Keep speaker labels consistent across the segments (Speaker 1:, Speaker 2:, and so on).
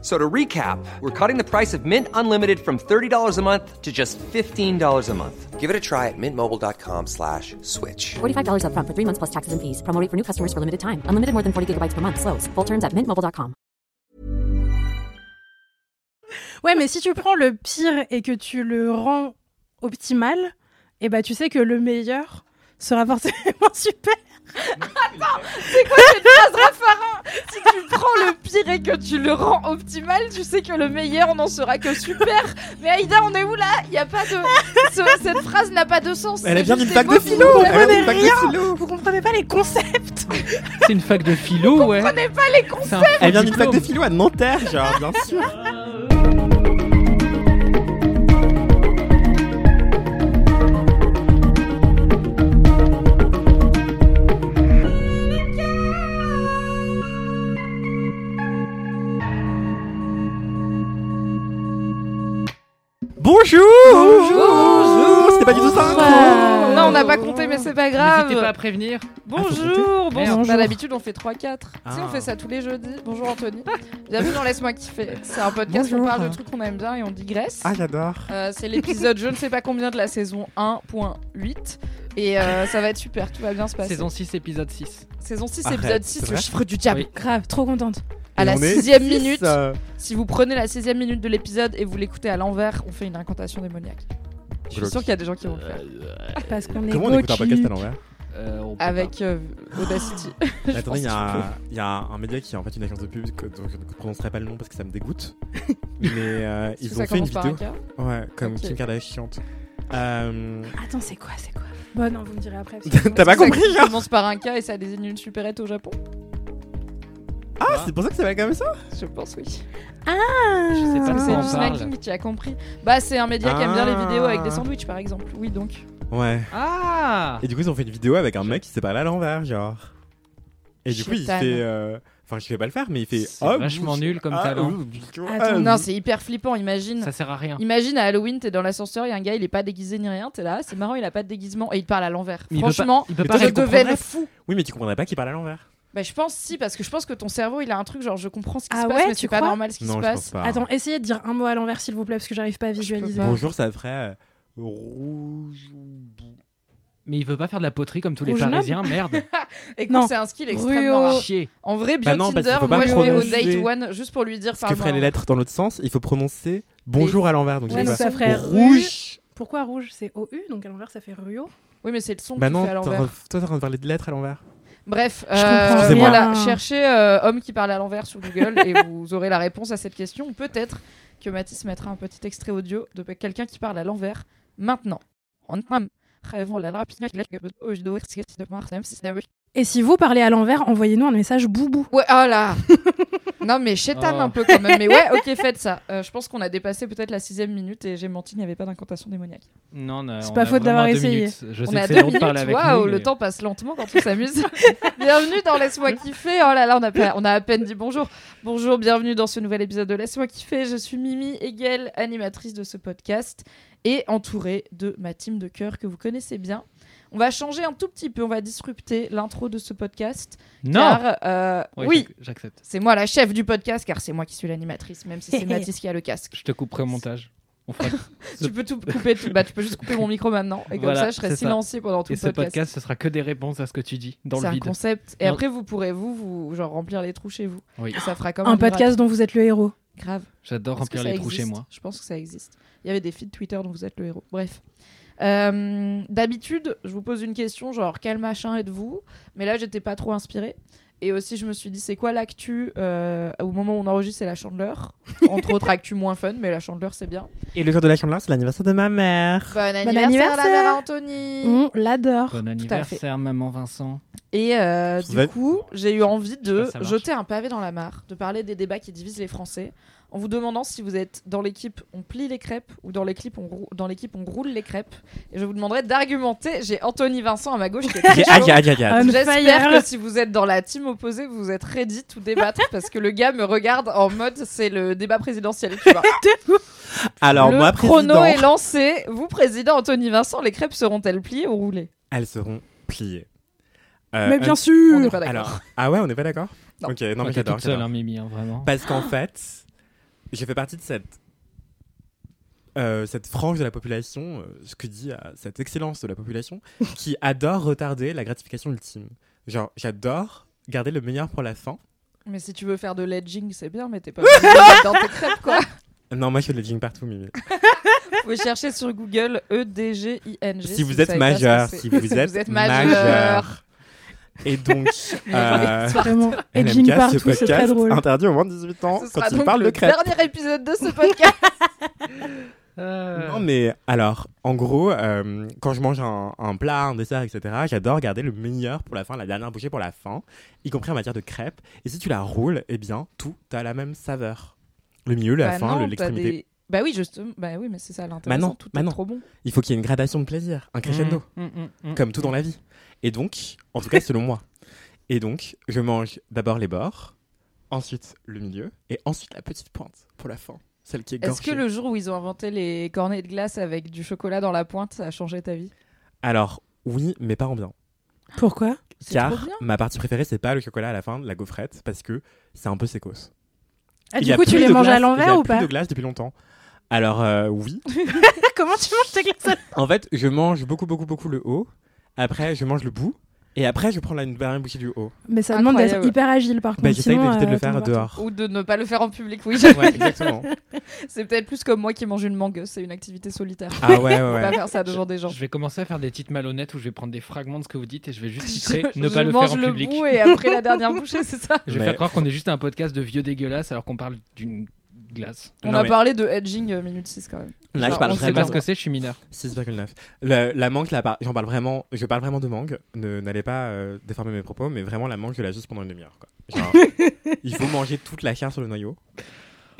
Speaker 1: So to recap, we're cutting the price of Mint Unlimited from $30 a month to just $15 a month. Give it a try at mintmobile.com slash switch.
Speaker 2: $45 upfront for three months plus taxes and fees. Promo rate for new customers for limited time. Unlimited more than 40 gigabytes per month. Slows. Full terms at mintmobile.com.
Speaker 3: Ouais, mais si tu prends le pire et que tu le rends optimal,
Speaker 4: eh
Speaker 3: et
Speaker 4: ben,
Speaker 3: bah tu sais que le meilleur sera forcément super.
Speaker 4: C'est quoi cette phrase Raffarin Si tu prends le pire et que tu le rends optimal, tu sais que le meilleur n'en sera que super. Mais Aïda, on est où là Il y a pas de ce- cette phrase n'a pas de sens.
Speaker 5: Elle a
Speaker 4: C'est
Speaker 5: bien
Speaker 4: juste
Speaker 5: une fac
Speaker 4: des mots
Speaker 5: de philo
Speaker 4: qui
Speaker 3: Vous
Speaker 4: n'ont
Speaker 5: Elle
Speaker 3: comprenez
Speaker 5: a une fac de
Speaker 3: rien
Speaker 5: philo.
Speaker 3: Vous comprenez pas les concepts
Speaker 6: C'est une fac de philo, ouais.
Speaker 4: comprenez pas les cons.
Speaker 6: C'est un
Speaker 5: Elle vient d'une fac
Speaker 6: diplôme.
Speaker 5: de philo à Nanterre, genre, bien sûr. Bonjour Bonjour Oh, C'était pas du tout ça hein?
Speaker 3: Ouais.
Speaker 4: Non, Oh, on n'a pas compté, mais c'est pas grave. Ah,
Speaker 6: N'hésitez pas à prévenir.
Speaker 3: Bonjour,
Speaker 6: Merde.
Speaker 3: bonjour.
Speaker 4: Bah, D'habitude, on fait 3-4. Tu sais,
Speaker 5: Ah.
Speaker 4: on fait ça tous les jeudis. Bonjour Anthony. Bienvenue dans Laisse-moi kiffer. C'est un podcast où on
Speaker 5: Bonjour.
Speaker 4: parle de trucs qu'on aime bien et on digresse.
Speaker 5: Ah j'adore
Speaker 4: Euh, c'est l'épisode je ne sais pas combien de la saison 1.8 et euh, ça va être super, tout va bien se passer.
Speaker 6: Saison 6, épisode 6.
Speaker 4: Saison 6,
Speaker 5: Arrête,
Speaker 4: épisode
Speaker 5: c'est
Speaker 4: 6,
Speaker 5: vrai
Speaker 4: le chiffre du diable.
Speaker 6: Oui.
Speaker 3: Grave, trop contente.
Speaker 4: À
Speaker 5: Et
Speaker 4: la
Speaker 5: on est
Speaker 4: sixième
Speaker 5: six,
Speaker 4: minute,
Speaker 5: euh,
Speaker 4: si vous prenez la sixième minute de l'épisode et vous l'écoutez à l'envers, on fait une incantation démoniaque. Je suis
Speaker 5: Glauque.
Speaker 4: sûr qu'il y a des gens qui vont le faire.
Speaker 3: Parce qu'on est
Speaker 5: Comment on écoute un
Speaker 3: Gochi.
Speaker 5: podcast à l'envers
Speaker 6: Euh, on peut pas.
Speaker 4: Avec euh, Audacity. Je pense
Speaker 5: Bah, Attendez, il y,
Speaker 4: que
Speaker 5: a
Speaker 4: tu
Speaker 5: un- il y a un média qui est en fait une agence de pub, que- donc je ne prononcerai pas le nom parce que ça me dégoûte. Mais euh,
Speaker 4: peux. Est-ce que
Speaker 5: ils
Speaker 4: ça
Speaker 5: ont fait une
Speaker 4: commence par un
Speaker 5: vidéo.
Speaker 4: cas
Speaker 5: Ouais, comme
Speaker 4: Ok.
Speaker 5: Kim Kardashian. Euh,
Speaker 3: Attends, c'est quoi, c'est quoi Bon, Bah non, vous me direz après.
Speaker 5: T'as pas
Speaker 4: C'est ça
Speaker 5: compris,
Speaker 4: qui
Speaker 5: genre
Speaker 4: commence par un cas et ça désigne une supérette au Japon
Speaker 5: Ah, c'est pour ça que ça va comme ça
Speaker 4: Je pense oui.
Speaker 6: Je sais pas
Speaker 4: Parce
Speaker 6: de
Speaker 4: que
Speaker 6: quoi
Speaker 4: c'est
Speaker 6: on
Speaker 4: du
Speaker 6: parle.
Speaker 4: snacking, tu as compris. Bah c'est un média qui aime bien les
Speaker 5: Ah.
Speaker 4: vidéos avec des sandwichs par exemple. Oui donc.
Speaker 5: Ouais.
Speaker 6: Ah
Speaker 5: Et du coup, ils ont fait une vidéo avec un mec qui s'est parlé à l'envers, genre. Et du coup, il
Speaker 4: Chétan.
Speaker 5: fait. euh, Enfin, je vais pas le faire, mais il fait.
Speaker 6: C'est
Speaker 5: Ah,
Speaker 6: vachement
Speaker 5: bouge-
Speaker 6: nul comme
Speaker 5: ah,
Speaker 6: talent.
Speaker 5: ouh, bouge-
Speaker 3: Attends,
Speaker 5: ah,
Speaker 4: Non
Speaker 5: bouge-
Speaker 4: c'est hyper flippant, imagine.
Speaker 6: Ça sert à rien.
Speaker 4: Imagine à Halloween, t'es dans l'ascenseur, il y a un gars, il est pas déguisé ni rien, t'es là, c'est marrant, il a pas de déguisement et il te parle à l'envers.
Speaker 6: Mais il peut
Speaker 4: Franchement,
Speaker 6: pas- il peut
Speaker 5: Mais
Speaker 6: pas
Speaker 5: toi,
Speaker 4: je
Speaker 5: tu
Speaker 4: devais
Speaker 5: comprendrais
Speaker 4: être fou.
Speaker 5: Oui, mais tu comprendrais pas qu'il parle à l'envers.
Speaker 4: Bah je pense si, parce que je pense que ton cerveau, il a un truc genre je comprends ce qui
Speaker 3: Ah
Speaker 4: se
Speaker 3: ouais,
Speaker 4: passe, mais
Speaker 3: tu
Speaker 4: c'est pas
Speaker 3: crois
Speaker 4: normal ce qui
Speaker 5: Non,
Speaker 4: se
Speaker 5: je pense
Speaker 4: passe.
Speaker 5: pas.
Speaker 3: Attends, essayez de dire un mot à l'envers, s'il vous plaît, parce que j'arrive pas à visualiser.
Speaker 4: pas.
Speaker 5: Bonjour, ça ferait. euh, Rouge.
Speaker 6: Mais il veut pas faire de la poterie comme tous les
Speaker 3: Au jeune
Speaker 6: parisiens, merde.
Speaker 4: Et
Speaker 3: Non.
Speaker 4: que c'est un skill extrêmement
Speaker 3: Ruau.
Speaker 4: rare.
Speaker 6: Chier.
Speaker 4: En vrai, bio
Speaker 5: Bah non, parce qu'il
Speaker 4: Tinder,
Speaker 5: faut pas
Speaker 4: moi je vais au
Speaker 5: prononcer
Speaker 4: date one juste pour lui dire
Speaker 5: Parce que ferait les
Speaker 4: pardon.
Speaker 5: lettres dans l'autre sens, il faut prononcer bonjour à l'envers. Donc,
Speaker 3: Ouais,
Speaker 5: je sais
Speaker 3: donc
Speaker 5: pas.
Speaker 3: ça ferait
Speaker 5: rouge.
Speaker 3: Pourquoi rouge C'est OU, donc à l'envers ça fait ruo.
Speaker 4: Oui, mais c'est le son
Speaker 5: Bah
Speaker 4: qui
Speaker 5: non,
Speaker 4: fait à
Speaker 5: t'es en
Speaker 4: l'envers.
Speaker 5: train de- toi, t'es en train de faire les lettres à l'envers.
Speaker 4: Bref,
Speaker 3: Je comprends
Speaker 4: euh,
Speaker 5: rien.
Speaker 4: voilà, cherchez euh, homme qui parle à l'envers sur Google et vous aurez la réponse à cette question. Peut-être que Mathis mettra un petit extrait audio de quelqu'un qui parle à l'envers maintenant. Ouais,
Speaker 3: Et si vous parlez à l'envers, envoyez-nous un message boubou.
Speaker 4: oh là Non mais chétane
Speaker 6: Oh.
Speaker 4: un peu quand même. Mais ouais, ok, faites ça. Euh, je pense qu'on a dépassé peut-être la sixième minute et j'ai menti, il n'y avait pas d'incantation démoniaque.
Speaker 6: Non, non.
Speaker 3: C'est
Speaker 6: on
Speaker 3: pas
Speaker 6: a
Speaker 3: faute
Speaker 6: vraiment
Speaker 3: d'avoir
Speaker 6: deux
Speaker 3: essayé.
Speaker 6: minutes. Je
Speaker 4: On
Speaker 6: sais
Speaker 4: est à
Speaker 6: que
Speaker 4: deux
Speaker 6: c'est long de
Speaker 4: minutes,
Speaker 6: parler avec
Speaker 4: waouh,
Speaker 6: nous,
Speaker 4: le
Speaker 6: mais-
Speaker 4: temps passe lentement quand on s'amuse. bienvenue dans Laisse-moi kiffer. Oh là là, on a, pas- on a à peine dit bonjour. Bonjour, bienvenue dans ce nouvel épisode de Laisse-moi kiffer. Je suis Mimi Hegel, animatrice de ce podcast et entourée de ma team de cœur que vous connaissez bien. On va changer un tout petit peu, on va disrupter l'intro de ce podcast.
Speaker 6: Non
Speaker 4: car, euh,
Speaker 6: Ouais,
Speaker 4: oui,
Speaker 6: j'ac- J'accepte.
Speaker 4: c'est moi la chef du podcast car c'est moi qui suis l'animatrice, même si c'est Mathis qui a le casque.
Speaker 6: Je te couperai au montage. On fera...
Speaker 4: Tu peux tout couper, tout- bah, tu peux juste couper mon micro maintenant et comme
Speaker 6: Voilà,
Speaker 4: ça je serai
Speaker 6: c'est ça.
Speaker 4: silenciée pendant tout
Speaker 6: Et
Speaker 4: le
Speaker 6: ce podcast, ce sera que des réponses à ce que tu dis dans
Speaker 4: C'est
Speaker 6: le
Speaker 4: un
Speaker 6: vide.
Speaker 4: concept. Et
Speaker 6: Non.
Speaker 4: après, vous pourrez, vous, vous genre, remplir les trous chez vous.
Speaker 6: Oui.
Speaker 4: Et ça fera comme
Speaker 3: Un podcast dont vous êtes le héros.
Speaker 4: miracle. grave.
Speaker 6: J'adore
Speaker 4: Est-ce que
Speaker 6: remplir
Speaker 4: ça
Speaker 6: les trous
Speaker 4: existe
Speaker 6: chez moi.
Speaker 4: Je pense que ça existe. Il y avait des feeds Twitter dont vous êtes le héros. Bref. Euh, D'habitude, je vous pose une question, genre quel machin êtes-vous Mais là, j'étais pas trop inspirée. Et aussi, je me suis dit, c'est quoi l'actu euh, Au moment où on enregistre, c'est la chandeleur. Entre autres, actu moins fun, mais la chandeleur, c'est bien.
Speaker 5: Et le jour de la chambre, c'est l'anniversaire de ma mère.
Speaker 4: Bon anniversaire, la
Speaker 3: anniversaire. Mmh.
Speaker 4: mère à Anthony
Speaker 3: On l'adore.
Speaker 6: Bon anniversaire, maman Vincent.
Speaker 4: Et euh,
Speaker 5: Vous
Speaker 4: du
Speaker 5: êtes-
Speaker 4: coup, j'ai eu envie
Speaker 6: sais pas
Speaker 4: de
Speaker 6: si ça marche.
Speaker 4: jeter un pavé dans la mare, de parler des débats qui divisent les Français en vous demandant si vous êtes dans l'équipe on plie les crêpes ou dans l'équipe on, rou- dans l'équipe on roule les crêpes. Et je vous demanderai d'argumenter. J'ai Anthony Vincent à ma gauche qui est très
Speaker 5: Aïe, aïe,
Speaker 4: chaud.
Speaker 5: aïe, aïe, aïe.
Speaker 3: On
Speaker 4: J'espère
Speaker 3: fire.
Speaker 4: que si vous êtes dans la team opposée, vous êtes ready tout débattre parce que le gars me regarde en mode c'est le débat présidentiel. Tu vois.
Speaker 5: Alors,
Speaker 4: Ah, le
Speaker 5: moi,
Speaker 4: chrono
Speaker 5: président,
Speaker 4: est lancé. Vous, président Anthony Vincent, les crêpes seront-elles pliées ou roulées
Speaker 5: elles seront pliées. Euh,
Speaker 3: Mais bien
Speaker 5: un-
Speaker 4: On
Speaker 3: sûr
Speaker 4: n'est pas d'accord.
Speaker 5: Alors, ah ouais, on n'est pas d'accord
Speaker 4: Non.
Speaker 5: Ok, non,
Speaker 6: Toi,
Speaker 5: mais
Speaker 6: t'es
Speaker 5: j'adore.
Speaker 6: toute seule,
Speaker 5: j'adore. Bah,
Speaker 6: hein, Mimi, hein, vraiment.
Speaker 5: Parce qu'en fait, j'ai fait partie de cette, euh, cette frange de la population, euh, ce que dit euh, cette excellence de la population, qui adore retarder la gratification ultime. Genre, j'adore garder le meilleur pour la fin.
Speaker 4: Mais si tu veux faire de l'edging, c'est bien, mais t'es pas obligé de le mettre dans tes crêpes quoi.
Speaker 5: Non, moi je fais de l'aging partout, Mimi.
Speaker 4: Vous pouvez chercher sur Google E E-D-G-I-N-G.
Speaker 5: Si vous êtes
Speaker 4: savez pas ce que
Speaker 5: majeur,
Speaker 4: c'est.
Speaker 5: si vous êtes majeur. Et donc, euh,
Speaker 3: Vraiment. Et
Speaker 5: LMK,
Speaker 3: Jean
Speaker 5: ce
Speaker 3: partout, c'est très
Speaker 5: podcast
Speaker 3: drôle.
Speaker 5: interdit au moins de 18 ans
Speaker 4: Ce
Speaker 5: quand
Speaker 4: sera
Speaker 5: il
Speaker 4: donc
Speaker 5: parle de
Speaker 4: le
Speaker 5: crêpes.
Speaker 4: dernier épisode de ce podcast.
Speaker 6: Euh,
Speaker 5: Non mais alors, en gros, euh, quand je mange un, un plat, un dessert, etc., j'adore garder le meilleur pour la fin, la dernière bouchée pour la fin, y compris en matière de crêpes. Et si tu la roules, eh bien, tout a la même saveur. Le milieu, la
Speaker 4: Bah
Speaker 5: fin,
Speaker 4: non,
Speaker 5: le-
Speaker 4: t'as
Speaker 5: l'extrémité.
Speaker 4: des- Bah oui, justement. Bah oui, mais c'est ça l'intéressant.
Speaker 5: Bah non,
Speaker 4: tout
Speaker 5: bah
Speaker 4: est
Speaker 5: non.
Speaker 4: trop bon.
Speaker 5: Il faut qu'il y ait une gradation de plaisir, un crescendo,
Speaker 6: mm, mm, mm, mm.
Speaker 5: comme tout dans la vie. Et donc, en tout cas selon moi. Et donc, je mange d'abord les bords, ensuite le milieu, et ensuite la petite pointe pour la fin, celle qui est
Speaker 4: Est-ce que
Speaker 5: gorgée.
Speaker 4: le jour où ils ont inventé les cornets de glace avec du chocolat dans la pointe, ça a changé ta vie
Speaker 5: Alors, oui, mais pas en bien.
Speaker 3: Pourquoi
Speaker 4: C'est trop
Speaker 5: Car
Speaker 4: bien.
Speaker 5: ma partie préférée, c'est pas le chocolat à la fin, la gaufrette, parce que c'est un peu sécos.
Speaker 3: Ah,
Speaker 5: Il
Speaker 3: Du
Speaker 5: y a
Speaker 3: coup, tu
Speaker 5: plus
Speaker 3: les
Speaker 5: de
Speaker 3: manges à
Speaker 5: glace- il y
Speaker 3: l'envers
Speaker 5: a
Speaker 3: ou
Speaker 5: plus
Speaker 3: pas
Speaker 5: de glace depuis longtemps. Alors, euh, oui.
Speaker 3: Comment tu manges tes glaces
Speaker 5: En fait, je mange beaucoup, beaucoup, beaucoup le haut. Après, je mange le bout. Et après, je prends la une dernière bouchée du haut.
Speaker 3: Mais ça demande d'être
Speaker 4: Incroyable.
Speaker 3: hyper agile par contre.
Speaker 5: Bah, J'essaye
Speaker 3: sinon,
Speaker 5: d'éviter de
Speaker 3: euh,
Speaker 5: le
Speaker 3: t'en
Speaker 5: faire
Speaker 3: vas partout.
Speaker 5: dehors.
Speaker 4: Ou de ne pas le faire en public, oui.
Speaker 5: Ouais, exactement.
Speaker 4: C'est peut-être plus comme moi qui mange une mangue, c'est une activité solitaire.
Speaker 5: Ah ouais, ouais,
Speaker 4: Faut pas
Speaker 3: Bah,
Speaker 5: ouais.
Speaker 4: faire ça devant des gens.
Speaker 6: Je vais commencer à faire des titres malhonnêtes où je vais prendre des fragments de ce que vous dites et je vais juste titrer
Speaker 4: Je-
Speaker 6: ne
Speaker 4: je
Speaker 6: pas le
Speaker 4: mange
Speaker 6: faire en
Speaker 4: le
Speaker 6: public.
Speaker 4: bout et après la dernière bouchée, c'est ça
Speaker 6: Je vais
Speaker 5: Mais-
Speaker 6: faire croire qu'on est juste un podcast de vieux dégueulasses alors qu'on parle d'une glace.
Speaker 4: On
Speaker 5: Non,
Speaker 4: a
Speaker 5: mais-
Speaker 4: parlé de edging euh, minute 6 quand même. Non,
Speaker 5: Là, je
Speaker 4: on
Speaker 5: parle
Speaker 4: sait
Speaker 6: C'est
Speaker 5: vraiment
Speaker 6: parce que c'est, je suis mineur.
Speaker 5: 6,9. Le- La mangue, là, par- j'en parle vraiment. Je parle vraiment de mangue. Ne- N'allez pas euh, déformer mes propos, mais vraiment la mangue, je la juste pendant une demi-heure. quoi. Genre, il faut manger toute la chair sur le noyau.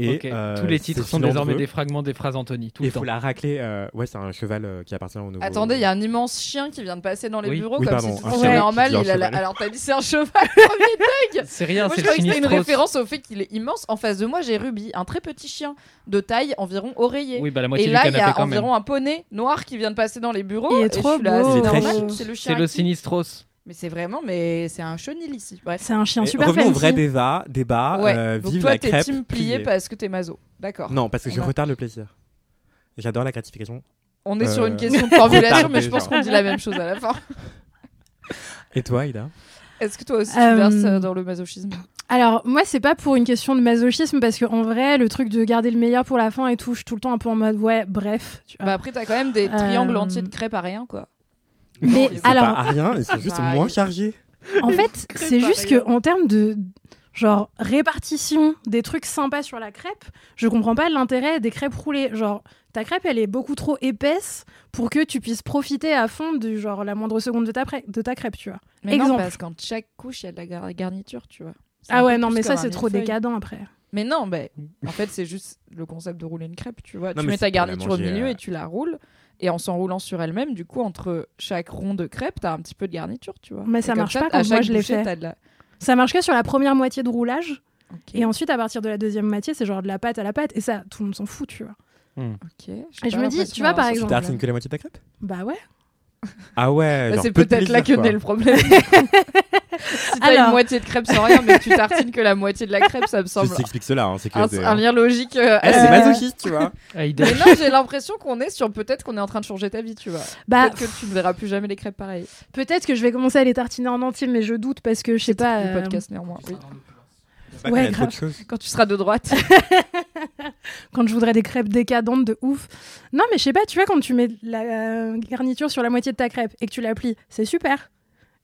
Speaker 5: Et
Speaker 6: Ok.
Speaker 5: euh,
Speaker 6: Tous les
Speaker 5: c'est
Speaker 6: titres sont désormais
Speaker 5: filandreux.
Speaker 6: des fragments des phrases Anthony, tout
Speaker 5: Il
Speaker 6: le temps.
Speaker 5: faut la racler. euh, Ouais, c'est un cheval euh, qui appartient au nouveau. euh,
Speaker 4: Attendez, il y a un immense chien qui vient de passer dans les
Speaker 6: Oui.
Speaker 4: bureaux
Speaker 5: Oui,
Speaker 4: comme
Speaker 5: pardon,
Speaker 4: si
Speaker 5: un
Speaker 4: tout
Speaker 3: chien
Speaker 4: était
Speaker 3: qui
Speaker 4: normal.
Speaker 5: dit un
Speaker 4: il a la-
Speaker 5: cheval.
Speaker 4: Alors t'as dit c'est un cheval. premier
Speaker 5: Ah,
Speaker 6: C'est rien,
Speaker 4: Moi
Speaker 6: c'est
Speaker 4: je
Speaker 6: le
Speaker 4: croyais que c'était une
Speaker 6: sinistros.
Speaker 4: référence au fait qu'il est immense. En face de moi j'ai Ruby, un très petit chien de taille environ oreiller.
Speaker 6: Oui, bah la
Speaker 4: Et
Speaker 6: moitié
Speaker 4: là,
Speaker 6: du
Speaker 4: il y a
Speaker 6: canapé quand même.
Speaker 4: environ un poney noir qui vient de passer dans les bureaux.
Speaker 3: Il est
Speaker 4: et je
Speaker 3: trop
Speaker 4: suis là,
Speaker 3: beau.
Speaker 5: Il est
Speaker 4: C'est
Speaker 5: très
Speaker 4: normal,
Speaker 3: chic.
Speaker 4: c'est le chien.
Speaker 6: C'est le
Speaker 4: à qui-
Speaker 6: sinistros.
Speaker 4: Mais c'est vraiment, mais c'est un chenil ici. Bref.
Speaker 3: C'est un chien
Speaker 5: Mais
Speaker 3: super
Speaker 5: Revenons au
Speaker 3: fancy.
Speaker 5: vrai débat. débat
Speaker 4: Ouais.
Speaker 5: euh,
Speaker 4: Donc
Speaker 5: vive
Speaker 4: toi,
Speaker 5: la
Speaker 4: t'es
Speaker 5: crêpe.
Speaker 4: team plié,
Speaker 5: pliée.
Speaker 4: parce que t'es maso. D'accord.
Speaker 5: Non, parce que je
Speaker 4: On a-
Speaker 5: retarde le plaisir. J'adore la gratification.
Speaker 4: On est
Speaker 5: Euh,
Speaker 4: sur une question de formulation,
Speaker 5: retardé,
Speaker 4: mais je pense
Speaker 5: genre.
Speaker 4: qu'on dit la même chose à la fin.
Speaker 5: Et toi, Ida
Speaker 4: Est-ce que toi aussi tu
Speaker 3: Euh,
Speaker 4: verses euh, dans le masochisme
Speaker 3: Alors, moi, c'est pas pour une question de masochisme, parce qu'en vrai, le truc de garder le meilleur pour la fin et tout, je suis tout le temps un peu en mode ouais, bref. tu vois.
Speaker 4: Bah après, t'as quand même des triangles
Speaker 3: Ah. Euh,
Speaker 4: entiers de crêpes à rien, quoi.
Speaker 3: Mais
Speaker 5: Ils sont
Speaker 3: alors,
Speaker 5: pas à rien, ils sont juste
Speaker 4: Bah,
Speaker 5: moins
Speaker 4: ils-
Speaker 5: chargés.
Speaker 3: en fait, c'est
Speaker 4: par
Speaker 3: juste
Speaker 4: ailleurs.
Speaker 3: que en termes de genre répartition des trucs sympas sur la crêpe, je comprends pas l'intérêt des crêpes roulées. Genre, ta crêpe, elle est beaucoup trop épaisse pour que tu puisses profiter à fond du genre la moindre seconde de ta, pré- de ta crêpe, tu vois.
Speaker 4: Mais non,
Speaker 3: Exemple.
Speaker 4: parce qu'en chaque couche, il y a de la gar- garniture, tu vois. C'est un
Speaker 3: Ah
Speaker 4: peu
Speaker 3: ouais, non,
Speaker 4: plus
Speaker 3: mais ça,
Speaker 4: comme un
Speaker 3: c'est trop
Speaker 4: millefeuille.
Speaker 3: décadent après.
Speaker 4: Mais non, mais en fait, c'est juste le concept de rouler une crêpe, tu vois. tu
Speaker 5: Non, mais
Speaker 4: mets
Speaker 5: c'est
Speaker 4: ta
Speaker 5: pour la
Speaker 4: garniture au
Speaker 5: manger,
Speaker 4: milieu
Speaker 5: euh.
Speaker 4: et tu la roules. Et en s'enroulant sur elle-même, du coup, entre chaque rond de crêpe, t'as un petit peu de garniture, tu vois.
Speaker 3: Mais
Speaker 4: Et
Speaker 3: ça
Speaker 4: comme
Speaker 3: marche pas comme
Speaker 4: à
Speaker 3: moi,
Speaker 4: chaque
Speaker 3: je l'ai
Speaker 4: bouchée,
Speaker 3: fait.
Speaker 4: t'as de la-
Speaker 3: Ça marche que sur la première moitié de roulage.
Speaker 4: Ok.
Speaker 3: Et ensuite, à partir de la deuxième moitié, c'est genre de la pâte à la pâte. Et ça, tout le monde s'en fout, tu vois.
Speaker 4: Ok, j'ai
Speaker 3: Et je
Speaker 4: pas
Speaker 3: me dis,
Speaker 4: l'impression
Speaker 3: tu vois,
Speaker 4: d'avoir
Speaker 3: par
Speaker 4: ce
Speaker 3: exemple,
Speaker 5: Tu
Speaker 4: problème.
Speaker 5: tartines que la moitié de ta crêpe
Speaker 3: Bah ouais.
Speaker 5: Ah ouais.
Speaker 4: Bah,
Speaker 5: genre
Speaker 4: c'est
Speaker 5: peu de
Speaker 4: peut-être là que
Speaker 5: plaisir, quoi.
Speaker 4: naît le problème. si t'as
Speaker 3: Alors.
Speaker 4: une moitié de crêpe sans rien, mais que tu tartines que la moitié de la crêpe, ça me semble
Speaker 5: Je t'explique cela. hein, c'est que
Speaker 4: un,
Speaker 5: des-
Speaker 4: un lien logique. euh,
Speaker 5: Eh, c'est
Speaker 4: assez-
Speaker 5: masochiste, tu vois.
Speaker 6: Aïda.
Speaker 4: Mais non, j'ai l'impression qu'on est sur peut-être qu'on est en train de changer ta vie, tu vois.
Speaker 3: Bah,
Speaker 4: peut-être que tu ne verras plus jamais les crêpes pareilles.
Speaker 3: peut-être que je vais commencer à les tartiner en entier, mais je doute parce que je sais pas.
Speaker 4: Le
Speaker 3: euh,
Speaker 4: podcast néanmoins. oui.
Speaker 5: Bah,
Speaker 3: Ouais,
Speaker 5: il y a trop de
Speaker 3: grave.
Speaker 5: choses.
Speaker 4: Quand tu seras de droite.
Speaker 3: quand je voudrais des crêpes décadentes de ouf. Non, mais je sais pas, tu vois, quand tu mets la euh, garniture sur la moitié de ta crêpe et que tu la plies, c'est super.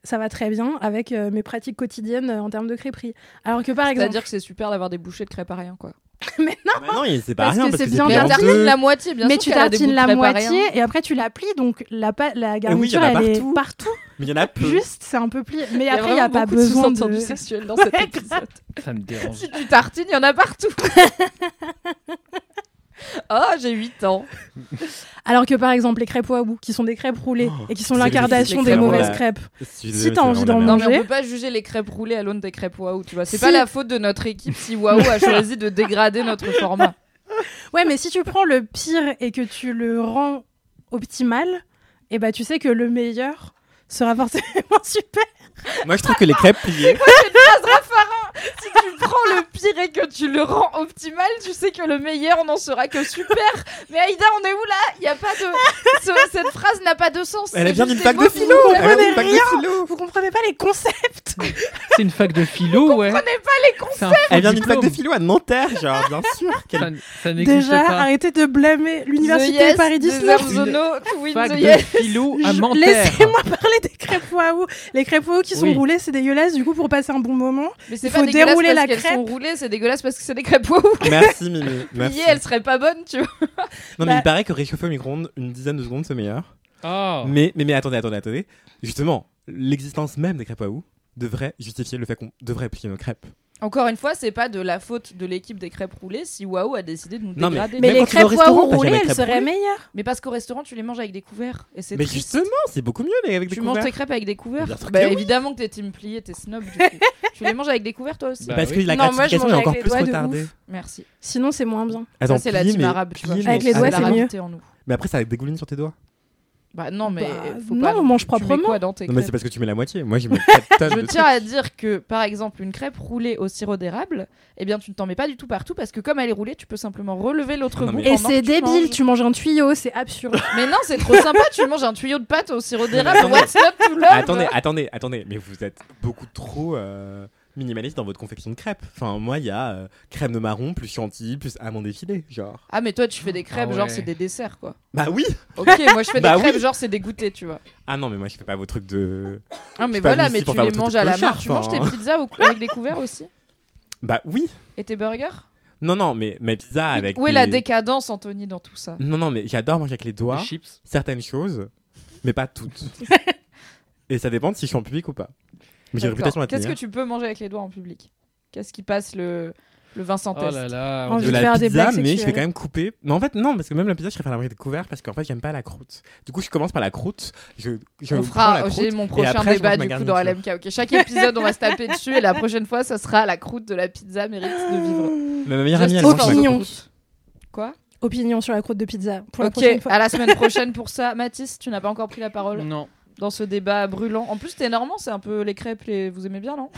Speaker 3: Ça va très bien avec euh, mes pratiques quotidiennes euh, en termes de crêperie. Alors que par exemple.
Speaker 4: C'est-à-dire que c'est super d'avoir des bouchées de crêpes à rien, quoi.
Speaker 3: mais non,
Speaker 5: Bah non, il- c'est pas
Speaker 3: Parce
Speaker 5: rien
Speaker 3: que
Speaker 5: parce
Speaker 3: c'est
Speaker 5: que
Speaker 3: bien
Speaker 5: c'est
Speaker 4: Mais
Speaker 3: bien
Speaker 5: en
Speaker 4: elle
Speaker 3: tartines,
Speaker 4: tartine
Speaker 5: deux.
Speaker 4: la moitié, bien
Speaker 3: mais
Speaker 4: sûr.
Speaker 3: tu
Speaker 4: qu'elle a des bouts
Speaker 3: tartines
Speaker 4: de
Speaker 3: la
Speaker 4: crêpes hein. à rien.
Speaker 3: moitié et après tu la plies, donc la, pa- la
Speaker 5: en
Speaker 3: garniture
Speaker 5: a
Speaker 3: elle
Speaker 5: partout.
Speaker 3: est partout.
Speaker 5: Mais il y en a peu.
Speaker 3: Juste, c'est un peu plié. Mais
Speaker 4: Il y a
Speaker 3: après, il n'y a
Speaker 4: vraiment
Speaker 3: pas
Speaker 4: beaucoup de
Speaker 3: besoin
Speaker 4: sous-entendus
Speaker 3: de.
Speaker 4: sexuels dans
Speaker 3: Ouais,
Speaker 4: cet épisode.
Speaker 6: Ça me dérange.
Speaker 4: si tu tartines, il y en a partout. Ah, j'ai 8 ans.
Speaker 3: Alors que par exemple, les crêpes Wabou, qui sont des crêpes roulées
Speaker 5: Oh,
Speaker 3: et qui sont
Speaker 5: c'est
Speaker 3: l'incarnation
Speaker 4: les
Speaker 3: des
Speaker 4: crêpes
Speaker 3: mauvaises
Speaker 5: roulées.
Speaker 3: crêpes.
Speaker 5: Je suis
Speaker 3: Si
Speaker 5: désolé,
Speaker 3: t'as
Speaker 5: c'est
Speaker 3: envie d'en
Speaker 5: vraiment la
Speaker 4: Non,
Speaker 5: merde.
Speaker 4: mais
Speaker 3: Manger.
Speaker 4: on peut pas juger les crêpes roulées à l'aune des crêpes Waouh, tu vois. C'est
Speaker 3: Si.
Speaker 4: pas la faute de notre équipe si Waouh a choisi de dégrader notre format.
Speaker 3: Ouais, mais si tu prends le pire et que tu le rends optimal, et bah tu sais que le meilleur sera forcément super.
Speaker 5: Moi, je trouve que les crêpes pliées.
Speaker 4: Si tu prends le pire et que tu le rends optimal, tu sais que le meilleur n'en sera que super. Mais Aïda, on est où là Il y a pas de ce- cette phrase n'a pas de sens.
Speaker 5: Elle
Speaker 4: C'est
Speaker 5: vient
Speaker 4: juste
Speaker 5: d'une
Speaker 4: des
Speaker 5: fac de
Speaker 4: mots
Speaker 5: philo.
Speaker 3: Vous
Speaker 5: Elle vient
Speaker 3: comprenez
Speaker 5: d'une fac de
Speaker 3: rien.
Speaker 5: philo.
Speaker 3: Vous comprenez pas les concepts.
Speaker 6: C'est une fac de philo, ouais.
Speaker 4: comprenez pas les cons.
Speaker 6: C'est un faux
Speaker 5: Elle vient d'une fac
Speaker 6: diplôme.
Speaker 5: de philo à Nanterre, genre, bien sûr. Quelle
Speaker 6: Ça, ça n'existe
Speaker 3: Déjà,
Speaker 6: pas.
Speaker 3: arrêtez de blâmer l'université
Speaker 4: The yes,
Speaker 3: Paris
Speaker 4: des
Speaker 3: 19.
Speaker 4: arts zonaux, to win
Speaker 6: Fac
Speaker 4: the
Speaker 6: de
Speaker 4: yes.
Speaker 6: philo à
Speaker 3: Je-
Speaker 6: Menterre.
Speaker 3: Laissez-moi parler des crêpes waouh. Les crêpes waouh qui sont
Speaker 6: Oui.
Speaker 3: roulées, c'est dégueulasse. Du coup, pour passer un bon moment,
Speaker 4: Mais c'est
Speaker 3: Il
Speaker 4: pas
Speaker 3: faut
Speaker 4: dégueulasse
Speaker 3: dérouler
Speaker 4: parce
Speaker 3: la
Speaker 4: qu'elles
Speaker 3: crêpe.
Speaker 4: sont roulées, c'est dégueulasse parce que c'est des crêpes Waouh.
Speaker 5: Merci, Mimi. Merci.
Speaker 4: Pliées, elles seraient pas bonnes, tu vois.
Speaker 5: Non, mais
Speaker 3: Bah-
Speaker 5: il paraît que réchauffer au micro-ondes une dizaine de secondes, c'est meilleur.
Speaker 6: Oh.
Speaker 5: Mais, mais, mais attendez, attendez, attendez. Justement, l'existence même des crêpes à ou devrait justifier le fait qu'on devrait plier nos crêpes.
Speaker 4: Encore une fois, c'est pas de la faute de l'équipe des crêpes roulées si Waouh a décidé de nous
Speaker 5: Non, mais-
Speaker 4: dégrader.
Speaker 3: mais
Speaker 5: Même
Speaker 3: les
Speaker 5: quand tu vas
Speaker 3: crêpes
Speaker 5: au restaurant,
Speaker 3: waouh
Speaker 5: t'as
Speaker 3: roulées,
Speaker 5: jamais
Speaker 3: elles
Speaker 5: crêpes
Speaker 3: seraient
Speaker 5: roulées.
Speaker 3: meilleures.
Speaker 4: Mais parce qu'au restaurant, tu les manges avec des couverts. Et c'est
Speaker 5: Mais
Speaker 4: triste.
Speaker 5: justement, c'est beaucoup mieux les- avec des
Speaker 4: tu manges
Speaker 5: couverts.
Speaker 4: tes crêpes avec des couverts.
Speaker 5: Bien sûr que
Speaker 4: Bah,
Speaker 5: oui.
Speaker 4: évidemment que t'es team plié, t'es snob. Du coup. tu les manges avec des couverts toi aussi.
Speaker 6: Bah
Speaker 5: Parce
Speaker 6: oui.
Speaker 5: que la
Speaker 3: Non, moi, je
Speaker 5: gratification
Speaker 3: mange
Speaker 5: est
Speaker 3: avec
Speaker 5: encore
Speaker 3: les
Speaker 5: plus
Speaker 3: doigts de
Speaker 5: retardée.
Speaker 3: ouf.
Speaker 4: Merci.
Speaker 3: Sinon, c'est moins bien.
Speaker 5: Attends,
Speaker 4: ça, c'est la
Speaker 5: plie,
Speaker 4: team
Speaker 5: mais-
Speaker 4: arabe. Tu vois.
Speaker 5: plie,
Speaker 4: Je
Speaker 5: mais-
Speaker 3: Avec les
Speaker 4: pense
Speaker 3: doigts,
Speaker 4: que
Speaker 3: c'est
Speaker 5: Attends,
Speaker 4: la
Speaker 3: mieux.
Speaker 4: rareté en nous.
Speaker 5: Mais après, ça dégouline sur tes doigts.
Speaker 4: Bah non, mais
Speaker 3: Bah,
Speaker 4: faut
Speaker 3: non,
Speaker 4: pas.
Speaker 3: on mange
Speaker 4: tu mets
Speaker 3: proprement.
Speaker 4: quoi dans tes
Speaker 5: Non, mais c'est
Speaker 4: crêpes
Speaker 5: parce que tu mets la moitié. Moi, j'ai mis 4 tonnes.
Speaker 4: Je
Speaker 5: de
Speaker 4: tiens à dire que, par exemple, une crêpe roulée au sirop d'érable, eh bien, tu ne t'en mets pas du tout partout parce que comme elle est roulée, tu peux simplement relever l'autre
Speaker 5: Non,
Speaker 4: bout.
Speaker 5: mais-
Speaker 3: Et
Speaker 4: pendant que
Speaker 3: c'est
Speaker 4: tu
Speaker 3: débile,
Speaker 4: manges.
Speaker 3: tu manges un tuyau, c'est absurde.
Speaker 4: Mais non, c'est trop sympa. tu manges un tuyau de pâte au sirop d'érable.
Speaker 5: attendez.
Speaker 4: What's up to love
Speaker 5: trucs. Attendez, attendez, attendez. Mais vous êtes beaucoup trop euh, minimaliste dans votre confection de crêpes. Enfin, moi, il y a euh, crème de marron, plus chantilly, plus amande effilée. Genre.
Speaker 4: Ah, mais toi, tu fais des crêpes,
Speaker 6: Ah
Speaker 4: genre,
Speaker 6: ouais.
Speaker 4: c'est des desserts, quoi.
Speaker 5: Bah oui
Speaker 4: Ok, moi, je fais
Speaker 5: Bah
Speaker 4: des crêpes,
Speaker 5: oui.
Speaker 4: genre, c'est des goûters, tu vois.
Speaker 5: Ah non, mais moi, je fais pas vos trucs de.
Speaker 4: Ah, mais
Speaker 5: suis pas
Speaker 4: voilà,
Speaker 5: venu
Speaker 4: mais
Speaker 5: ici
Speaker 4: tu
Speaker 5: pour faire
Speaker 4: les
Speaker 5: le truc
Speaker 4: manges
Speaker 5: de
Speaker 4: à la
Speaker 5: clochard,
Speaker 4: marche. Tu manges tes
Speaker 5: enfin.
Speaker 4: pizzas au- avec des couverts aussi
Speaker 5: Bah oui
Speaker 4: Et tes burgers
Speaker 5: Non, non, mais ma pizza avec.
Speaker 4: Où est la
Speaker 5: les-
Speaker 4: décadence, Anthony, dans tout ça
Speaker 5: Non, non, mais j'adore manger avec les doigts
Speaker 6: Les Oh, chips.
Speaker 5: certaines choses, mais pas toutes. Et ça dépend de si je suis en public ou pas. Mais j'ai une
Speaker 4: D'accord.
Speaker 5: réputation à
Speaker 4: Qu'est-ce
Speaker 5: tenir.
Speaker 4: que tu peux manger avec les doigts en public Qu'est-ce qui passe le, le Vincent
Speaker 6: Oh
Speaker 4: Test
Speaker 6: là
Speaker 3: En
Speaker 6: là. on
Speaker 5: de
Speaker 3: Envie
Speaker 6: dirait-
Speaker 3: de
Speaker 5: la
Speaker 3: faire des
Speaker 5: pizza,
Speaker 3: blagues
Speaker 5: mais je vais
Speaker 3: sexuelles.
Speaker 5: quand même couper. Non, en fait, non, parce que même la pizza, je préfère la manger découverte parce qu'en fait, j'aime pas la croûte. Du coup, je commence par la croûte. Je, je
Speaker 4: On
Speaker 5: prends la
Speaker 4: fera,
Speaker 5: croûte.
Speaker 4: j'ai mon prochain
Speaker 5: après, je
Speaker 4: débat
Speaker 5: mange
Speaker 4: du
Speaker 5: ma
Speaker 4: coup dans LMK.
Speaker 5: garniture.
Speaker 4: Ok, chaque épisode on va se taper dessus et la prochaine fois ça sera la croûte de la pizza mérite de vivre.
Speaker 5: Ma meilleure amie, elle
Speaker 4: Just
Speaker 5: mange ma
Speaker 4: opinion.
Speaker 5: croûte.
Speaker 4: Quoi
Speaker 3: Opinion sur la croûte de pizza pour la
Speaker 4: Ok,
Speaker 3: prochaine fois.
Speaker 4: à la semaine prochaine pour ça. Mathis, tu n'as pas encore pris la
Speaker 5: Mm.
Speaker 4: parole
Speaker 6: Non.
Speaker 4: dans ce débat brûlant. En plus, t'es normand, c'est un peu les crêpes, les... vous aimez bien, non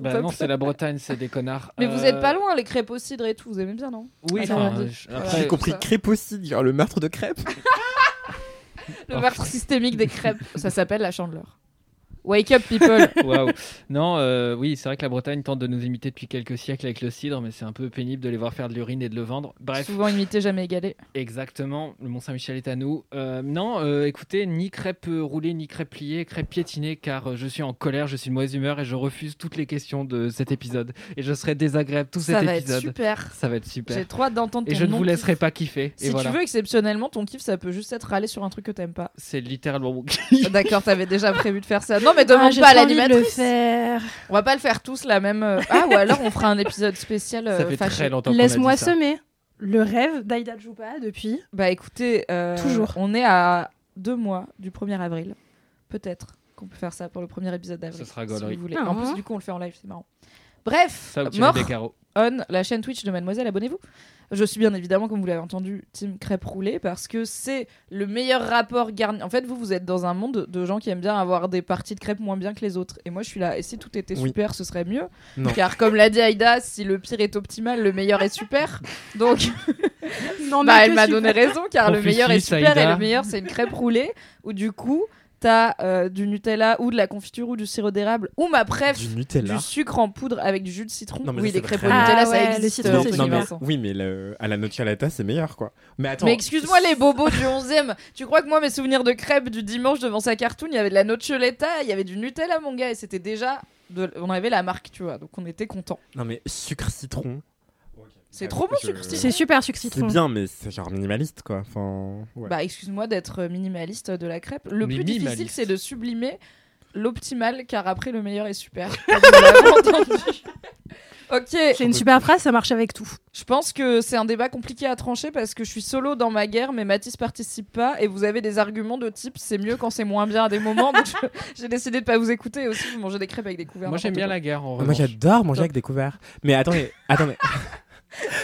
Speaker 6: Bah
Speaker 4: peuple.
Speaker 6: non, c'est la Bretagne, c'est des connards.
Speaker 4: Mais vous
Speaker 6: Euh,
Speaker 4: êtes pas loin, les crêpes au cidre et tout, vous aimez bien, non
Speaker 6: Oui,
Speaker 4: Ah,
Speaker 6: enfin,
Speaker 4: ça va.
Speaker 6: je-
Speaker 4: Voilà.
Speaker 6: après,
Speaker 5: J'ai
Speaker 4: Ouais,
Speaker 5: compris
Speaker 4: ça.
Speaker 5: crêpe aussi, genre le meurtre de crêpe.
Speaker 4: Le
Speaker 6: Oh.
Speaker 4: meurtre systémique des crêpes, ça s'appelle la chandeleur. Wake up people
Speaker 6: Waouh. Non, euh, oui, c'est vrai que la Bretagne tente de nous imiter depuis quelques siècles avec le cidre, mais c'est un peu pénible de les voir faire de l'urine et de le vendre. Bref,
Speaker 4: Souvent imité, jamais égalé.
Speaker 6: exactement, le Mont-Saint-Michel est à nous. Euh, non, euh, écoutez, ni crêpe euh, roulée, ni crêpe pliée, crêpe piétinée, car euh, je suis en colère, je suis de mauvaise humeur et je refuse toutes les questions de cet épisode. Et je serai désagréable tout
Speaker 4: Ça
Speaker 6: cet
Speaker 4: va être
Speaker 6: épisode.
Speaker 4: super.
Speaker 6: Ça va être super.
Speaker 4: J'ai trop hâte d'entendre
Speaker 6: Et
Speaker 4: ton
Speaker 6: je ne
Speaker 4: non
Speaker 6: vous
Speaker 4: kiff.
Speaker 6: laisserai pas kiffer.
Speaker 4: Si
Speaker 6: et
Speaker 4: tu
Speaker 6: voilà.
Speaker 4: veux exceptionnellement, ton kiff ça peut juste être aller sur un truc que t'aimes pas.
Speaker 6: C'est littéralement mon
Speaker 4: D'accord, t'avais déjà prévu de faire ça. Non, mais
Speaker 3: Ah,
Speaker 4: demande
Speaker 3: j'ai
Speaker 4: pas à
Speaker 3: trop envie de le
Speaker 4: l'animatrice.
Speaker 3: faire.
Speaker 4: On va pas le faire tous la même. euh, Ah, ou alors on fera un épisode spécial. euh,
Speaker 6: Ça fait
Speaker 4: fâché.
Speaker 6: très longtemps qu'on a dit
Speaker 3: Laisse-moi
Speaker 6: ça.
Speaker 3: semer le rêve d'Aïda Djoupa depuis.
Speaker 4: Bah écoutez, euh,
Speaker 3: Toujours.
Speaker 4: On est à deux mois du 1er avril. Peut-être qu'on peut faire ça pour le premier épisode d'avril.
Speaker 6: Ce sera
Speaker 4: si
Speaker 6: gaulerie.
Speaker 4: vous voulez.
Speaker 3: Ah.
Speaker 4: En plus, du coup, on le fait en live, c'est marrant. Bref,
Speaker 6: Ça, ou tu mets
Speaker 4: mort
Speaker 6: des carreaux.
Speaker 4: on la chaîne Twitch de Mademoiselle, abonnez-vous. Je suis bien évidemment, comme vous l'avez entendu, Team Crêpe Roulée parce que c'est le meilleur rapport garni. En fait, vous, vous êtes dans un monde de gens qui aiment bien avoir des parties de crêpes moins bien que les autres. Et moi, je suis là. Et si tout était
Speaker 5: Oui.
Speaker 4: super, ce serait mieux.
Speaker 5: Non.
Speaker 4: Car, comme l'a dit Aïda, si le pire est optimal, le meilleur est super. Donc,
Speaker 3: Non,
Speaker 4: bah, elle m'a donné raison car le
Speaker 6: Confucius,
Speaker 4: meilleur est super et
Speaker 6: Aïda.
Speaker 4: le meilleur c'est une crêpe roulée où du coup t'as euh, du Nutella ou de la confiture ou du sirop d'érable ou ma préf
Speaker 5: Du
Speaker 4: du,
Speaker 5: Nutella.
Speaker 4: sucre en poudre avec du jus de citron.
Speaker 5: Non, mais
Speaker 4: oui,
Speaker 5: ça,
Speaker 4: les
Speaker 5: c'est
Speaker 4: crêpes au
Speaker 5: vraiment-
Speaker 4: Nutella
Speaker 3: Ah
Speaker 4: ça
Speaker 3: ouais, le
Speaker 4: existe.
Speaker 3: citron,
Speaker 4: euh,
Speaker 5: Mais-
Speaker 3: c'est
Speaker 4: Anthony
Speaker 5: non, mais-
Speaker 4: Vincent.
Speaker 5: oui, mais le- à la nocciolata, c'est meilleur quoi. Mais attends.
Speaker 4: Mais excuse-moi les bobos du 11e. Tu crois que moi mes souvenirs de crêpes du dimanche devant sa cartoon, il y avait de la noccioletta, il y avait du Nutella mon gars et c'était déjà de... on avait la marque, tu vois. Donc on était content.
Speaker 5: Non, mais sucre citron.
Speaker 4: C'est
Speaker 5: Ah,
Speaker 4: trop bon
Speaker 5: je-
Speaker 4: sucre citron.
Speaker 3: C'est super sucre
Speaker 5: C'est
Speaker 3: citron.
Speaker 5: bien, mais c'est genre minimaliste quoi. Enfin, ouais.
Speaker 4: Bah excuse-moi d'être euh, minimaliste de la crêpe. Le
Speaker 6: Mais
Speaker 4: plus difficile
Speaker 6: minimaliste.
Speaker 4: c'est de sublimer l'optimal car après le meilleur est super. Comme nous l'avons entendu. ok,
Speaker 3: C'est une super phrase, ça marche avec tout.
Speaker 4: je pense que c'est un débat compliqué à trancher parce que je suis solo dans ma guerre, mais Mathis participe pas et vous avez des arguments de type c'est mieux quand c'est moins bien à des moments. donc je- j'ai décidé de pas vous écouter et aussi vous mangez des crêpes avec des couverts.
Speaker 6: Moi j'aime bien la guerre en
Speaker 5: Moi
Speaker 6: revanche.
Speaker 5: j'adore manger
Speaker 4: Top.
Speaker 5: avec des couverts. Mais attendez, attendez.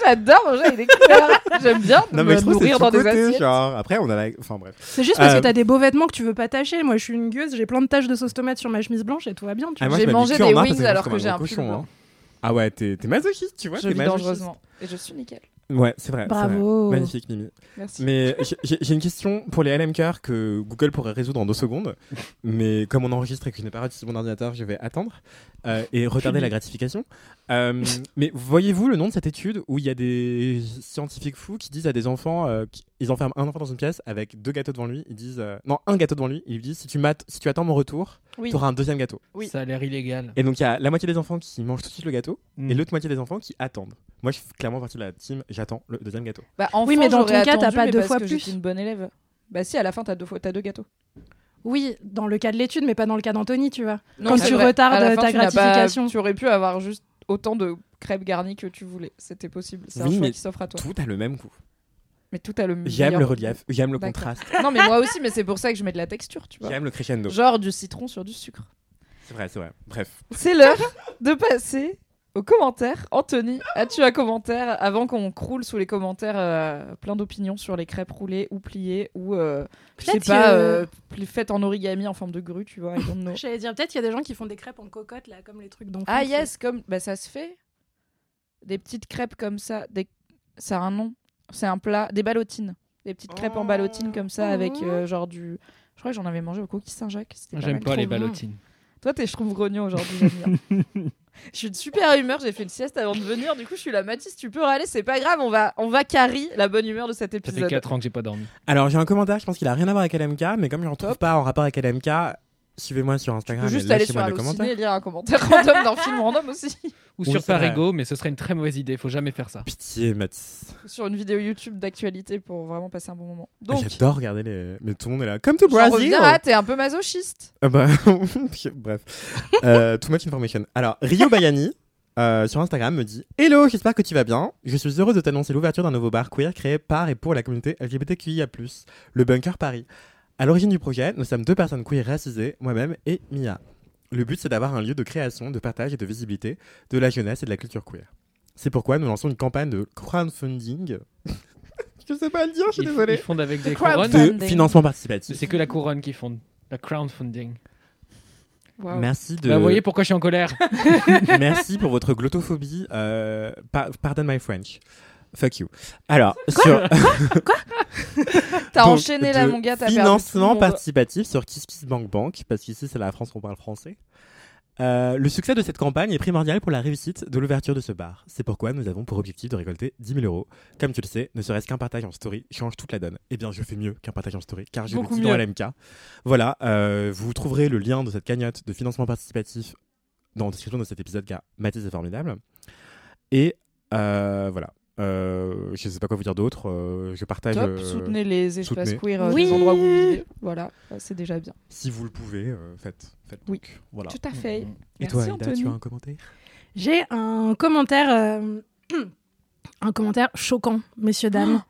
Speaker 4: J'adore manger avec des couverts. J'aime bien
Speaker 5: Non mais
Speaker 4: me
Speaker 5: je trouve que c'est
Speaker 4: nourrir dans
Speaker 5: le
Speaker 4: des
Speaker 5: côté
Speaker 4: assiettes.
Speaker 5: genre. Après on a la... Enfin bref.
Speaker 3: C'est juste parce
Speaker 5: Euh,
Speaker 3: que t'as des beaux vêtements que tu veux pas tâcher. Moi, je suis une gueuse, j'ai plein de taches de sauce tomate sur ma chemise blanche et tout va bien. Tu
Speaker 5: Ah, moi,
Speaker 4: J'ai
Speaker 5: je m'habille
Speaker 4: mangé
Speaker 5: que en
Speaker 4: des
Speaker 5: noir parce
Speaker 4: wings
Speaker 5: je mange
Speaker 4: alors
Speaker 5: comme
Speaker 4: que
Speaker 5: un
Speaker 4: j'ai
Speaker 5: gros
Speaker 4: un pull
Speaker 5: cochon,
Speaker 4: blanc.
Speaker 5: hein. Ah ouais, t'es t'es masochiste, tu vois.
Speaker 4: Je
Speaker 5: t'es
Speaker 4: vis
Speaker 5: masochiste.
Speaker 4: dangereusement et je suis nickel.
Speaker 5: Ouais, c'est vrai. c'est vrai.
Speaker 3: Bravo.
Speaker 5: Magnifique Mimi.
Speaker 4: Merci.
Speaker 5: Mais j'ai- j'ai j'ai une question pour les LM cœur que Google pourrait résoudre en deux secondes. Mais comme on enregistre et que je n'ai pas réussi mon ordinateur, je vais attendre euh, et retarder la gratification. Euh, mais voyez-vous le nom de cette étude où il y a des scientifiques fous qui disent à des enfants, euh, qui- ils enferment un enfant dans une pièce avec deux gâteaux devant lui, ils disent euh, non un gâteau devant lui, ils lui disent si tu mates, si tu attends mon retour,
Speaker 4: Oui.
Speaker 5: tu auras un deuxième gâteau.
Speaker 6: Oui. Ça a l'air illégal.
Speaker 5: Et donc il y a la moitié des enfants qui mangent tout de suite le gâteau
Speaker 6: Mm.
Speaker 5: et l'autre moitié des enfants qui attendent. Moi je suis clairement partie de la team, j'attends le deuxième gâteau.
Speaker 4: Bah, enfant,
Speaker 3: Oui, mais dans ton
Speaker 4: j'aurais
Speaker 3: cas, t'as
Speaker 4: attendu,
Speaker 3: pas
Speaker 4: mais
Speaker 3: deux
Speaker 4: parce
Speaker 3: fois
Speaker 4: que
Speaker 3: plus.
Speaker 4: j'étais une bonne élève. Bah si, à la fin, t'as deux, fois, t'as deux gâteaux.
Speaker 3: Oui, dans le cas de l'étude, mais pas dans le cas d'Anthony, tu vois.
Speaker 4: Non,
Speaker 3: Quand
Speaker 4: c'est
Speaker 3: tu
Speaker 4: vrai.
Speaker 3: retardes
Speaker 4: À la fin,
Speaker 3: ta
Speaker 4: tu n'as pas-
Speaker 3: gratification.
Speaker 4: tu aurais pu avoir juste autant de crêpes garnies que tu voulais. C'était possible. C'est
Speaker 5: Oui,
Speaker 4: un choix
Speaker 5: mais
Speaker 4: qui s'offre à toi.
Speaker 5: Tout a le même goût.
Speaker 4: Mais tout a le
Speaker 5: J'aime
Speaker 4: meilleur
Speaker 5: le
Speaker 4: goût.
Speaker 5: relief, j'aime le
Speaker 4: D'accord.
Speaker 5: contraste,
Speaker 4: Non, mais moi aussi, mais c'est pour ça que je mets de la texture, tu vois.
Speaker 5: j'aime le crescendo.
Speaker 4: Genre du citron sur du sucre.
Speaker 5: C'est vrai, c'est vrai. Bref.
Speaker 4: C'est l'heure de passer aux commentaires. Anthony, as-tu un commentaire avant qu'on croule sous les commentaires euh, plein d'opinions sur les crêpes roulées ou pliées ou euh, je sais
Speaker 3: Peut-être
Speaker 4: pas
Speaker 3: que-
Speaker 4: euh, pli- faites en origami en forme de grue, tu vois, I don't know.
Speaker 3: J'allais dire, peut-être qu'il y a des gens qui font des crêpes en cocotte, là, comme les trucs d'enfants.
Speaker 4: Ah yes, comme bah ça se fait. Des petites crêpes comme ça, des ça a un nom, c'est un plat, des ballotines, des petites crêpes en ballotines comme ça avec
Speaker 5: Oh.
Speaker 4: euh, genre du je crois que j'en avais mangé au coquille Saint-Jacques, c'était pas
Speaker 6: J'aime
Speaker 4: mal.
Speaker 6: pas les
Speaker 3: trop bon.
Speaker 6: ballotines.
Speaker 4: Toi, t'es, je trouve grognon aujourd'hui. j'aime bien. je suis de super humeur, j'ai fait une sieste avant de venir. Du coup, je suis là, Mathis, tu peux râler, c'est pas grave, on va, on va carry la bonne humeur de cet
Speaker 6: Ça fait
Speaker 4: épisode.
Speaker 6: 4 ans que j'ai pas dormi.
Speaker 5: Alors j'ai un commentaire, je pense qu'il a rien à voir avec LMK, mais comme je ne retrouve
Speaker 4: Top.
Speaker 5: pas en rapport avec LMK, suivez-moi sur
Speaker 4: Tu
Speaker 5: Instagram.
Speaker 4: peux
Speaker 5: et
Speaker 4: juste aller sur
Speaker 5: Ah, lâchez-moi des
Speaker 4: Allociné
Speaker 5: commentaires.
Speaker 4: et lire un commentaire random d'un film random aussi.
Speaker 6: Ou
Speaker 5: Oui,
Speaker 6: sur
Speaker 5: c'est vrai.
Speaker 6: Parigo, mais ce serait une très mauvaise idée. Faut jamais faire ça.
Speaker 5: Pitié, Mathis.
Speaker 4: sur une vidéo YouTube d'actualité pour vraiment passer un bon moment. Donc,
Speaker 5: Ah, J'adore regarder les. Mais tout le monde est là. Comme tout
Speaker 4: j'en
Speaker 5: Brazil
Speaker 4: reviens, ah, t'es un peu masochiste.
Speaker 5: Ah bah, Bref. Euh, too much information. Alors, Rio Bayani. euh, sur Instagram me dit Hello, j'espère que tu vas bien. Je suis heureuse de t'annoncer l'ouverture d'un nouveau bar queer créé par et pour la communauté LGBTQIA+, le Bunker Paris. À l'origine du projet, nous sommes deux personnes queer racisées, moi-même et Mia. Le but, c'est d'avoir un lieu de création, de partage et de visibilité de la jeunesse et de la culture queer. C'est pourquoi nous lançons une campagne de crowdfunding. je sais pas le dire, je suis
Speaker 6: Ils-
Speaker 5: désolée.
Speaker 6: Ils fondent avec des
Speaker 4: crowd-
Speaker 6: couronnes.
Speaker 5: De
Speaker 4: Crowdfunding.
Speaker 5: financement participatif.
Speaker 6: C'est que la couronne qui fonde. La crown funding.
Speaker 4: Waouh.
Speaker 5: Merci de.
Speaker 6: Bah, vous voyez pourquoi je suis en colère.
Speaker 5: Merci pour votre glottophobie. Euh, par- pardon my French. Fuck you. Alors, sur
Speaker 4: T'as
Speaker 5: donc,
Speaker 4: enchaîné là,
Speaker 5: de
Speaker 4: mon gars, t'as perdu.
Speaker 5: financement
Speaker 4: tout le monde.
Speaker 5: participatif sur KissKissBankBank, parce qu'ici c'est la France qu'on parle français. Euh, le succès de cette campagne est primordial pour la réussite de l'ouverture de ce bar. C'est pourquoi nous avons pour objectif de récolter 10 000 euros. Comme tu le sais, ne serait-ce qu'un partage en story change toute la donne. Eh bien, je fais mieux qu'un partage en story, car je
Speaker 4: Beaucoup
Speaker 5: le dis dans
Speaker 4: mieux.
Speaker 5: LMK. Voilà, euh, vous trouverez le lien de cette cagnotte de financement participatif dans la description de cet épisode, car Mathis est formidable. Et euh, voilà, Euh, je ne sais pas quoi vous dire d'autre. Euh, je partage.
Speaker 4: Top,
Speaker 5: euh,
Speaker 4: soutenez les espaces
Speaker 5: soutenez.
Speaker 4: queer, euh,
Speaker 3: Oui.
Speaker 4: les endroits où vous vivez. Voilà, euh, c'est déjà bien.
Speaker 5: Si vous le pouvez, euh, faites, faites
Speaker 4: Oui.
Speaker 5: donc. Voilà.
Speaker 4: Tout à fait.
Speaker 6: Mm.
Speaker 5: Et
Speaker 4: Merci
Speaker 5: toi, Aïda,
Speaker 4: Anthony.
Speaker 5: tu as un commentaire
Speaker 3: J'ai un commentaire. euh, un commentaire choquant, messieurs, dames.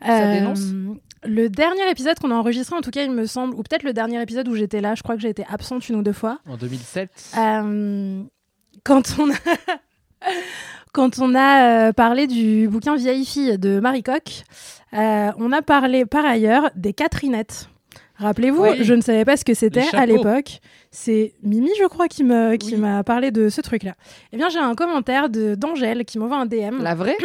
Speaker 4: Ah,
Speaker 3: Euh,
Speaker 4: Ça dénonce
Speaker 3: Le dernier épisode qu'on a enregistré, en tout cas, il me semble, ou peut-être le dernier épisode où j'étais là, je crois que j'ai été absente une ou deux fois.
Speaker 6: En 2007.
Speaker 3: Euh, quand on a, quand on a euh, parlé du bouquin Vieille fille de Marie Coq, euh, on a parlé par ailleurs des Catherinettes. Rappelez-vous,
Speaker 6: Oui.
Speaker 3: je ne savais pas ce que c'était
Speaker 6: chapeaux.
Speaker 3: à l'époque. C'est Mimi, je crois, qui me- qui
Speaker 4: Oui.
Speaker 3: m'a parlé de ce truc-là. Eh bien, j'ai un commentaire de- d'Angèle qui m'envoie un DM.
Speaker 4: La vraie,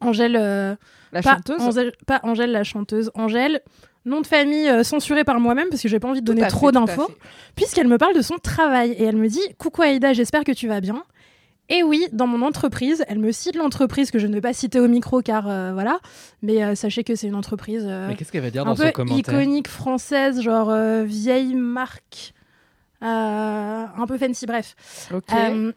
Speaker 3: Angèle, euh,
Speaker 4: la
Speaker 3: Mm. pas,
Speaker 4: chanteuse.
Speaker 3: Angèle, pas Angèle la chanteuse. Angèle, nom de famille euh, censuré par moi-même parce que j'ai pas envie de
Speaker 4: Tout
Speaker 3: donner
Speaker 4: à fait,
Speaker 3: trop
Speaker 4: tout à
Speaker 3: d'infos
Speaker 4: fait.
Speaker 3: puisqu'elle me parle de son travail et elle me dit Coucou Aïda, j'espère que tu vas bien. Et oui, dans mon entreprise, elle me cite l'entreprise que je ne vais pas citer au micro car euh, voilà, mais euh, sachez que c'est une entreprise euh,
Speaker 6: Mais qu'est-ce qu'elle va dire
Speaker 3: un
Speaker 6: dans son
Speaker 3: peu
Speaker 6: commentaire
Speaker 3: iconique française, genre euh, vieille marque, euh, un peu fancy, bref.
Speaker 4: Ok.
Speaker 3: Euh,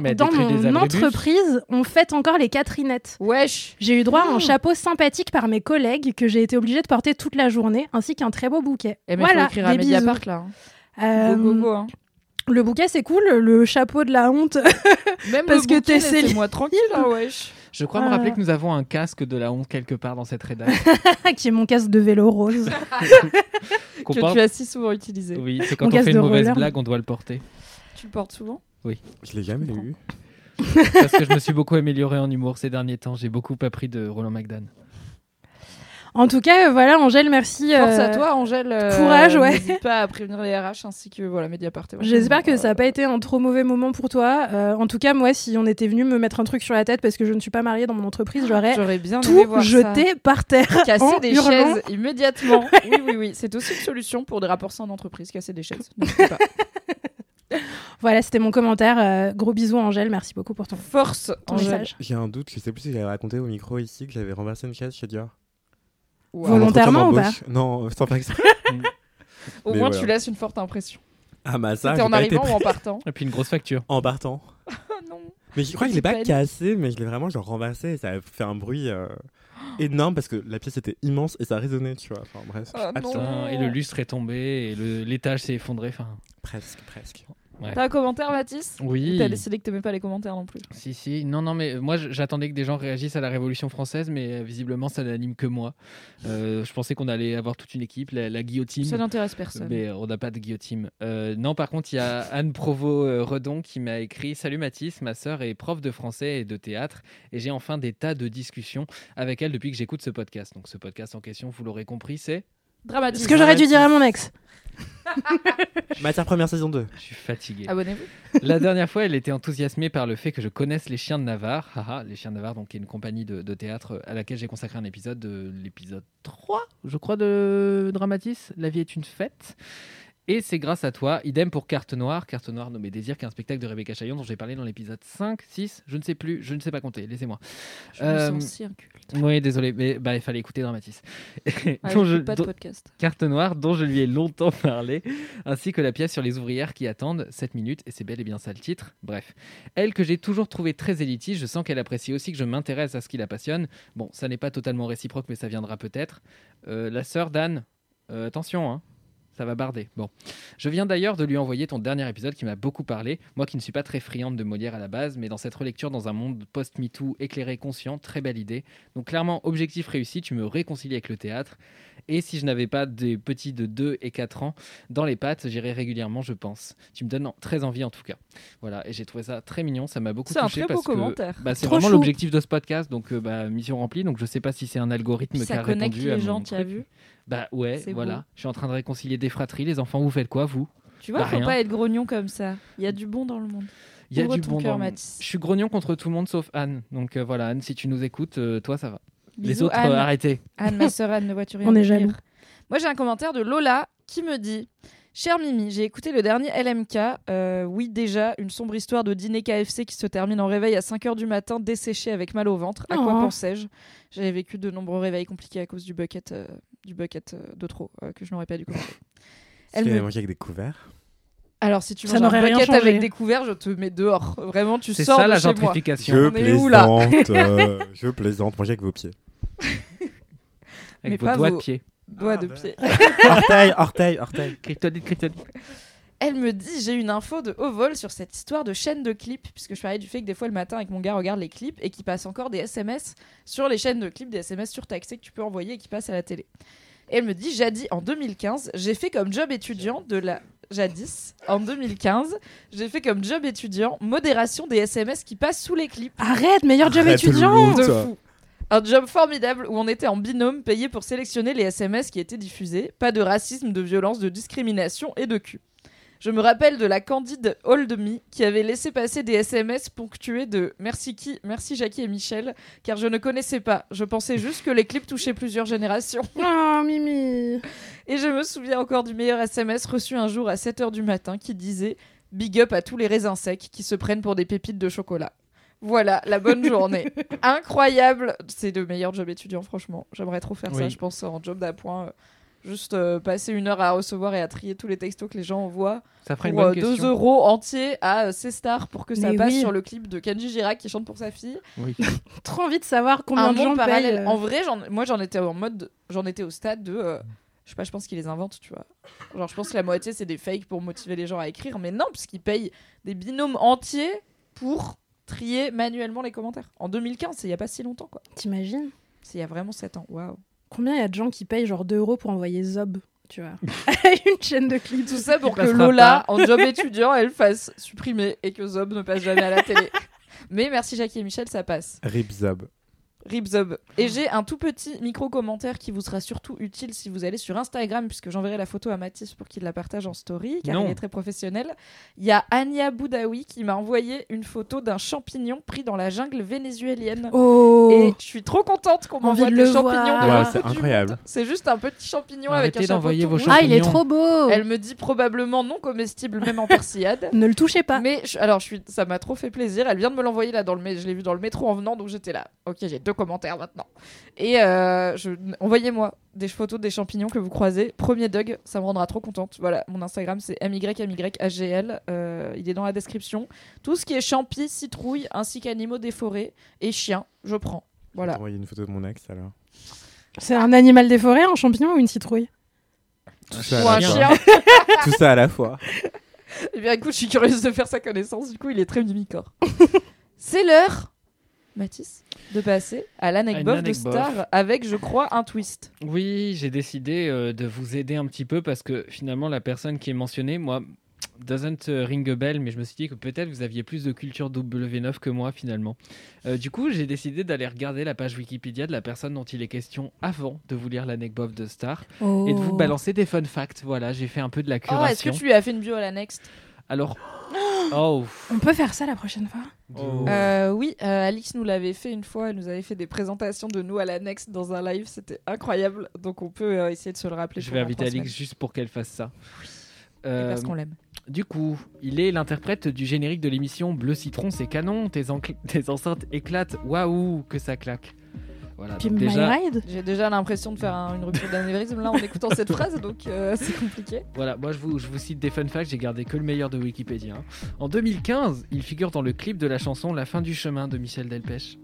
Speaker 6: Mais elle
Speaker 3: dans
Speaker 6: détruit des
Speaker 3: mon
Speaker 6: abribus.
Speaker 3: entreprise, on fête encore les Catherinettes.
Speaker 4: Wesh.
Speaker 3: J'ai eu droit à
Speaker 4: Oh.
Speaker 3: un chapeau sympathique par mes collègues que j'ai été obligée de porter toute la journée, ainsi qu'un très beau bouquet.
Speaker 4: Eh, mais faut
Speaker 3: voilà,
Speaker 4: écrire à
Speaker 3: des bisous.
Speaker 4: Mediapart là. hein.
Speaker 3: Euh,
Speaker 4: Go, go, go, hein.
Speaker 3: Le bouquet, c'est cool. Le chapeau de la honte.
Speaker 4: Même
Speaker 3: parce que
Speaker 4: le bouquet,
Speaker 3: t'es Céline.
Speaker 4: laissez-moi tranquille, hein, wesh.
Speaker 6: Je crois me
Speaker 3: Ah.
Speaker 6: rappeler que nous avons un casque de la honte quelque part dans cette rédaction.
Speaker 3: qui est mon casque de vélo rose.
Speaker 6: qu'on
Speaker 4: que
Speaker 6: porte.
Speaker 4: tu as si souvent utilisé.
Speaker 6: Oui, c'est quand
Speaker 3: Mon
Speaker 6: on
Speaker 3: casque
Speaker 6: fait une
Speaker 3: de
Speaker 6: mauvaise
Speaker 3: roller.
Speaker 6: blague, on doit le porter.
Speaker 4: Tu le portes souvent
Speaker 5: Je l'ai jamais
Speaker 4: comprends.
Speaker 5: eu.
Speaker 6: Parce que je me suis beaucoup amélioré en humour ces derniers temps. J'ai beaucoup appris de Roland McDan.
Speaker 3: En tout cas, euh, voilà, Angèle, merci.
Speaker 4: Force à
Speaker 3: euh,
Speaker 4: toi, Angèle. euh,
Speaker 3: courage, ouais.
Speaker 4: N'hésite pas à prévenir les RH ainsi que voilà, Mediapart. et
Speaker 3: J'espère que
Speaker 4: Washington,
Speaker 3: ça n'a pas été un trop mauvais moment pour toi. Euh, en tout cas, moi, si on était venu me mettre un truc sur la tête parce que je ne suis pas mariée dans mon entreprise,
Speaker 4: euh,
Speaker 3: j'aurais
Speaker 4: J'aurais bien aimé
Speaker 3: tout
Speaker 4: voir ça.
Speaker 3: jeté par terre. en
Speaker 4: Casser des
Speaker 3: hurlant.
Speaker 4: chaises immédiatement. oui, oui, oui. C'est aussi une solution pour des rapports sans entreprise. Casser des chaises. N'hésitez pas.
Speaker 3: Voilà, c'était mon commentaire. Euh, gros bisous, Angèle. Merci beaucoup pour ton,
Speaker 4: Force,
Speaker 3: ton
Speaker 4: Angèle.
Speaker 3: message.
Speaker 5: J'ai un doute, je sais plus si j'avais raconté au micro ici que j'avais renversé une chaise chez Dior.
Speaker 4: Wow.
Speaker 5: Un entretien
Speaker 3: Volontairement ou pas
Speaker 5: d'embauche. Non, euh, sans faire exprès.
Speaker 4: Au
Speaker 5: Mais
Speaker 4: moins,
Speaker 5: voilà.
Speaker 4: tu laisses une forte impression.
Speaker 5: Ah bah ça,
Speaker 4: C'était
Speaker 5: j'ai
Speaker 4: en
Speaker 5: pas été
Speaker 4: arrivant ou
Speaker 5: pris
Speaker 4: en partant
Speaker 6: Et puis une grosse facture.
Speaker 5: en partant.
Speaker 4: Ah non.
Speaker 5: Mais je crois que je
Speaker 4: Petite
Speaker 5: l'ai pas
Speaker 4: peine.
Speaker 5: cassé, mais je l'ai vraiment genre renversé et ça a fait un bruit euh, énorme parce que la pièce était immense et ça résonnait, tu vois. Enfin bref,
Speaker 4: Ah, non.
Speaker 5: absurde.
Speaker 6: Putain, Et le lustre est tombé, et le- l'étage s'est effondré. Enfin,
Speaker 5: presque, presque.
Speaker 4: T'as un commentaire, Mathis Ou
Speaker 6: oui.
Speaker 4: T'as décidé que t'aimais pas les commentaires non plus.
Speaker 6: Si, si. Non, non, mais moi, j- j'attendais que des gens réagissent à la Révolution française, mais euh, visiblement, ça n'anime que moi. Euh, je pensais qu'on allait avoir toute une équipe, la, la guillotine.
Speaker 4: Ça n'intéresse personne.
Speaker 6: Mais euh, on n'a pas de guillotine. Euh, non, par contre, il y a Anne Provost-Redon qui m'a écrit Salut Mathis, ma sœur est prof de français et de théâtre, et j'ai enfin des tas de discussions avec elle depuis que j'écoute ce podcast. Donc, ce podcast en question, vous l'aurez compris, c'est.
Speaker 4: Dramatique.
Speaker 3: Ce que j'aurais dû dire à mon ex.
Speaker 5: Matière première saison 2.
Speaker 6: Je suis fatigué.
Speaker 4: Abonnez-vous.
Speaker 6: La dernière fois, elle était enthousiasmée par le fait que je connaisse Les Chiens de Navarre. Haha, les Chiens de Navarre, donc, qui est une compagnie de, de théâtre à laquelle j'ai consacré un épisode, de l'épisode 3, je crois, de Dramatis. La vie est une fête. Et c'est grâce à toi, idem pour Carte Noire, Carte Noire nommée Désir, qui est un spectacle de Rebecca Chaillon dont j'ai parlé dans l'épisode 5, 6, je ne sais plus, je ne sais pas compter, laissez-moi.
Speaker 4: Je
Speaker 6: Euh,
Speaker 4: me sens si inculte.
Speaker 6: Oui, désolé, mais bah, il fallait écouter Dramatis.
Speaker 4: Ah,
Speaker 6: Dont je-
Speaker 4: j'écoute pas de
Speaker 6: dont-
Speaker 4: podcast.
Speaker 6: Carte Noire, dont je lui ai longtemps parlé, ainsi que la pièce sur les ouvrières qui attendent 7 minutes, et c'est bel et bien ça le titre. Bref. Elle, que j'ai toujours trouvée très élitiste, je sens qu'elle apprécie aussi que je m'intéresse à ce qui la passionne. Bon, ça n'est pas totalement réciproque, mais ça viendra peut-être. Euh, la sœur d'Anne, euh, attention, hein. Ça va barder. Bon. Je viens d'ailleurs de lui envoyer ton dernier épisode qui m'a beaucoup parlé. Moi qui ne suis pas très friande de Molière à la base, mais dans cette relecture dans un monde post-MeToo éclairé, conscient, très belle idée. Donc clairement, objectif réussi, tu me réconcilies avec le théâtre. Et si je n'avais pas des petits de 2 et 4 ans dans les pattes, j'irais régulièrement, je pense. Tu me donnes en- très envie en tout cas. Voilà, et j'ai trouvé ça très mignon, ça m'a beaucoup
Speaker 4: C'est un
Speaker 6: touché
Speaker 4: très beau
Speaker 6: parce que
Speaker 4: commentaire.
Speaker 6: bah, c'est
Speaker 3: Trop
Speaker 6: vraiment
Speaker 3: chou.
Speaker 6: l'objectif de ce podcast, donc euh, bah, mission remplie. Donc je sais pas si c'est un algorithme
Speaker 4: Puis
Speaker 6: qui a
Speaker 4: ça connecte
Speaker 6: répondu à
Speaker 4: les
Speaker 6: mon
Speaker 4: gens, tu as
Speaker 6: truc.
Speaker 4: vu
Speaker 6: Bah ouais,
Speaker 4: C'est
Speaker 6: voilà.
Speaker 4: beau.
Speaker 6: Je suis en train de réconcilier des fratries, les enfants. Vous faites quoi vous
Speaker 4: Tu vois,
Speaker 6: Bah,
Speaker 4: faut
Speaker 6: rien.
Speaker 4: pas être grognon comme ça. Il y a du bon dans le monde.
Speaker 6: Il y a
Speaker 4: Ouvre
Speaker 6: du
Speaker 4: ton
Speaker 6: bon
Speaker 4: cœur,
Speaker 6: dans le monde.
Speaker 4: Mathis.
Speaker 6: Je suis grognon contre tout le monde sauf Anne. Donc euh, voilà, Anne, si tu nous écoutes, euh, toi ça va. les
Speaker 4: Bisous,
Speaker 6: autres,
Speaker 4: Anne.
Speaker 6: euh, arrêtez.
Speaker 4: Anne, Ah, ma sœur Anne, ne vois-tu rien
Speaker 3: On est
Speaker 4: venir
Speaker 3: jaloux.
Speaker 4: Moi, j'ai un commentaire de Lola qui me dit Cher Mimi, j'ai écouté le dernier LMK. Euh, oui, déjà, une sombre histoire de dîner KFC qui se termine en réveil à 5h du matin, desséché avec mal au ventre. À quoi
Speaker 3: Oh.
Speaker 4: pensais-je J'avais vécu de nombreux réveils compliqués à cause du bucket, euh, du bucket euh, de trop euh, que je n'aurais pas dû commander.
Speaker 5: Elle
Speaker 4: Elle
Speaker 5: avait
Speaker 4: me-
Speaker 5: mangé avec des couverts.
Speaker 4: Alors, si tu
Speaker 3: Ça
Speaker 4: manges un
Speaker 3: n'aurait rien
Speaker 4: bucket
Speaker 3: changé.
Speaker 4: avec des couverts, je te mets dehors. Vraiment, tu
Speaker 6: C'est
Speaker 4: sors
Speaker 6: ça
Speaker 4: de
Speaker 6: la
Speaker 4: chez moi.
Speaker 6: gentrification.
Speaker 5: Je
Speaker 4: on est où, là
Speaker 5: plaisante, euh, je plaisante, mangez avec vos pieds.
Speaker 6: Avec
Speaker 4: Mais
Speaker 6: vos
Speaker 4: pas
Speaker 6: doigts
Speaker 4: vos-
Speaker 6: de pied.
Speaker 4: Doigt de pied.
Speaker 5: Orteil, orteil, orteil.
Speaker 6: Kryptonite, kryptonite.
Speaker 4: Elle me dit j'ai une info de haut vol sur cette histoire de chaîne de clips, puisque je parlais du fait que des fois le matin avec mon gars regarde les clips et qu'il passe encore des SMS sur les chaînes de clips, des SMS surtaxés que tu peux envoyer et qui passent à la télé. Et elle me dit jadis en 2015, j'ai fait comme job étudiant de la jadis en 2015, j'ai fait comme job étudiant modération des SMS qui passent sous les clips.
Speaker 3: Arrête, meilleur job
Speaker 5: Arrête,
Speaker 3: étudiant.
Speaker 5: Loulou.
Speaker 4: De
Speaker 5: Toi.
Speaker 4: fou. Un job formidable où on était en binôme payé pour sélectionner les SMS qui étaient diffusés. Pas de racisme, de violence, de discrimination et de cul. Je me rappelle de la candide Old Me qui avait laissé passer des SMS ponctués de Merci qui, merci Jackie et Michel, car je ne connaissais pas. Je pensais juste que les clips touchaient plusieurs générations.
Speaker 3: Oh, Mimi.
Speaker 4: Et je me souviens encore du meilleur SMS reçu un jour à 7h du matin qui disait Big up à tous les raisins secs qui se prennent pour des pépites de chocolat. Voilà, la bonne journée. Incroyable C'est le meilleur job étudiant, franchement. J'aimerais trop faire ça,
Speaker 6: Oui.
Speaker 4: je pense, en job d'appoint. euh, Juste euh, passer une heure à recevoir et à trier tous les textos que les gens envoient
Speaker 6: Ça ferait une
Speaker 4: pour euh,
Speaker 6: bonne
Speaker 4: 2
Speaker 6: question.
Speaker 4: euros entiers à euh, ces stars pour que ça
Speaker 3: Mais
Speaker 4: passe
Speaker 3: oui.
Speaker 4: sur le clip de Kenji Girac qui chante pour sa fille
Speaker 6: Oui.
Speaker 3: Trop envie de savoir combien
Speaker 4: un
Speaker 3: de
Speaker 4: monde
Speaker 3: gens
Speaker 4: parallèle.
Speaker 3: payent. euh,
Speaker 4: En vrai, j'en- moi j'en étais en mode, j'en étais au stade de, euh, je sais pas, je pense qu'ils les inventent, tu vois. Genre, je pense que la moitié, c'est des fakes pour motiver les gens à écrire, mais non, parce qu'ils payent des binômes entiers pour trier manuellement les commentaires. En 2015, c'est il y a pas si longtemps, quoi.
Speaker 3: T'imagines
Speaker 4: C'est il y a vraiment 7 ans, waouh.
Speaker 3: Combien il y a de gens qui payent genre 2 euros pour envoyer Zob, tu vois, à une chaîne de clips
Speaker 4: Tout ça pour que
Speaker 6: passera
Speaker 4: Lola, en job étudiant, elle fasse supprimer et que Zob ne passe jamais à la télé. Mais merci Jackie et Michel, ça passe.
Speaker 5: Rip Zob.
Speaker 4: Rip Zob. Et j'ai un tout petit micro-commentaire qui vous sera surtout utile si vous allez sur Instagram, puisque j'enverrai la photo à Mathis pour qu'il la partage en story, car
Speaker 6: Non.
Speaker 4: il est très professionnel. Il y a Ania Boudaoui qui m'a envoyé une photo d'un champignon pris dans la jungle vénézuélienne.
Speaker 3: Oh
Speaker 4: Et je suis trop contente qu'on
Speaker 3: Envie
Speaker 4: m'envoie
Speaker 3: de
Speaker 4: des
Speaker 3: le
Speaker 4: champignons
Speaker 3: voir.
Speaker 4: de
Speaker 3: Waouh,
Speaker 4: l'autre
Speaker 5: c'est
Speaker 4: bout du
Speaker 5: incroyable.
Speaker 4: monde. C'est juste un petit champignon avec un
Speaker 6: Arrêtez
Speaker 4: chapeau
Speaker 6: d'envoyer
Speaker 4: tout
Speaker 6: vos
Speaker 4: rouge.
Speaker 6: champignons.
Speaker 3: Ah, il est trop beau
Speaker 4: Elle me dit probablement non comestible, même en persillade.
Speaker 3: Ne le touchez pas
Speaker 4: Mais je- alors, je suis, ça m'a trop fait plaisir. Elle vient de me l'envoyer là dans le, mé- je l'ai vu dans le métro en venant, donc j'étais là. Ok, j'ai deux commentaires maintenant. Et euh, je- envoyez-moi des photos des champignons que vous croisez. Premier Doug, ça me rendra trop contente. Voilà, mon Instagram c'est mymyagl. Euh, il est dans la description. Tout ce qui est champis, citrouilles, ainsi qu'animaux des forêts et chiens, je prends. Voilà.
Speaker 5: Envoyer une photo de mon ex alors.
Speaker 3: C'est un animal des forêts, un champignon ou une citrouille
Speaker 5: Tout
Speaker 6: Ou
Speaker 4: Ou
Speaker 5: ça, à
Speaker 4: un
Speaker 5: la
Speaker 6: Voilà.
Speaker 4: chien.
Speaker 5: fois. Tout ça à la fois.
Speaker 4: Eh bien, écoute, je suis curieuse de faire sa connaissance. Du coup, il est très mimicore. C'est l'heure, Mathis, de passer à
Speaker 6: Une
Speaker 4: l'anecdote de
Speaker 6: anecdote.
Speaker 4: Star avec, je crois, un twist.
Speaker 6: Oui, j'ai décidé euh, de vous aider un petit peu parce que finalement, la personne qui est mentionnée, moi, doesn't euh, ring a bell, mais je me suis dit que peut-être vous aviez plus de culture W9 que moi finalement. Euh, du coup, j'ai décidé d'aller regarder la page Wikipédia de la personne dont il est question avant de vous lire l'anecdote de Star
Speaker 3: Oh.
Speaker 6: et de vous balancer des fun facts. Voilà, j'ai fait un peu de la
Speaker 4: Oh, est-ce que
Speaker 6: curation.
Speaker 4: tu lui as fait une bio à la next
Speaker 6: Alors. Oh, pff.
Speaker 3: On peut faire ça la prochaine fois
Speaker 6: Oh.
Speaker 4: Euh, Oui, euh, Alix nous l'avait fait une fois. Elle nous avait fait des présentations de nous à la next dans un live. C'était incroyable. Donc, on peut euh, essayer de se le rappeler.
Speaker 6: je
Speaker 4: pour
Speaker 6: vais
Speaker 4: dans
Speaker 6: inviter
Speaker 4: trois
Speaker 6: Alix
Speaker 4: semaines.
Speaker 6: juste pour qu'elle fasse ça.
Speaker 4: Et
Speaker 6: Euh,
Speaker 4: Parce qu'on l'aime.
Speaker 6: Du coup, il est l'interprète du générique de l'émission Bleu Citron, c'est canon, tes, encl- tes enceintes éclatent, waouh, que ça claque. Voilà,
Speaker 3: Puis
Speaker 6: donc déjà,
Speaker 3: My Ride
Speaker 4: J'ai déjà l'impression de faire un- une rupture d'anévrisme là en écoutant cette phrase, donc euh, c'est compliqué.
Speaker 6: voilà, moi je vous, je vous cite des fun facts, j'ai gardé que le meilleur de Wikipédia. hein. En 2015, il figure dans le clip de la chanson La fin du chemin de Michel Delpech.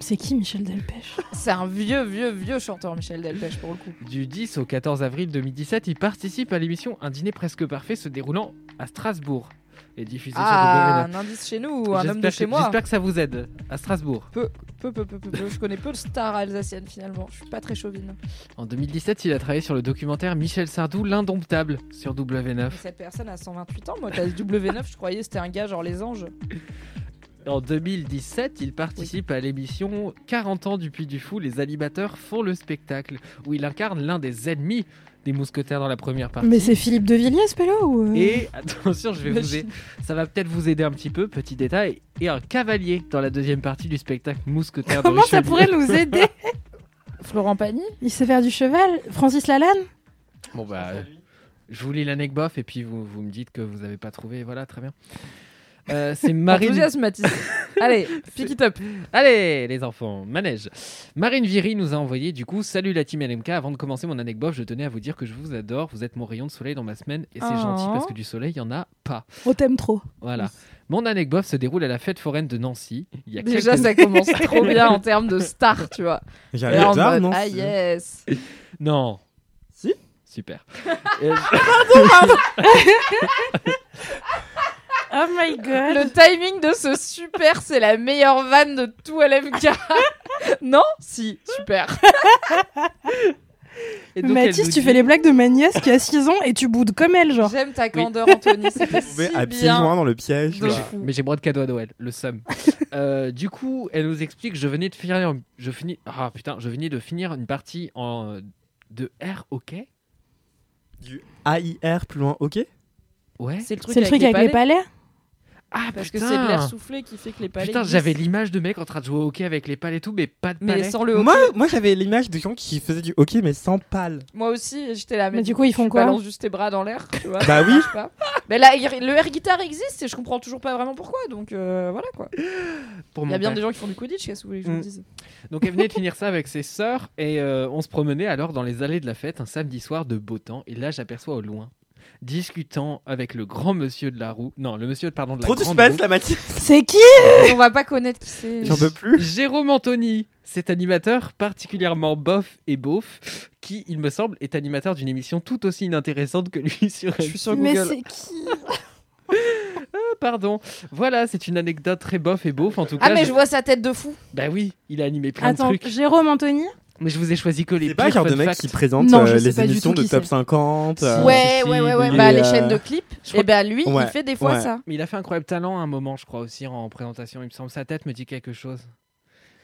Speaker 3: C'est qui Michel Delpech
Speaker 4: C'est un vieux, vieux, vieux chanteur, Michel Delpech, pour le coup.
Speaker 6: Du 10 au 14 avril 2017, il participe à l'émission Un dîner presque parfait se déroulant à Strasbourg et diffusée
Speaker 4: Ah,
Speaker 6: sur W9.
Speaker 4: un indice chez nous, ou un homme de
Speaker 6: J'espère
Speaker 4: chez
Speaker 6: que-
Speaker 4: moi.
Speaker 6: J'espère que ça vous aide, à Strasbourg.
Speaker 4: Peu, peu, peu, peu, peu. Je connais peu de stars alsaciennes finalement. Je suis pas très chauvine.
Speaker 6: En 2017, il a travaillé sur le documentaire Michel Sardou, l'indomptable, sur
Speaker 4: Mais
Speaker 6: W9.
Speaker 4: cette personne a 128 ans. Moi, t'as W9, je croyais que c'était un gars genre les anges.
Speaker 6: En 2017, il participe à l'émission 40 ans du Puy du Fou, les animateurs font le spectacle, où il incarne l'un des ennemis des mousquetaires dans la première partie.
Speaker 3: Mais c'est Philippe de Villiers, ce pélo ou... euh
Speaker 6: Et attention, je vais vous aider. ça va peut-être vous aider un petit peu, petit détail, et un cavalier dans la deuxième partie du spectacle mousquetaire de
Speaker 3: Comment ça
Speaker 6: Richelieu.
Speaker 3: pourrait nous aider
Speaker 4: Florent Pagny
Speaker 3: Il sait faire du cheval Francis Lalanne
Speaker 6: Bon bah, euh, je vous lis l'anecdote et puis vous, vous me dites que vous n'avez pas trouvé, voilà, très bien. Euh,
Speaker 3: Bah,
Speaker 6: c'est Marie du-
Speaker 4: Enthousiasme, Mathis. Allez, pick it up.
Speaker 6: Allez, les enfants, manège. Marine Viry nous a envoyé du coup Salut la team LMK. Avant de commencer mon anecdote, je tenais à vous dire que je vous adore. Vous êtes mon rayon de soleil dans ma semaine et c'est
Speaker 4: Oh.
Speaker 6: gentil parce que du soleil, il n'y en a pas.
Speaker 3: On t'aime trop.
Speaker 6: Voilà. Mon anecdote se déroule à la fête foraine de Nancy. Il y a
Speaker 4: Déjà,
Speaker 6: quelques-
Speaker 4: ça commence trop bien en termes de stars, tu vois. Et là, en
Speaker 5: J'adore,
Speaker 4: mode,
Speaker 5: non
Speaker 4: ah
Speaker 5: si.
Speaker 4: yes.
Speaker 6: Non.
Speaker 5: Si.
Speaker 6: Super. Euh,
Speaker 3: Oh my god
Speaker 4: Le timing de ce super, c'est la meilleure vanne de tout LMK. non Si, super.
Speaker 6: et donc, elle
Speaker 3: Mathis,
Speaker 6: nous
Speaker 3: tu
Speaker 6: dit-
Speaker 3: fais les blagues de ma nièce qui a 6 ans et tu boudes comme elle, genre.
Speaker 4: J'aime ta candeur, Anthony. C'était si
Speaker 5: Vous pouvez à pieds
Speaker 4: bien.
Speaker 5: joints dans le piège.
Speaker 4: De
Speaker 5: là.
Speaker 4: fou.
Speaker 6: Mais j'ai moins de cadeaux à Noël, le somme. du coup, elle nous explique je venais de finir, je finis, ah putain, je venais de finir une partie en de air hockey.
Speaker 5: Du AIR plus loin, ok
Speaker 6: Ouais.
Speaker 4: C'est le truc,
Speaker 3: C'est le truc avec les
Speaker 4: palais.
Speaker 3: palais
Speaker 6: Ah
Speaker 4: Parce que
Speaker 6: putain.
Speaker 4: c'est de l'air soufflé qui fait que les palais.
Speaker 6: Putain,
Speaker 4: glissent.
Speaker 6: j'avais l'image de mec en train de jouer au hockey avec les pales et tout, mais pas de
Speaker 4: Mais
Speaker 6: palais.
Speaker 4: sans le hockey.
Speaker 5: Moi, moi j'avais l'image de gens qui faisaient du hockey mais sans pal.
Speaker 4: Moi aussi, j'étais là.
Speaker 3: Mais du coup, ils font
Speaker 4: tu
Speaker 3: quoi
Speaker 4: balances juste tes bras dans l'air, tu vois.
Speaker 5: Bah oui.
Speaker 4: Je sais pas. Mais là, il- le air guitar existe et je comprends toujours pas vraiment pourquoi. Donc euh, voilà quoi.
Speaker 6: pour
Speaker 4: Il y
Speaker 6: mon
Speaker 4: a bien
Speaker 6: père.
Speaker 4: des gens qui font du Quidditch, qu'est-ce que vous voulez que je vous
Speaker 6: Mm.
Speaker 4: dise
Speaker 6: Donc elle venait de finir ça avec ses sœurs et euh, on se promenait alors dans les allées de la fête un samedi soir de beau temps et là j'aperçois au loin discutant avec le grand monsieur de la roue. Non, le monsieur pardon de la
Speaker 5: Trop de
Speaker 6: grande
Speaker 5: suspense
Speaker 6: roue.
Speaker 5: la matière.
Speaker 3: C'est qui
Speaker 4: On va pas connaître qui c'est.
Speaker 5: J'en peux plus.
Speaker 6: Jérôme Anthony cet animateur particulièrement bof et beauf, qui, il me semble, est animateur d'une émission tout aussi inintéressante que lui sur
Speaker 4: Je suis sur
Speaker 3: Mais
Speaker 4: Google.
Speaker 3: c'est qui
Speaker 6: Ah, Pardon. Voilà, c'est une anecdote très bof et beauf en tout
Speaker 4: Ah,
Speaker 6: cas.
Speaker 4: mais je vois sa tête de fou.
Speaker 6: Bah oui, il a animé plein
Speaker 3: Attends,
Speaker 6: de trucs.
Speaker 3: Jérôme Anthony
Speaker 6: Mais je vous ai choisi que les
Speaker 5: C'est pas le
Speaker 6: pires
Speaker 5: genre de
Speaker 6: fun
Speaker 5: mec
Speaker 6: facts.
Speaker 5: qui présente
Speaker 3: Non, je
Speaker 5: euh,
Speaker 3: sais
Speaker 5: les
Speaker 3: pas du
Speaker 5: émissions
Speaker 3: tout
Speaker 5: de
Speaker 3: qui
Speaker 5: top
Speaker 3: c'est.
Speaker 5: 50.
Speaker 6: Euh,
Speaker 4: ouais,
Speaker 6: si,
Speaker 4: ouais, ouais, ouais.
Speaker 5: il
Speaker 4: Bah,
Speaker 5: est,
Speaker 4: les
Speaker 5: euh,
Speaker 4: chaînes de clips, et
Speaker 6: crois-
Speaker 4: bah, lui, il
Speaker 5: Ouais,
Speaker 4: fait des fois
Speaker 5: ouais.
Speaker 4: ça.
Speaker 6: Mais il a fait incroyable talent à un moment, je crois aussi en présentation. Il me semble sa tête me dit quelque chose.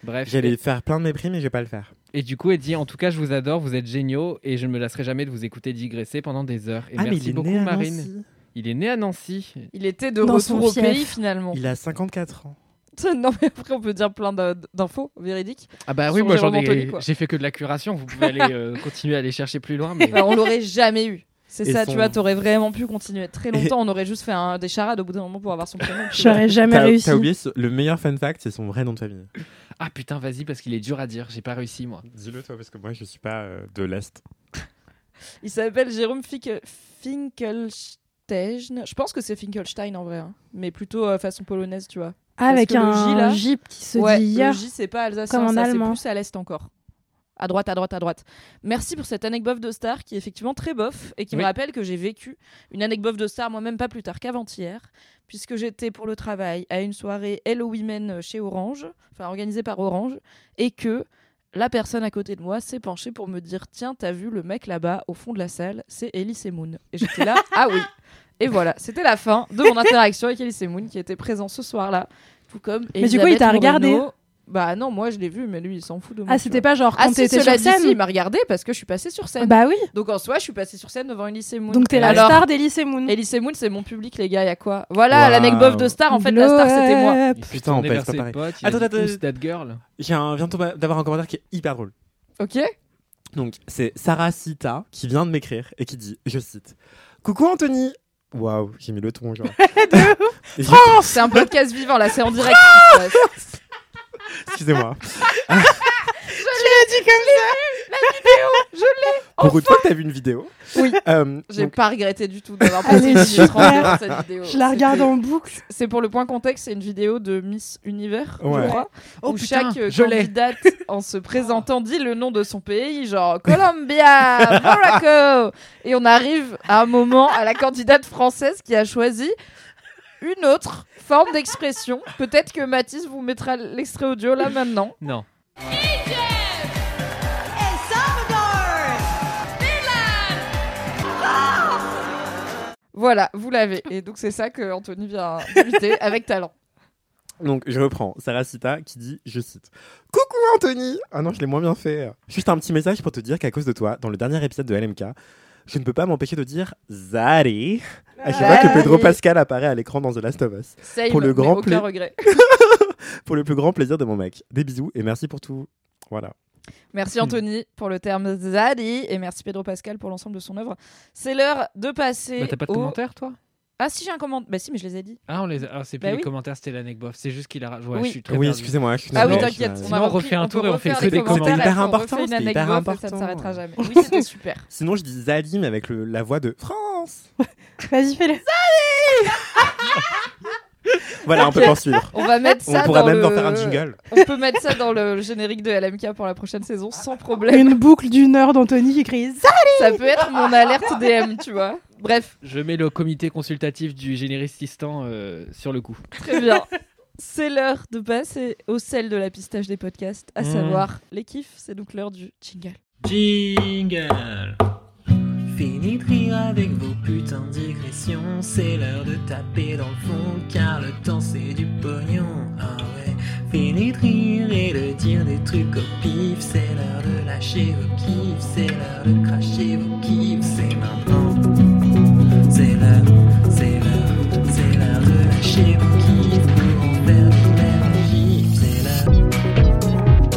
Speaker 6: Bref.
Speaker 5: J'allais faire plein de mépris, mais je vais pas le faire.
Speaker 6: Et du coup, elle dit en tout cas, je vous adore, vous êtes géniaux et je ne me lasserai jamais de vous écouter digresser pendant des heures.
Speaker 5: Ah,
Speaker 6: Et merci beaucoup, Marine. Il est né à Nancy.
Speaker 4: Il était de
Speaker 3: Dans
Speaker 4: retour
Speaker 3: son
Speaker 4: au
Speaker 3: fief.
Speaker 4: pays finalement.
Speaker 5: Il a 54 ans.
Speaker 4: Non, mais après, on peut dire plein d'in- d'infos véridiques.
Speaker 6: Ah bah
Speaker 4: Sur
Speaker 6: oui, moi j'en
Speaker 4: Jérôme Anthony,
Speaker 6: ai.
Speaker 4: quoi.
Speaker 6: J'ai fait que de la curation. Vous pouvez aller euh, continuer à aller chercher plus loin. Mais...
Speaker 4: Alors, on l'aurait jamais eu. C'est
Speaker 5: Et
Speaker 4: ça,
Speaker 5: son-
Speaker 4: tu vois, t'aurais vraiment pu continuer très longtemps. On aurait juste fait un- des charades au bout d'un moment pour avoir son prénom. tu vois.
Speaker 3: J'aurais jamais
Speaker 5: T'as
Speaker 3: réussi.
Speaker 5: t'as oublié ce- le meilleur fun fact, c'est son vrai nom de famille.
Speaker 6: Ah putain, vas-y parce qu'il est dur à dire. J'ai pas réussi moi.
Speaker 5: Dis-le toi, parce que moi je suis pas euh, de l'Est.
Speaker 4: Il s'appelle Jérôme Finke- Finkelstein. Je pense que c'est Finkelstein en vrai, hein. mais plutôt euh, façon polonaise, tu vois.
Speaker 3: Ah, avec
Speaker 4: parce que le J, là-
Speaker 3: un Jeep qui se
Speaker 4: ouais,
Speaker 3: dit hier.
Speaker 4: le J, c'est pas
Speaker 3: comme
Speaker 4: alsacien,
Speaker 3: en
Speaker 4: ça, c'est
Speaker 3: allemand.
Speaker 4: plus à l'est encore. À droite, à droite, à droite. Merci pour cette anecdote de star qui est effectivement très bof et qui
Speaker 6: Oui.
Speaker 4: me rappelle que j'ai vécu une anecdote de star moi-même pas plus tard qu'avant-hier, puisque j'étais pour le travail à une soirée Hello Women euh, chez Orange, enfin organisée par Orange, et que la personne à côté de moi s'est penchée pour me dire Tiens, t'as vu le mec là-bas au fond de la salle, c'est Elise et Moon. Et j'étais là, ah oui Et voilà, c'était la fin de mon interaction avec Elise et Moon qui était présent ce soir-là, tout comme.
Speaker 3: Mais du coup, il t'a
Speaker 4: Elisabeth Moreno.
Speaker 3: regardé
Speaker 4: Bah non, moi je l'ai vu, mais lui il s'en fout de moi.
Speaker 3: Ah,
Speaker 4: tu
Speaker 3: c'était
Speaker 4: vois.
Speaker 3: pas genre
Speaker 4: Ah
Speaker 3: quand
Speaker 4: si,
Speaker 3: t'étais sur
Speaker 4: cela dit, si, il
Speaker 3: scène
Speaker 4: m'a regardé parce que je suis passée sur scène.
Speaker 3: Bah oui,
Speaker 4: Donc en soi, je suis passée sur scène devant Elise Moon.
Speaker 3: donc t'es la
Speaker 4: Alors,
Speaker 3: star d'Elise et Moon.
Speaker 4: Elise Moon, c'est mon public, les gars, y a quoi Voilà,
Speaker 5: Waouh.
Speaker 4: l'anecdote de star, en fait, la star c'était moi.
Speaker 3: Glow up.
Speaker 6: Il s'est
Speaker 5: Ah, Putain, on
Speaker 6: tourné
Speaker 5: pèse
Speaker 6: vers
Speaker 5: pas
Speaker 6: ses
Speaker 5: pareil.
Speaker 6: potes, il a
Speaker 5: Attends,
Speaker 6: dit,
Speaker 5: attends,
Speaker 6: Who's that girl
Speaker 5: J'ai un- viens tomber- d'avoir un commentaire qui est hyper drôle.
Speaker 4: Ok
Speaker 5: Donc, c'est Sarah Sita qui vient de m'écrire et qui dit, je cite, Coucou Anthony Waouh, j'ai mis le ton, genre. Et je-
Speaker 3: Oh,
Speaker 4: C'est un podcast vivant là, c'est en direct.
Speaker 5: Excusez-moi.
Speaker 4: je l'ai
Speaker 5: Pour une fois que t'as vu une vidéo.
Speaker 4: Oui.
Speaker 5: Euh,
Speaker 4: J'ai
Speaker 5: donc,
Speaker 4: pas regretté du tout d'avoir
Speaker 3: Elle
Speaker 4: passé
Speaker 3: est
Speaker 4: une
Speaker 3: super.
Speaker 4: étrange dans cette vidéo.
Speaker 3: Je la regarde en boucle.
Speaker 4: C'est pour le point contexte, c'est une vidéo de Miss Univers,
Speaker 5: Ouais.
Speaker 4: je crois,
Speaker 6: Oh
Speaker 4: où
Speaker 6: putain,
Speaker 4: chaque euh,
Speaker 6: je l'ai.
Speaker 4: candidate, en se présentant, dit le nom de son pays, genre Colombia, Morocco. Et on arrive à un moment à la candidate française qui a choisi une autre forme d'expression. Peut-être que Mathis vous mettra l'extrait audio là maintenant.
Speaker 6: Non.
Speaker 4: Voilà, vous l'avez. Et donc c'est ça que Anthony vient d'imiter avec talent.
Speaker 5: donc, je reprends. Sarah Sita qui dit, je cite, Coucou Anthony Ah non, je l'ai moins bien fait. Juste un petit message pour te dire qu'à cause de toi, dans le dernier épisode de LMK, je ne peux pas m'empêcher de dire Zari. Et je vois que Pedro Pascal apparaît à l'écran dans The Last of Us.
Speaker 4: Same,
Speaker 5: Pour le
Speaker 4: mais
Speaker 5: grand
Speaker 4: aucun
Speaker 5: pla-
Speaker 4: regret.
Speaker 5: Pour le plus grand plaisir de mon mec. Des bisous et merci pour tout. Voilà.
Speaker 4: Merci Anthony pour le terme Zadi et merci Pedro Pascal pour l'ensemble de son œuvre. C'est l'heure de passer
Speaker 6: Bah, t'as pas de
Speaker 4: au-
Speaker 6: commentaire toi
Speaker 4: Ah si j'ai un commentaire. Bah si mais je les ai dit.
Speaker 6: Ah, on les a- ah, c'est plus
Speaker 4: Bah
Speaker 6: les
Speaker 4: oui.
Speaker 6: commentaires, c'était l'anecdote. C'est juste qu'il a. Ouais,
Speaker 4: Oui.
Speaker 6: je suis très
Speaker 5: oui,
Speaker 6: perdu.
Speaker 5: excusez-moi, je suis
Speaker 4: Ah oui
Speaker 5: navré,
Speaker 4: t'inquiète.
Speaker 5: je suis
Speaker 6: on
Speaker 5: navré.
Speaker 6: a- Sinon, refait un tour et on fait
Speaker 4: refaire
Speaker 6: que des commentaires.
Speaker 5: C'était hyper
Speaker 4: et après,
Speaker 5: important,
Speaker 4: On refait une
Speaker 5: c'était hyper
Speaker 4: anecdote et ça
Speaker 5: important.
Speaker 4: ne s'arrêtera jamais. Oui c'était super.
Speaker 5: Sinon, je dis Zali, mais avec le- la voix de France.
Speaker 3: Vas-y, fais-le.
Speaker 5: Voilà, on peut poursuivre.
Speaker 4: On va mettre
Speaker 5: On
Speaker 4: ça
Speaker 5: pourra
Speaker 4: dans
Speaker 5: même
Speaker 4: le...
Speaker 5: en faire un jingle.
Speaker 4: On peut mettre ça dans le générique de LMK pour la prochaine saison sans problème.
Speaker 3: Une boucle d'une heure d'Anthony qui crie Zap
Speaker 4: ça peut être mon alerte DM tu vois. Bref
Speaker 6: Je mets le comité consultatif du généricistan euh, sur le coup.
Speaker 4: très bien. C'est l'heure de passer au sel de la pistache des podcasts, à
Speaker 6: Mm.
Speaker 4: savoir les kiffs. C'est donc l'heure du jingle.
Speaker 7: Jingle Fini de rire avec vos putains de digressions, c'est l'heure de taper dans le fond, car le temps c'est du pognon. Ah ouais, fini de rire et de dire des trucs au pif, c'est l'heure de lâcher vos kiffs, c'est l'heure de cracher vos kiffs, c'est maintenant. C'est l'heure, c'est l'heure, c'est l'heure de lâcher vos kiffs, pour en faire des merdes kiffs, c'est l'heure.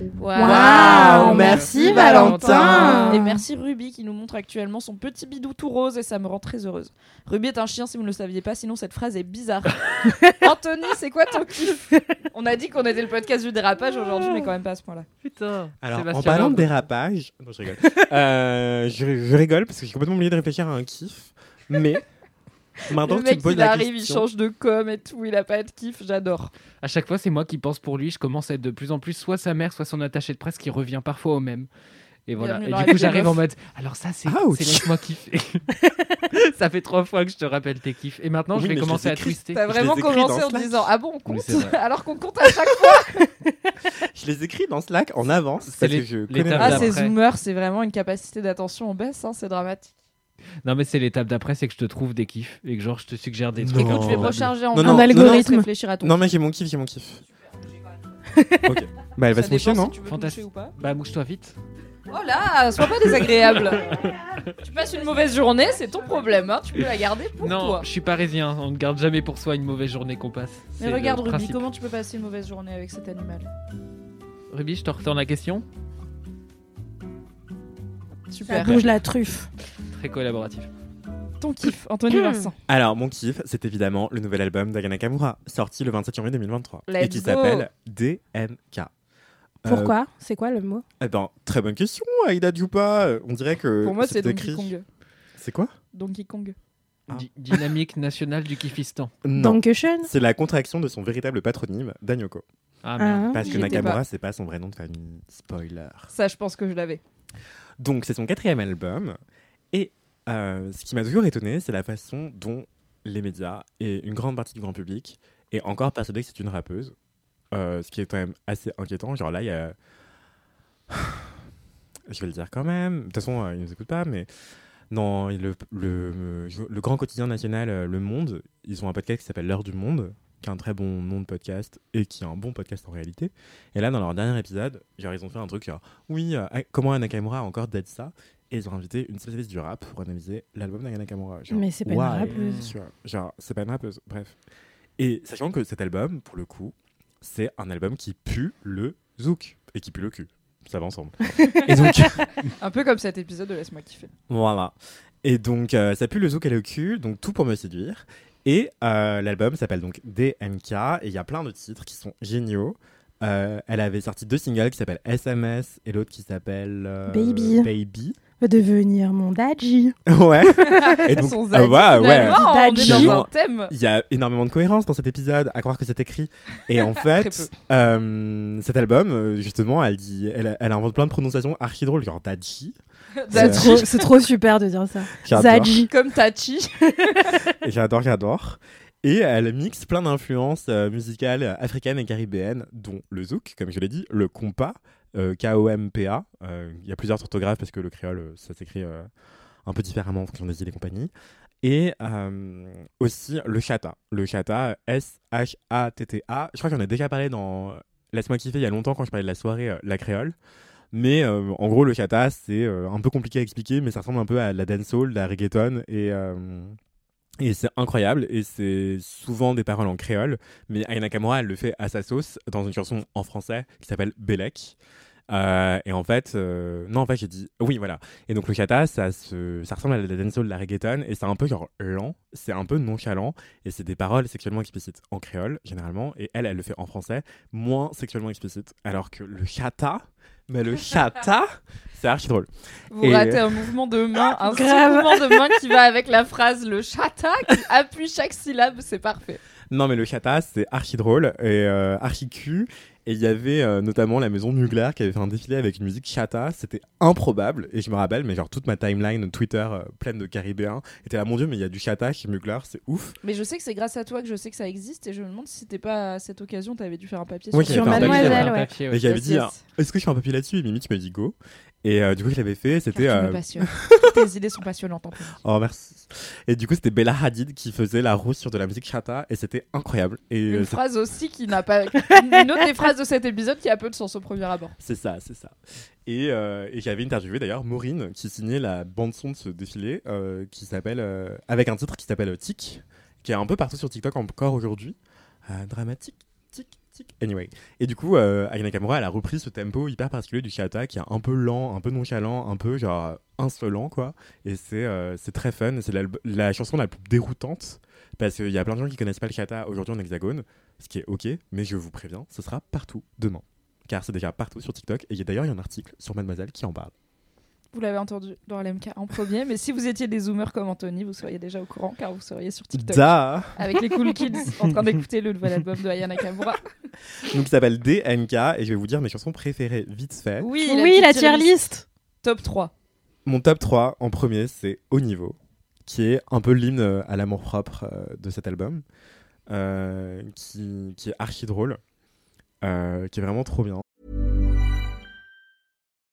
Speaker 6: Mmh.
Speaker 3: Waouh, merci. Valentin.
Speaker 4: Et merci Ruby qui nous montre actuellement son petit bidou tout rose et ça me rend très heureuse. Ruby est un chien si vous ne le saviez pas, sinon cette phrase est bizarre. Anthony, c'est quoi ton kiff On a dit qu'on était le podcast du dérapage aujourd'hui, mais quand même pas à ce point-là.
Speaker 6: Putain.
Speaker 5: Alors, en
Speaker 6: Sébastien
Speaker 5: parlant de
Speaker 6: Loeb.
Speaker 5: dérapage, non, je rigole. Euh, je, je rigole parce que j'ai complètement oublié de réfléchir à un kiff. Mais maintenant
Speaker 4: le
Speaker 5: que tu
Speaker 4: mec,
Speaker 5: me poses
Speaker 4: il
Speaker 5: la
Speaker 4: arrive, il
Speaker 5: question,
Speaker 4: change de com et tout, il a pas de kiff, j'adore.
Speaker 6: À chaque fois, c'est moi qui pense pour lui. Je commence à être de plus en plus soit sa mère, soit son attaché de presse qui revient parfois au même. Et voilà.
Speaker 4: Bienvenue
Speaker 6: Et
Speaker 4: dans
Speaker 6: du
Speaker 4: la
Speaker 6: coup, j'arrive en
Speaker 4: Télégraphe.
Speaker 6: mode. Alors ça, c'est
Speaker 5: Ouch.
Speaker 6: c'est laisse-moi kiffer. ça fait trois fois que je te rappelle tes kiffs. Et maintenant, je
Speaker 5: Oui,
Speaker 6: vais
Speaker 5: mais je
Speaker 6: commencer
Speaker 5: les
Speaker 6: à
Speaker 5: écris.
Speaker 6: twister.
Speaker 4: T'as
Speaker 5: Je
Speaker 4: vraiment
Speaker 5: les écris
Speaker 4: commencé
Speaker 5: dans
Speaker 4: en
Speaker 5: Slack.
Speaker 4: disant ah bon on
Speaker 6: Oui,
Speaker 4: compte
Speaker 6: c'est vrai.
Speaker 4: alors qu'on compte à chaque fois.
Speaker 5: je les écris dans Slack en avance
Speaker 6: C'est
Speaker 5: parce
Speaker 6: les-
Speaker 5: que je
Speaker 6: l'étape
Speaker 5: connais
Speaker 6: Ah,
Speaker 4: Ah
Speaker 5: la-
Speaker 6: d'après.
Speaker 4: ces
Speaker 6: c'est
Speaker 4: zoomers c'est vraiment une capacité d'attention en baisse hein, c'est dramatique.
Speaker 6: Non, mais c'est l'étape d'après, c'est que je te trouve des kiffs et que genre, je te suggère des
Speaker 5: Et
Speaker 6: trucs.
Speaker 5: que
Speaker 4: Donc tu
Speaker 5: Oh,
Speaker 4: vais
Speaker 5: bah,
Speaker 4: recharger en
Speaker 5: Non,
Speaker 4: bas,
Speaker 5: non,
Speaker 4: tu
Speaker 3: non,
Speaker 4: laisses
Speaker 3: non.
Speaker 4: réfléchir à ton
Speaker 5: Non mais j'ai mon kiff, j'ai mon kiff. ok. Bah elle va
Speaker 4: Ça
Speaker 5: se moucher,
Speaker 4: dépend
Speaker 5: non
Speaker 4: si tu veux te
Speaker 6: Fantastique.
Speaker 4: coucher ou pas.
Speaker 6: Bah, mouche-toi vite.
Speaker 4: Oh là, sois pas désagréable. tu passes une mauvaise journée, c'est ton problème. hein, Tu peux la garder pour
Speaker 6: non,
Speaker 4: toi.
Speaker 6: je suis parisien. On ne garde jamais pour soi une mauvaise journée qu'on passe. C'est
Speaker 4: Mais
Speaker 6: le
Speaker 4: regarde Ruby,
Speaker 6: principe.
Speaker 4: comment tu peux passer une mauvaise journée avec cet animal
Speaker 6: Ruby, je te retourne la question.
Speaker 3: Ça
Speaker 4: Super.
Speaker 3: bouge la truffe.
Speaker 6: Très collaboratif.
Speaker 4: Ton kiff, Anthony Vincent.
Speaker 5: Alors mon kiff, c'est évidemment le nouvel album d'Agana Kamura, sorti le 27 janvier 2023 et
Speaker 4: Let's
Speaker 5: qui
Speaker 4: go.
Speaker 5: s'appelle DMK. Euh,
Speaker 3: Pourquoi C'est quoi le mot
Speaker 5: Eh ben, très bonne question, Aïda Djoupa. Euh, On dirait que
Speaker 4: Pour moi, c'est
Speaker 5: écrit.
Speaker 4: Donkey Kong.
Speaker 5: C'est quoi
Speaker 4: Donkey Kong.
Speaker 5: Ah.
Speaker 6: Di- dynamique nationale du kiffistan.
Speaker 5: Non.
Speaker 3: Dankeschön.
Speaker 5: C'est la contraction de son véritable patronyme, Danyoko.
Speaker 6: Ah, merde.
Speaker 3: Ah.
Speaker 5: Parce
Speaker 4: J'y
Speaker 5: que
Speaker 4: étais
Speaker 5: Nakamura, c'est pas son vrai nom de famille. Spoiler.
Speaker 4: Ça, je pense que je l'avais.
Speaker 5: Donc, c'est son quatrième album. Et euh, ce qui m'a toujours étonné, c'est la façon dont les médias et une grande partie du grand public est encore persuadé que c'est une rappeuse. Euh, ce qui est quand même assez inquiétant. Genre là, il y a. Je vais le dire quand même. De toute façon, euh, ils nous écoutent pas, mais. Non, le, le, le grand quotidien national, euh, Le Monde, ils ont un podcast qui s'appelle L'heure du Monde, qui est un très bon nom de podcast et qui est un bon podcast en réalité. Et là, dans leur dernier épisode, genre, ils ont fait un truc genre, oui, euh, comment Nakamura a encore d'être ça Et ils ont invité une spécialiste du rap pour analyser l'album d'Aya Nakamura. Genre,
Speaker 3: Mais c'est pas une
Speaker 5: why
Speaker 3: rappeuse.
Speaker 5: Tu vois, genre, c'est pas une rappeuse, bref. Et sachant que cet album, pour le coup, c'est un album qui pue le zouk et qui pue le cul. Ça va ensemble. et donc,
Speaker 4: Un peu comme cet épisode de Laisse-moi kiffer.
Speaker 5: voilà. Et donc, euh, ça pue le zouk et le cul, donc tout pour me séduire. Et euh, l'album s'appelle donc DMK, et il y a plein de titres qui sont géniaux. Euh, elle avait sorti deux singles qui s'appellent SMS et l'autre qui s'appelle euh,
Speaker 3: Baby.
Speaker 5: Baby.
Speaker 3: Veut devenir mon dadji.
Speaker 5: Ouais. et donc,
Speaker 4: Son
Speaker 5: ah,
Speaker 4: zadie,
Speaker 5: ouais, ouais.
Speaker 4: finalement, on est
Speaker 5: Dadji.
Speaker 4: dans un thème.
Speaker 5: Il y a énormément de cohérence dans cet épisode, à croire que c'est écrit. Et en
Speaker 4: Très
Speaker 5: fait, euh, cet album, euh, justement, elle, dit, elle, elle invente plein de prononciations archi drôles, genre Dadji.
Speaker 3: C'est
Speaker 4: Dadji.
Speaker 3: trop, c'est trop super de dire ça.
Speaker 5: J'adore.
Speaker 3: Zadji.
Speaker 4: Comme Tachi.
Speaker 5: Et J'adore, j'adore. Et elle mixe plein d'influences euh, musicales euh, africaines et caribéennes, dont le zouk, comme je l'ai dit, le compa, euh, K-O-M-P-A. Euh, Il y a plusieurs orthographes parce que le créole, euh, ça s'écrit euh, un peu différemment en fonction des îles et compagnie. Et euh, aussi le chata. Le chata, S-H-A-T-T-A. Je crois que j'en ai déjà parlé dans Laisse-moi kiffer il y a longtemps quand je parlais de la soirée euh, La Créole. Mais euh, en gros, le chata, c'est euh, un peu compliqué à expliquer, mais ça ressemble un peu à de la dancehall, de la reggaeton. Et, euh, et c'est incroyable. Et c'est souvent des paroles en créole. Mais Aya Nakamura, elle le fait à sa sauce dans une chanson en français qui s'appelle Belek. Euh, et en fait, euh, non, en fait, j'ai dit oui, voilà. Et donc, le chata, ça, se, ça ressemble à de la dancehall, de la reggaeton, et c'est un peu genre lent, c'est un peu nonchalant, et c'est des paroles sexuellement explicites en créole, généralement, et elle, elle le fait en français, moins sexuellement explicite. Alors que le chata, mais le chata, c'est archi drôle.
Speaker 4: Vous
Speaker 5: Et-
Speaker 4: ratez un mouvement de main, un
Speaker 3: Grave.
Speaker 4: mouvement de main qui va avec la phrase le chata qui appuie chaque syllabe, c'est parfait.
Speaker 5: Non, mais le chata, c'est archi drôle et euh, archi cul. Et il y avait euh, notamment la maison Mugler qui avait fait un défilé avec une musique chata. C'était improbable. Et je me rappelle, mais genre toute ma timeline Twitter euh, pleine de Caribéens était là, mon dieu, mais il y a du chata chez Mugler, c'est ouf.
Speaker 4: Mais je sais que c'est grâce à toi que je sais que ça existe et je me demande si c'était pas à cette occasion, t'avais dû faire un papier
Speaker 5: Oui,
Speaker 4: sur
Speaker 3: j'avais fait un Mademoiselle,
Speaker 6: T'as mis
Speaker 3: ouais.
Speaker 6: un papier,
Speaker 5: et j'avais
Speaker 4: Euh, Yes,
Speaker 5: dit,
Speaker 4: yes.
Speaker 5: ah, est-ce que je fais un papier là-dessus Et Mimi, tu m'as dit go. Et euh, du coup, je l'avais fait. C'était.
Speaker 4: Car tu me
Speaker 5: euh,
Speaker 4: passionnes. Toutes Tes idées sont passionnantes. Anthony.
Speaker 5: Oh, merci. Et du coup, c'était Bella Hadid qui faisait la roue sur de la musique chata. Et c'était incroyable. Et euh,
Speaker 4: Une
Speaker 5: c'était-
Speaker 4: phrase aussi qui n'a pas. Une autre des phrases de cet épisode qui a peu de sens au premier abord.
Speaker 5: C'est ça, c'est ça. Et, euh, et j'avais interviewé d'ailleurs Maureen qui signait la bande-son de ce défilé euh, qui s'appelle, euh, avec un titre qui s'appelle Tic, qui est un peu partout sur TikTok encore aujourd'hui. Euh, dramatique, tic, tic. Anyway. Et du coup, euh, Aya Nakamura, elle a repris ce tempo hyper particulier du kata qui est un peu lent, un peu nonchalant, un peu genre insolent, quoi. Et c'est euh, c'est très fun. C'est la, la chanson la plus déroutante parce qu'il y a plein de gens qui connaissent pas le kata aujourd'hui en hexagone, ce qui est ok, mais je vous préviens, ce sera partout demain. Car c'est déjà partout sur TikTok. Et il y a- d'ailleurs, il y a un article sur Mademoiselle qui en parle.
Speaker 4: Vous l'avez entendu dans LMK en premier, mais si vous étiez des zoomers comme Anthony, vous seriez déjà au courant car vous seriez sur TikTok
Speaker 5: Da
Speaker 4: avec les cool kids en train d'écouter le nouvel album de Aya Nakamura.
Speaker 5: Donc, il s'appelle DNK et je vais vous dire mes chansons préférées vite fait.
Speaker 4: Oui,
Speaker 3: Oui,
Speaker 4: petite
Speaker 3: la tier list.
Speaker 4: Top 3.
Speaker 5: Mon top 3 en premier, c'est Haut Niveau, qui est un peu l'hymne euh, à l'amour propre euh, de cet album, euh, qui, qui est archi drôle, euh, qui est vraiment trop bien.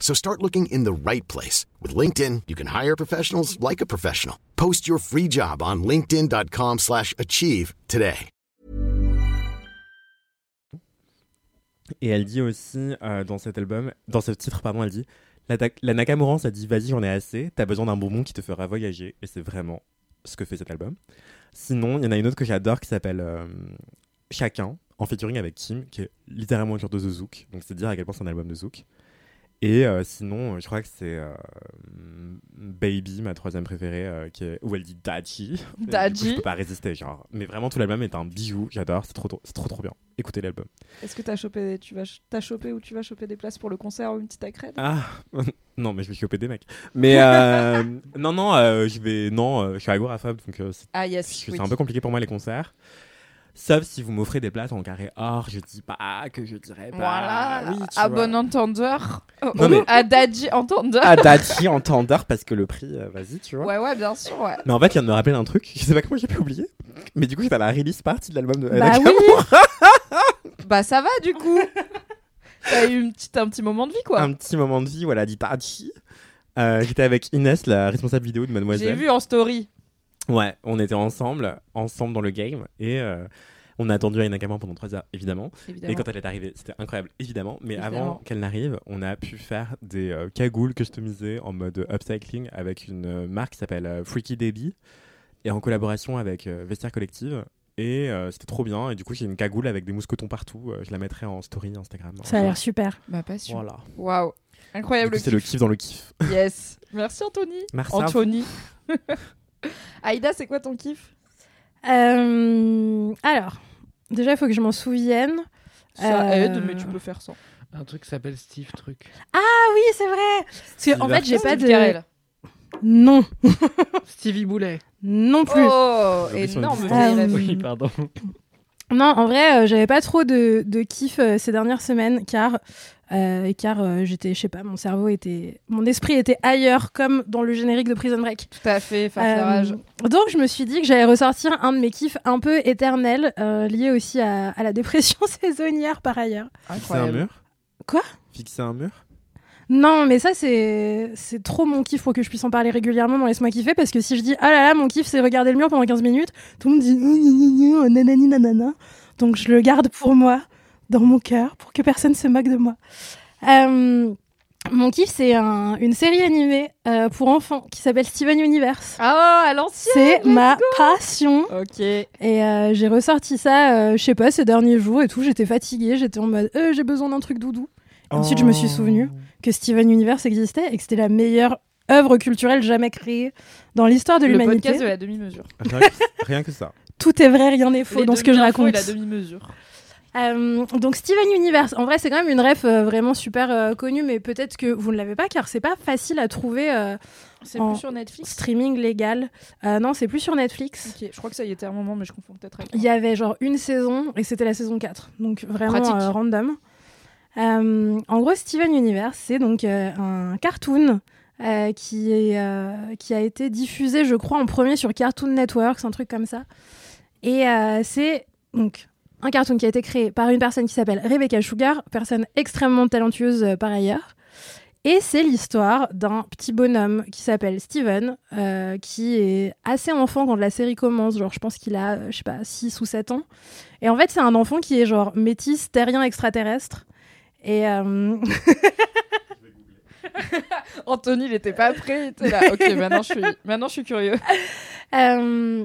Speaker 8: So start looking in the right place. With LinkedIn, you can hire professionals like a professional. Post your free job on linkedin.com/achieve slash achieve today.
Speaker 5: Et elle dit aussi euh, dans cet album, dans ce titre, pardon, elle dit La, Ta- la Nakamura, ça dit Vas-y, j'en ai assez, t'as besoin d'un bonbon qui te fera voyager. Et c'est vraiment ce que fait cet album. Sinon, il y en a une autre que j'adore qui s'appelle euh, Chacun, en featuring avec Kim, qui est littéralement une sorte de The Zouk. Donc c'est dire à quel point c'est un album de Zouk. Et euh, sinon, euh, je crois que c'est euh, Baby, ma troisième préférée, euh, qui est, où elle dit Daji. Et du coup,
Speaker 4: Daji.
Speaker 5: Je peux pas résister, genre. Mais vraiment, tout l'album est un bijou, j'adore, c'est trop, trop- c'est trop trop bien. Écoutez l'album.
Speaker 4: Est-ce que t'as chopé, tu vas, ch- t'as chopé ou tu vas choper des places pour le concert ou une petite accrède
Speaker 5: Ah non mais je vais choper des mecs. Mais euh, non non euh, je vais non euh, je suis agoraphobe donc euh, c'est
Speaker 4: Ah yes,
Speaker 5: c'est
Speaker 4: oui.
Speaker 5: un peu compliqué pour moi les concerts. Sauf si vous m'offrez des places en carré or, je dis pas que je dirais pas.
Speaker 4: Voilà,
Speaker 5: Bah Oui, tu
Speaker 4: à
Speaker 5: vois.
Speaker 4: bon entendeur. Oh,
Speaker 5: Non,
Speaker 4: oh,
Speaker 5: mais- Ah,
Speaker 4: À Dadji entendeur.
Speaker 5: À Dati en tendeur parce que le prix euh, vas-y tu vois.
Speaker 4: Ouais, ouais, bien sûr, ouais.
Speaker 5: Mais en fait, il vient de me rappeler un truc, je sais pas comment j'ai pu oublier. Mais du coup, j'étais à la release party de l'album de
Speaker 3: Bah oui.
Speaker 4: Bah ça va du coup. T'as eu une petite, un petit moment de vie quoi.
Speaker 5: Un petit moment de vie, voilà, dit Dati. Euh, j'étais avec Inès, la responsable vidéo de Mademoiselle.
Speaker 4: J'ai vu en story.
Speaker 5: Ouais, on était ensemble, ensemble dans le game, et euh, on a attendu Aya Nakamura pendant 3 heures, évidemment.
Speaker 4: Évidemment.
Speaker 5: Et quand elle est arrivée, c'était incroyable, évidemment. Mais
Speaker 4: Évidemment.
Speaker 5: avant qu'elle n'arrive, on a pu faire des euh, cagoules customisées en mode upcycling avec une euh, marque qui s'appelle euh, Freaky Debbie, et en collaboration avec euh, Vestiaire Collective. Et euh, c'était trop bien, et du coup, j'ai une cagoule avec des mousquetons partout, euh, je la mettrai en story Instagram.
Speaker 3: Ça a l'air super.
Speaker 4: Ma passion.
Speaker 5: Voilà.
Speaker 4: Waouh.
Speaker 5: Du
Speaker 4: Incroyable.
Speaker 5: coup, C'est le kiff dans le kiff.
Speaker 4: kiff. Yes. Merci Anthony.
Speaker 5: Merci.
Speaker 4: Anthony. Aïda, c'est quoi ton kiff
Speaker 3: Euh, alors, déjà, il faut que je m'en souvienne.
Speaker 4: Ça
Speaker 3: Euh,
Speaker 4: aide, mais tu peux faire sans.
Speaker 6: Un truc qui s'appelle Steve Truc.
Speaker 3: Ah oui, c'est vrai. Parce que, en fait, j'ai pas
Speaker 4: Steve
Speaker 3: de.
Speaker 4: Carell.
Speaker 3: Non,
Speaker 6: Stevie Boulet.
Speaker 3: non plus.
Speaker 4: Oh,
Speaker 5: J'ai oublié son
Speaker 4: énorme.
Speaker 5: existence.
Speaker 4: Carell.
Speaker 3: Euh,
Speaker 6: Oui, pardon.
Speaker 3: Non, en vrai, euh, j'avais pas trop de, de kiff euh, ces dernières semaines, car, euh, car euh, j'étais, je sais pas, mon cerveau était, mon esprit était ailleurs, comme dans le générique de Prison Break.
Speaker 4: Tout à fait, farfarage.
Speaker 3: Euh, donc, je me suis dit que j'allais ressortir un de mes kiffs un peu éternel, euh, lié aussi à, à la dépression saisonnière par ailleurs.
Speaker 5: Fixer un
Speaker 4: Incroyable.
Speaker 5: mur
Speaker 3: Quoi
Speaker 5: Fixer un mur
Speaker 3: Non, mais ça, c'est c'est trop mon kiff pour que je puisse en parler régulièrement dans Laisse-moi kiffer, parce que si je dis ah là là, mon kiff, c'est regarder le mur pendant 15 minutes, tout le monde dit Gna, gna, gna, gna, oh, nanani nanana. Donc je le garde pour moi, dans mon cœur, pour que personne se moque de moi. Euh, mon kiff, c'est un- une série animée euh, pour enfants qui s'appelle Steven Universe.
Speaker 4: Ah, à l'ancienne.
Speaker 3: C'est
Speaker 4: let's
Speaker 3: ma passion.
Speaker 4: Ok.
Speaker 3: Et euh, j'ai ressorti ça, euh, je sais pas, ces derniers jours et tout. J'étais fatiguée, j'étais en mode Euh, j'ai besoin d'un truc doudou. Ensuite, je me suis souvenu que Steven Universe existait et que c'était la meilleure œuvre culturelle jamais créée dans l'histoire de
Speaker 4: Le
Speaker 3: l'humanité.
Speaker 4: podcast de la demi-mesure.
Speaker 5: Oh. Rien que- rien que ça.
Speaker 3: Tout est vrai, rien n'est faux
Speaker 4: Les
Speaker 3: dans ce que je
Speaker 4: demi-infos
Speaker 3: raconte.
Speaker 4: Et la demi-mesure.
Speaker 3: Euh, donc Steven Universe, en vrai c'est quand même une ref euh, vraiment super euh, connue, mais peut-être que vous ne l'avez pas car c'est pas facile à trouver euh,
Speaker 4: C'est
Speaker 3: En-
Speaker 4: plus sur Netflix.
Speaker 3: streaming légal. Euh, non, c'est plus sur Netflix.
Speaker 4: Ok, je crois que ça y était à un moment, mais je confonds peut-être avec.
Speaker 3: Il y avait genre une saison et c'était la saison 4. Donc vraiment
Speaker 4: Pratique.
Speaker 3: euh, random. Euh, en gros, Steven Universe, c'est donc euh, un cartoon euh, qui, est, euh, qui a été diffusé, je crois, en premier sur Cartoon Network, un truc comme ça. Et euh, c'est donc un cartoon qui a été créé par une personne qui s'appelle Rebecca Sugar, personne extrêmement talentueuse euh, par ailleurs, Et c'est l'histoire d'un petit bonhomme qui s'appelle Steven, euh, qui est assez enfant quand la série commence. Genre, je pense qu'il a, euh, je sais pas, 6 ou 7 ans. Et en fait, c'est un enfant qui est genre métis, terrien, extraterrestre. Et euh,
Speaker 4: Anthony, il était pas prêt. il était là. Ok, maintenant je suis, maintenant je suis curieux.
Speaker 3: Ah, Euh,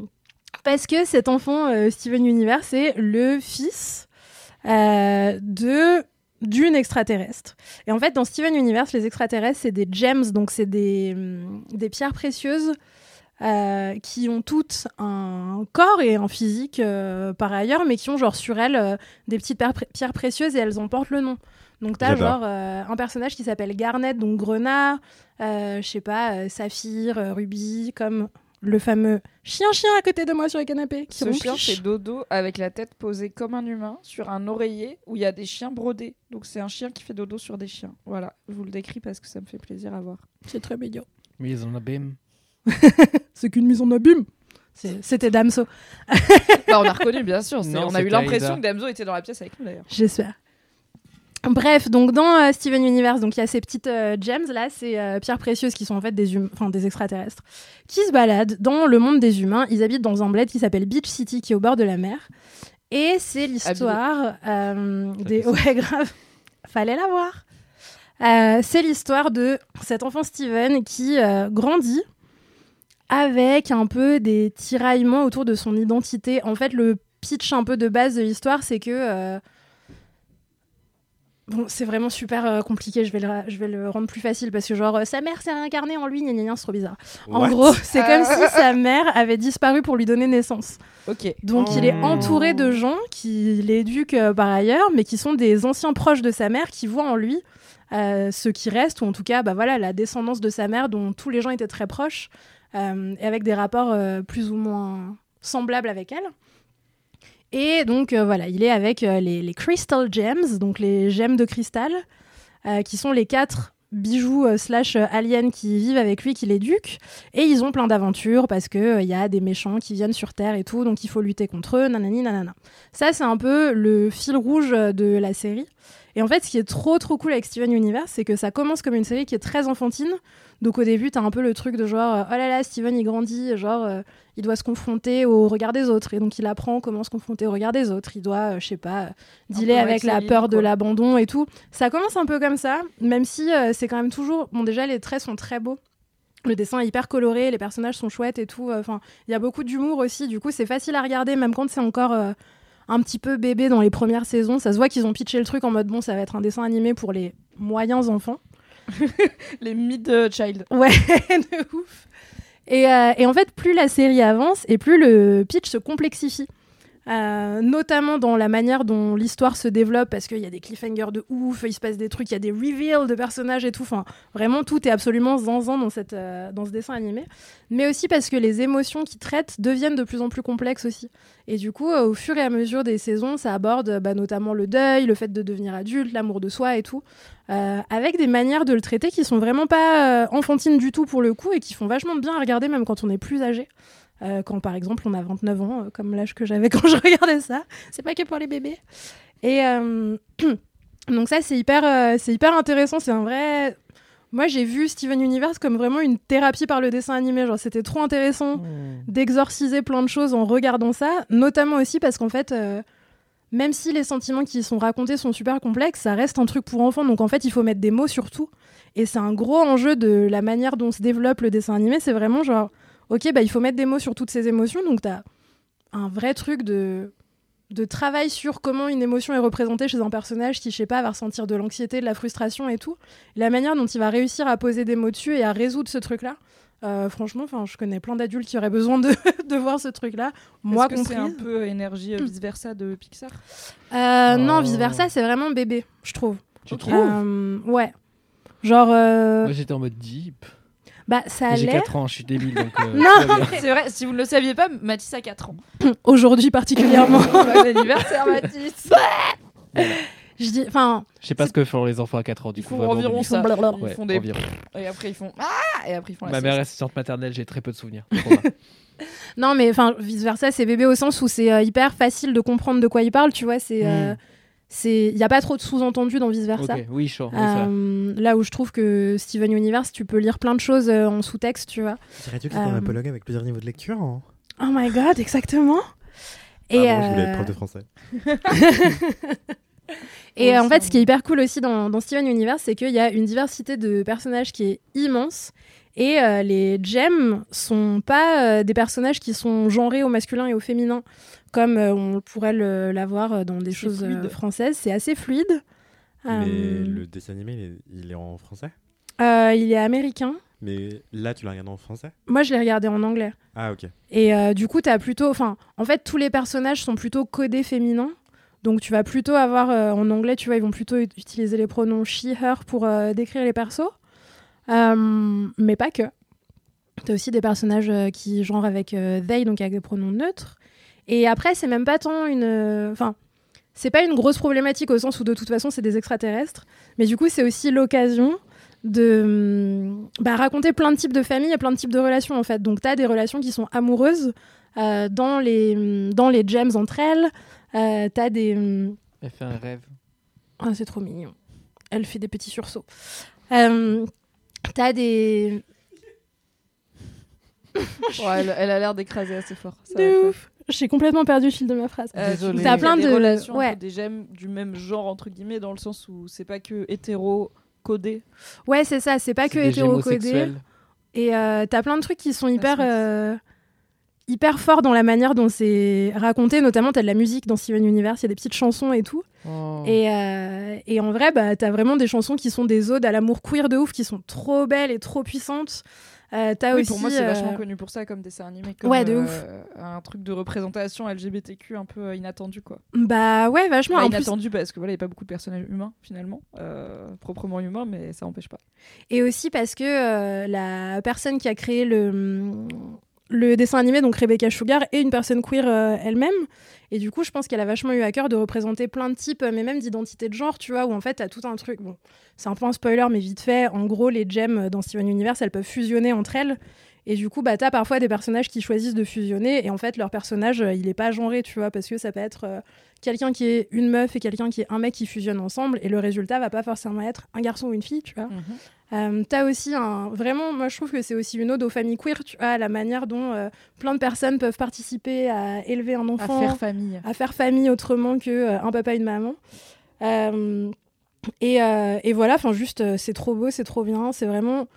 Speaker 3: parce que cet enfant, euh, Steven Universe, c'est le fils euh, de d'une extraterrestre. Et en fait, dans Steven Universe, les extraterrestres, c'est des gems, donc c'est des, hum, des pierres précieuses euh, qui ont toutes un corps et un physique euh, par ailleurs, mais qui ont genre sur elles euh, des petites pierres, pré- pierres précieuses et elles en portent le nom. Donc t'as
Speaker 5: J'adore.
Speaker 3: genre euh, un personnage qui s'appelle Garnet, donc Grenat, euh, je sais pas, euh, Saphir, euh, Ruby, comme le fameux chien-chien à côté de moi sur le canapé. Qui
Speaker 4: Ce chien
Speaker 3: ronquiche.
Speaker 4: fait dodo avec la tête posée comme un humain sur un oreiller où il y a des chiens brodés. Donc c'est un chien qui fait dodo sur des chiens. Voilà, je vous le décris parce que ça me fait plaisir à voir.
Speaker 3: C'est très mignon.
Speaker 6: Mise en abîme.
Speaker 3: C'est qu'une mise en abîme. C'est- C'était Damso,
Speaker 4: Bah, on a reconnu bien sûr. c'est-
Speaker 6: Non,
Speaker 4: on a eu
Speaker 6: c'était
Speaker 4: l'impression
Speaker 6: Aïda.
Speaker 4: que Damso était dans la pièce avec nous d'ailleurs.
Speaker 3: j'espère. Bref, donc dans euh, Steven Universe, donc il y a ces petites euh, gems là, ces euh, pierres précieuses qui sont en fait des, hum- enfin, des extraterrestres, qui se baladent dans le monde des humains. Ils habitent dans un bled qui s'appelle Beach City, qui est au bord de la mer. Et c'est l'histoire euh, des. Ouais, grave. Fallait la voir. Euh, c'est l'histoire de cet enfant Steven qui euh, grandit avec un peu des tiraillements autour de son identité. En fait, le pitch un peu de base de l'histoire, c'est que. euh, Bon, c'est vraiment super euh, compliqué, je vais, le, ra- je vais le rendre plus facile parce que, genre, euh, sa mère s'est réincarnée en lui, gna gna gna, c'est trop bizarre. En
Speaker 5: What
Speaker 3: gros, c'est comme
Speaker 4: Ah.
Speaker 3: si sa mère avait disparu pour lui donner naissance.
Speaker 4: Ok.
Speaker 3: Donc il est entouré de gens qui l'éduquent euh, par ailleurs, mais qui sont des anciens proches de sa mère, qui voient en lui euh, ce qui reste, ou en tout cas bah, voilà, la descendance de sa mère dont tous les gens étaient très proches, euh, et avec des rapports euh, plus ou moins semblables avec elle. Et donc euh, voilà, il est avec euh, les, les Crystal Gems, donc les gemmes de cristal, euh, qui sont les quatre bijoux euh, slash euh, aliens qui vivent avec lui, qui l'éduquent. Et ils ont plein d'aventures parce qu'il y a des méchants qui viennent sur Terre et tout, donc il faut lutter contre eux, nanani, nanana. Ça, c'est un peu le fil rouge euh, de la série. Et en fait, ce qui est trop trop cool avec Steven Universe, c'est que ça commence comme une série qui est très enfantine. Donc au début, t'as un peu le truc de genre, euh, oh là là, Steven il grandit, genre euh, il doit se confronter au regard des autres. Et donc il apprend comment se confronter au regard des autres. Il doit, euh, je sais pas, euh, dealer
Speaker 4: peu
Speaker 3: avec
Speaker 4: avec sa
Speaker 3: la
Speaker 4: vie,
Speaker 3: peur de
Speaker 4: quoi.
Speaker 3: l'abandon et tout. Ça commence un peu comme ça, même si euh, c'est quand même toujours. Bon, déjà, les traits sont très beaux. Le dessin est hyper coloré, les personnages sont chouettes et tout. Enfin, il y a beaucoup d'humour aussi. Du coup, c'est facile à regarder, même quand c'est encore euh, un petit peu bébé dans les premières saisons. Ça se voit qu'ils ont pitché le truc en mode bon, ça va être un dessin animé pour les moyens enfants.
Speaker 4: Les mid-child.
Speaker 3: Ouais, de ouf. Et, euh, et en fait, plus la série avance et plus le pitch se complexifie. Euh, notamment dans la manière dont l'histoire se développe, parce qu'il y a des cliffhangers de ouf, il se passe des trucs, il y a des reveals de personnages et tout. Enfin, vraiment, tout est absolument zanzan dans, cette, euh, dans ce dessin animé. Mais aussi parce que les émotions qu'ils traitent deviennent de plus en plus complexes aussi. Et du coup, euh, au fur et à mesure des saisons, ça aborde euh, bah, notamment le deuil, le fait de devenir adulte, l'amour de soi et tout. Euh, avec des manières de le traiter qui sont vraiment pas euh, enfantines du tout pour le coup et qui font vachement de bien à regarder même quand on est plus âgé. Euh, quand par exemple on a 29 ans, euh, comme l'âge que j'avais quand je regardais ça. C'est pas que pour les bébés. Et euh, donc ça c'est hyper, euh, c'est hyper intéressant, c'est un vrai... Moi j'ai vu Steven Universe comme vraiment une thérapie par le dessin animé, genre c'était trop intéressant d'exorciser plein de choses en regardant ça, notamment aussi parce qu'en fait, euh, même si les sentiments qui y sont racontés sont super complexes, ça reste un truc pour enfants, donc en fait, il faut mettre des mots sur tout. Et c'est un gros enjeu de la manière dont se développe le dessin animé, c'est vraiment genre, ok, bah, il faut mettre des mots sur toutes ces émotions, donc t'as un vrai truc de de travail sur comment une émotion est représentée chez un personnage qui, je sais pas, va ressentir de l'anxiété, de la frustration et tout. La manière dont il va réussir à poser des mots dessus et à résoudre ce truc-là. Euh, franchement, enfin, je connais plein d'adultes qui auraient besoin de, de voir ce truc-là, moi Mm.
Speaker 4: Est-ce que c'est un
Speaker 3: comprise.
Speaker 4: peu énergie vice versa de Pixar.
Speaker 3: Euh, Non,
Speaker 6: Oh.
Speaker 3: vice versa, c'est vraiment bébé, je trouve.
Speaker 6: Tu trouves
Speaker 3: Euh, ouais. Genre, euh,
Speaker 6: Moi j'étais en mode deep.
Speaker 3: bah, ça
Speaker 6: Et J'ai
Speaker 3: allait.
Speaker 6: 4 ans, je suis débile donc. euh,
Speaker 3: Non.
Speaker 6: tout va bien.
Speaker 4: C'est vrai, si vous ne le saviez pas, Mathis a 4 ans.
Speaker 3: Aujourd'hui particulièrement.
Speaker 4: Bon bah, anniversaire Mathis.
Speaker 3: je dis, enfin,
Speaker 6: Je sais pas ce que font les enfants à 4 ans du
Speaker 4: Ils
Speaker 6: coup.
Speaker 4: font
Speaker 6: vraiment,
Speaker 4: environ
Speaker 6: mais-
Speaker 4: ça.
Speaker 3: blablabla.
Speaker 4: Ils
Speaker 6: Ouais,
Speaker 4: font des
Speaker 6: environ.
Speaker 4: et après ils font ah et après ils font la
Speaker 6: Ma
Speaker 4: sieste.
Speaker 6: mère est assistante maternelle, j'ai très peu de souvenirs. Trop bas.
Speaker 3: non, mais enfin, vice versa, c'est bébé au sens où c'est euh, hyper facile de comprendre de quoi il parle, tu vois. C'est. euh, c'est il n'y a pas trop de sous-entendus dans vice versa.
Speaker 6: Ok, oui, chaud. oui, ça va.
Speaker 3: Euh, là où je trouve que Steven Universe, tu peux lire plein de choses euh, en sous-texte, tu vois.
Speaker 5: Dirais-tu que
Speaker 3: c'est un Euh,
Speaker 5: apologue avec plusieurs niveaux de lecture hein.
Speaker 3: Oh my god, exactement.
Speaker 5: Et
Speaker 3: Et,
Speaker 5: Ah je voulais
Speaker 3: euh,
Speaker 5: être prof de français.
Speaker 3: Et euh, en fait, ce
Speaker 4: hein.
Speaker 3: qui est hyper cool aussi dans, dans Steven Universe, c'est qu'il y a une diversité de personnages qui est immense. Et euh, les gems sont pas euh, des personnages qui sont genrés au masculin et au féminin, comme euh, on pourrait le- l'avoir euh, dans des
Speaker 4: C'est
Speaker 3: choses euh,
Speaker 4: fluide.
Speaker 3: françaises. C'est assez fluide.
Speaker 5: Mais
Speaker 3: Euh,
Speaker 5: le dessin animé, il est, il est en français.
Speaker 3: euh, il est américain.
Speaker 5: Mais là, tu l'as regardé en français
Speaker 3: Moi, je l'ai regardé en anglais.
Speaker 5: Ah, ok.
Speaker 3: Et euh, du coup, t'as plutôt. Enfin, en fait, tous les personnages sont plutôt codés féminins. Donc, tu vas plutôt avoir. euh, en anglais, tu vois, ils vont plutôt ut- utiliser les pronoms she, her pour euh, décrire les persos. Euh, mais pas que. T'as aussi des personnages euh, qui, genre, avec euh, they, donc avec des pronoms neutres. Et après, c'est même pas tant une. euh, Enfin. c'est pas une grosse problématique au sens où de toute façon c'est des extraterrestres, mais du coup c'est aussi l'occasion de hum, bah, raconter plein de types de familles et plein de types de relations en fait. Donc tu as des relations qui sont amoureuses euh, dans, les, hum, dans les gems entre elles, euh, tu as des... hum,
Speaker 6: Elle fait un rêve.
Speaker 3: ah, c'est trop mignon. Elle fait des petits sursauts. Euh, t'as des...
Speaker 4: Ouais, elle, elle a l'air d'écraser assez fort. ça va,
Speaker 3: De
Speaker 4: quoi.
Speaker 3: ouf J'ai complètement perdu le fil de ma phrase.
Speaker 4: Euh,
Speaker 6: Désolée.
Speaker 4: tu-
Speaker 6: T'as
Speaker 4: il y a
Speaker 3: plein
Speaker 4: des
Speaker 3: de-
Speaker 4: relations
Speaker 3: ouais.
Speaker 4: entre des gemmes du même genre entre guillemets dans le sens où c'est pas que hétéro codé.
Speaker 3: Ouais, c'est ça, c'est pas que
Speaker 6: C'est des
Speaker 3: hétérocodé.
Speaker 6: gémosexuels.
Speaker 3: Et euh, t'as plein de trucs qui sont hyper,
Speaker 4: Smith.
Speaker 3: euh, hyper forts dans la manière dont c'est raconté. Notamment, t'as de la musique dans Steven Universe, il y a des petites chansons et tout.
Speaker 4: Mm.
Speaker 6: Oh.
Speaker 3: Et, euh, et en vrai, bah, t'as vraiment des chansons qui sont des odes à l'amour queer de ouf, qui sont trop belles et trop puissantes. Euh, t'as
Speaker 4: oui,
Speaker 3: aussi.
Speaker 4: pour moi c'est
Speaker 3: euh,
Speaker 4: vachement connu pour ça comme dessin animé. Comme,
Speaker 3: Ouais, de
Speaker 4: euh, Un truc de représentation LGBTQ un peu euh, inattendu quoi.
Speaker 3: Bah ouais, vachement.
Speaker 4: Bah,
Speaker 3: en plus,
Speaker 4: inattendu parce que voilà, il n'y a pas beaucoup de personnages humains finalement, euh, proprement humains, mais ça empêche pas.
Speaker 3: Et aussi parce que euh, la personne qui a créé le, le dessin animé, donc Rebecca Sugar, est une personne queer euh, elle-même. Et du coup, je pense qu'elle a vachement eu à cœur de représenter plein de types, euh, mais même d'identités de genre, tu vois, où en fait, t'as tout un truc. Bon, c'est un peu un spoiler, mais vite fait. En gros, les gems euh, dans Steven Universe, elles peuvent fusionner entre elles. Et du coup, bah, t'as parfois des personnages qui choisissent de fusionner. Et en fait, leur personnage, euh, il est pas genré, tu vois, parce que ça peut être euh, quelqu'un qui est une meuf et quelqu'un qui est un mec qui fusionnent ensemble. Et le résultat va pas forcément être un garçon ou une fille, tu vois. Euh, T'as aussi un. Vraiment, moi je trouve que c'est aussi une ode aux familles queer, tu vois, à la manière dont euh, plein de personnes peuvent participer à élever un
Speaker 4: À
Speaker 3: enfant,
Speaker 4: faire famille.
Speaker 3: à faire famille autrement que euh, un papa et une maman. Euh, et, euh, et voilà, enfin juste, euh, c'est trop beau, c'est trop bien, c'est vraiment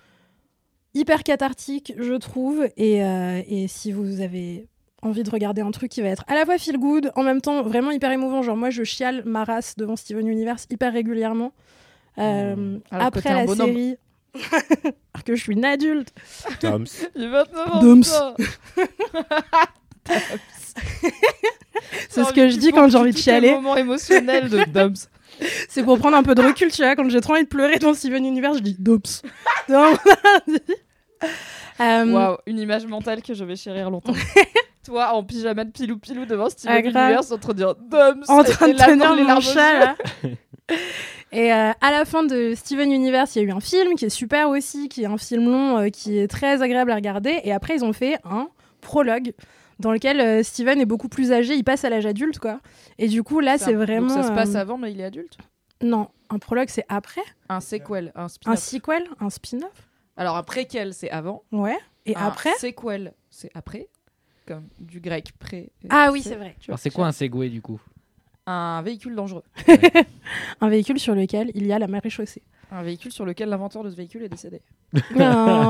Speaker 3: hyper cathartique, je trouve. Et, euh, et si vous avez envie de regarder un truc qui va être à la fois feel good, en même temps vraiment hyper émouvant, genre moi je chiale ma race devant Steven Universe hyper régulièrement. Euh,
Speaker 4: Mmh. Alors que
Speaker 3: après
Speaker 4: t'es un
Speaker 3: la
Speaker 4: bonhomme.
Speaker 3: série, alors que je suis une adulte.
Speaker 5: Toms.
Speaker 4: J'ai 29 ans.
Speaker 3: Doms.
Speaker 4: putain.
Speaker 3: C'est ce
Speaker 4: J'ai
Speaker 3: que
Speaker 4: envie
Speaker 3: je
Speaker 4: de
Speaker 3: dis quand j'ai
Speaker 4: poursuivre
Speaker 3: envie de
Speaker 4: tous les
Speaker 3: chialer.
Speaker 4: moments émotionnels de Doms.
Speaker 3: C'est pour prendre un peu de recul, tu vois. Quand j'ai trop envie de pleurer dans Steven Universe, je dis dops. Donc, euh,
Speaker 4: Waouh, une image mentale que je vais chérir longtemps. Toi en pyjama de pilou pilou devant Steven
Speaker 3: Ah, grave.
Speaker 4: Universe en train de dire Doms.
Speaker 3: En
Speaker 4: et-
Speaker 3: train
Speaker 4: et
Speaker 3: de
Speaker 4: là, dans
Speaker 3: tenir
Speaker 4: les
Speaker 3: mon
Speaker 4: larmes aux
Speaker 3: chat,
Speaker 4: yeux.
Speaker 3: là. Et euh, à la fin de Steven Universe, il y a eu un film qui est super aussi, qui est un film long, euh, qui est très agréable à regarder. Et après, ils ont fait un prologue dans lequel euh, Steven est beaucoup plus âgé, il passe à l'âge adulte, quoi. Et du coup, là, Ah, c'est
Speaker 4: Donc
Speaker 3: vraiment...
Speaker 4: ça se passe
Speaker 3: euh,
Speaker 4: avant, mais il est adulte.
Speaker 3: Non, un prologue, c'est après.
Speaker 4: Un sequel, un spin
Speaker 3: Un sequel, un spin-off.
Speaker 4: Alors un préquel, c'est avant.
Speaker 3: Ouais. Et
Speaker 4: un
Speaker 3: après...
Speaker 4: Sequel, Ah, c'est après. Comme du grec pré. et
Speaker 3: Ah oui,
Speaker 4: sé-
Speaker 3: c'est vrai.
Speaker 4: tu vois,
Speaker 6: Alors, c'est quoi un Segway du coup
Speaker 4: Un véhicule dangereux.
Speaker 3: Un véhicule sur lequel il y a la marée chaussée.
Speaker 4: Un véhicule sur lequel l'inventeur de ce véhicule est décédé.
Speaker 3: Non.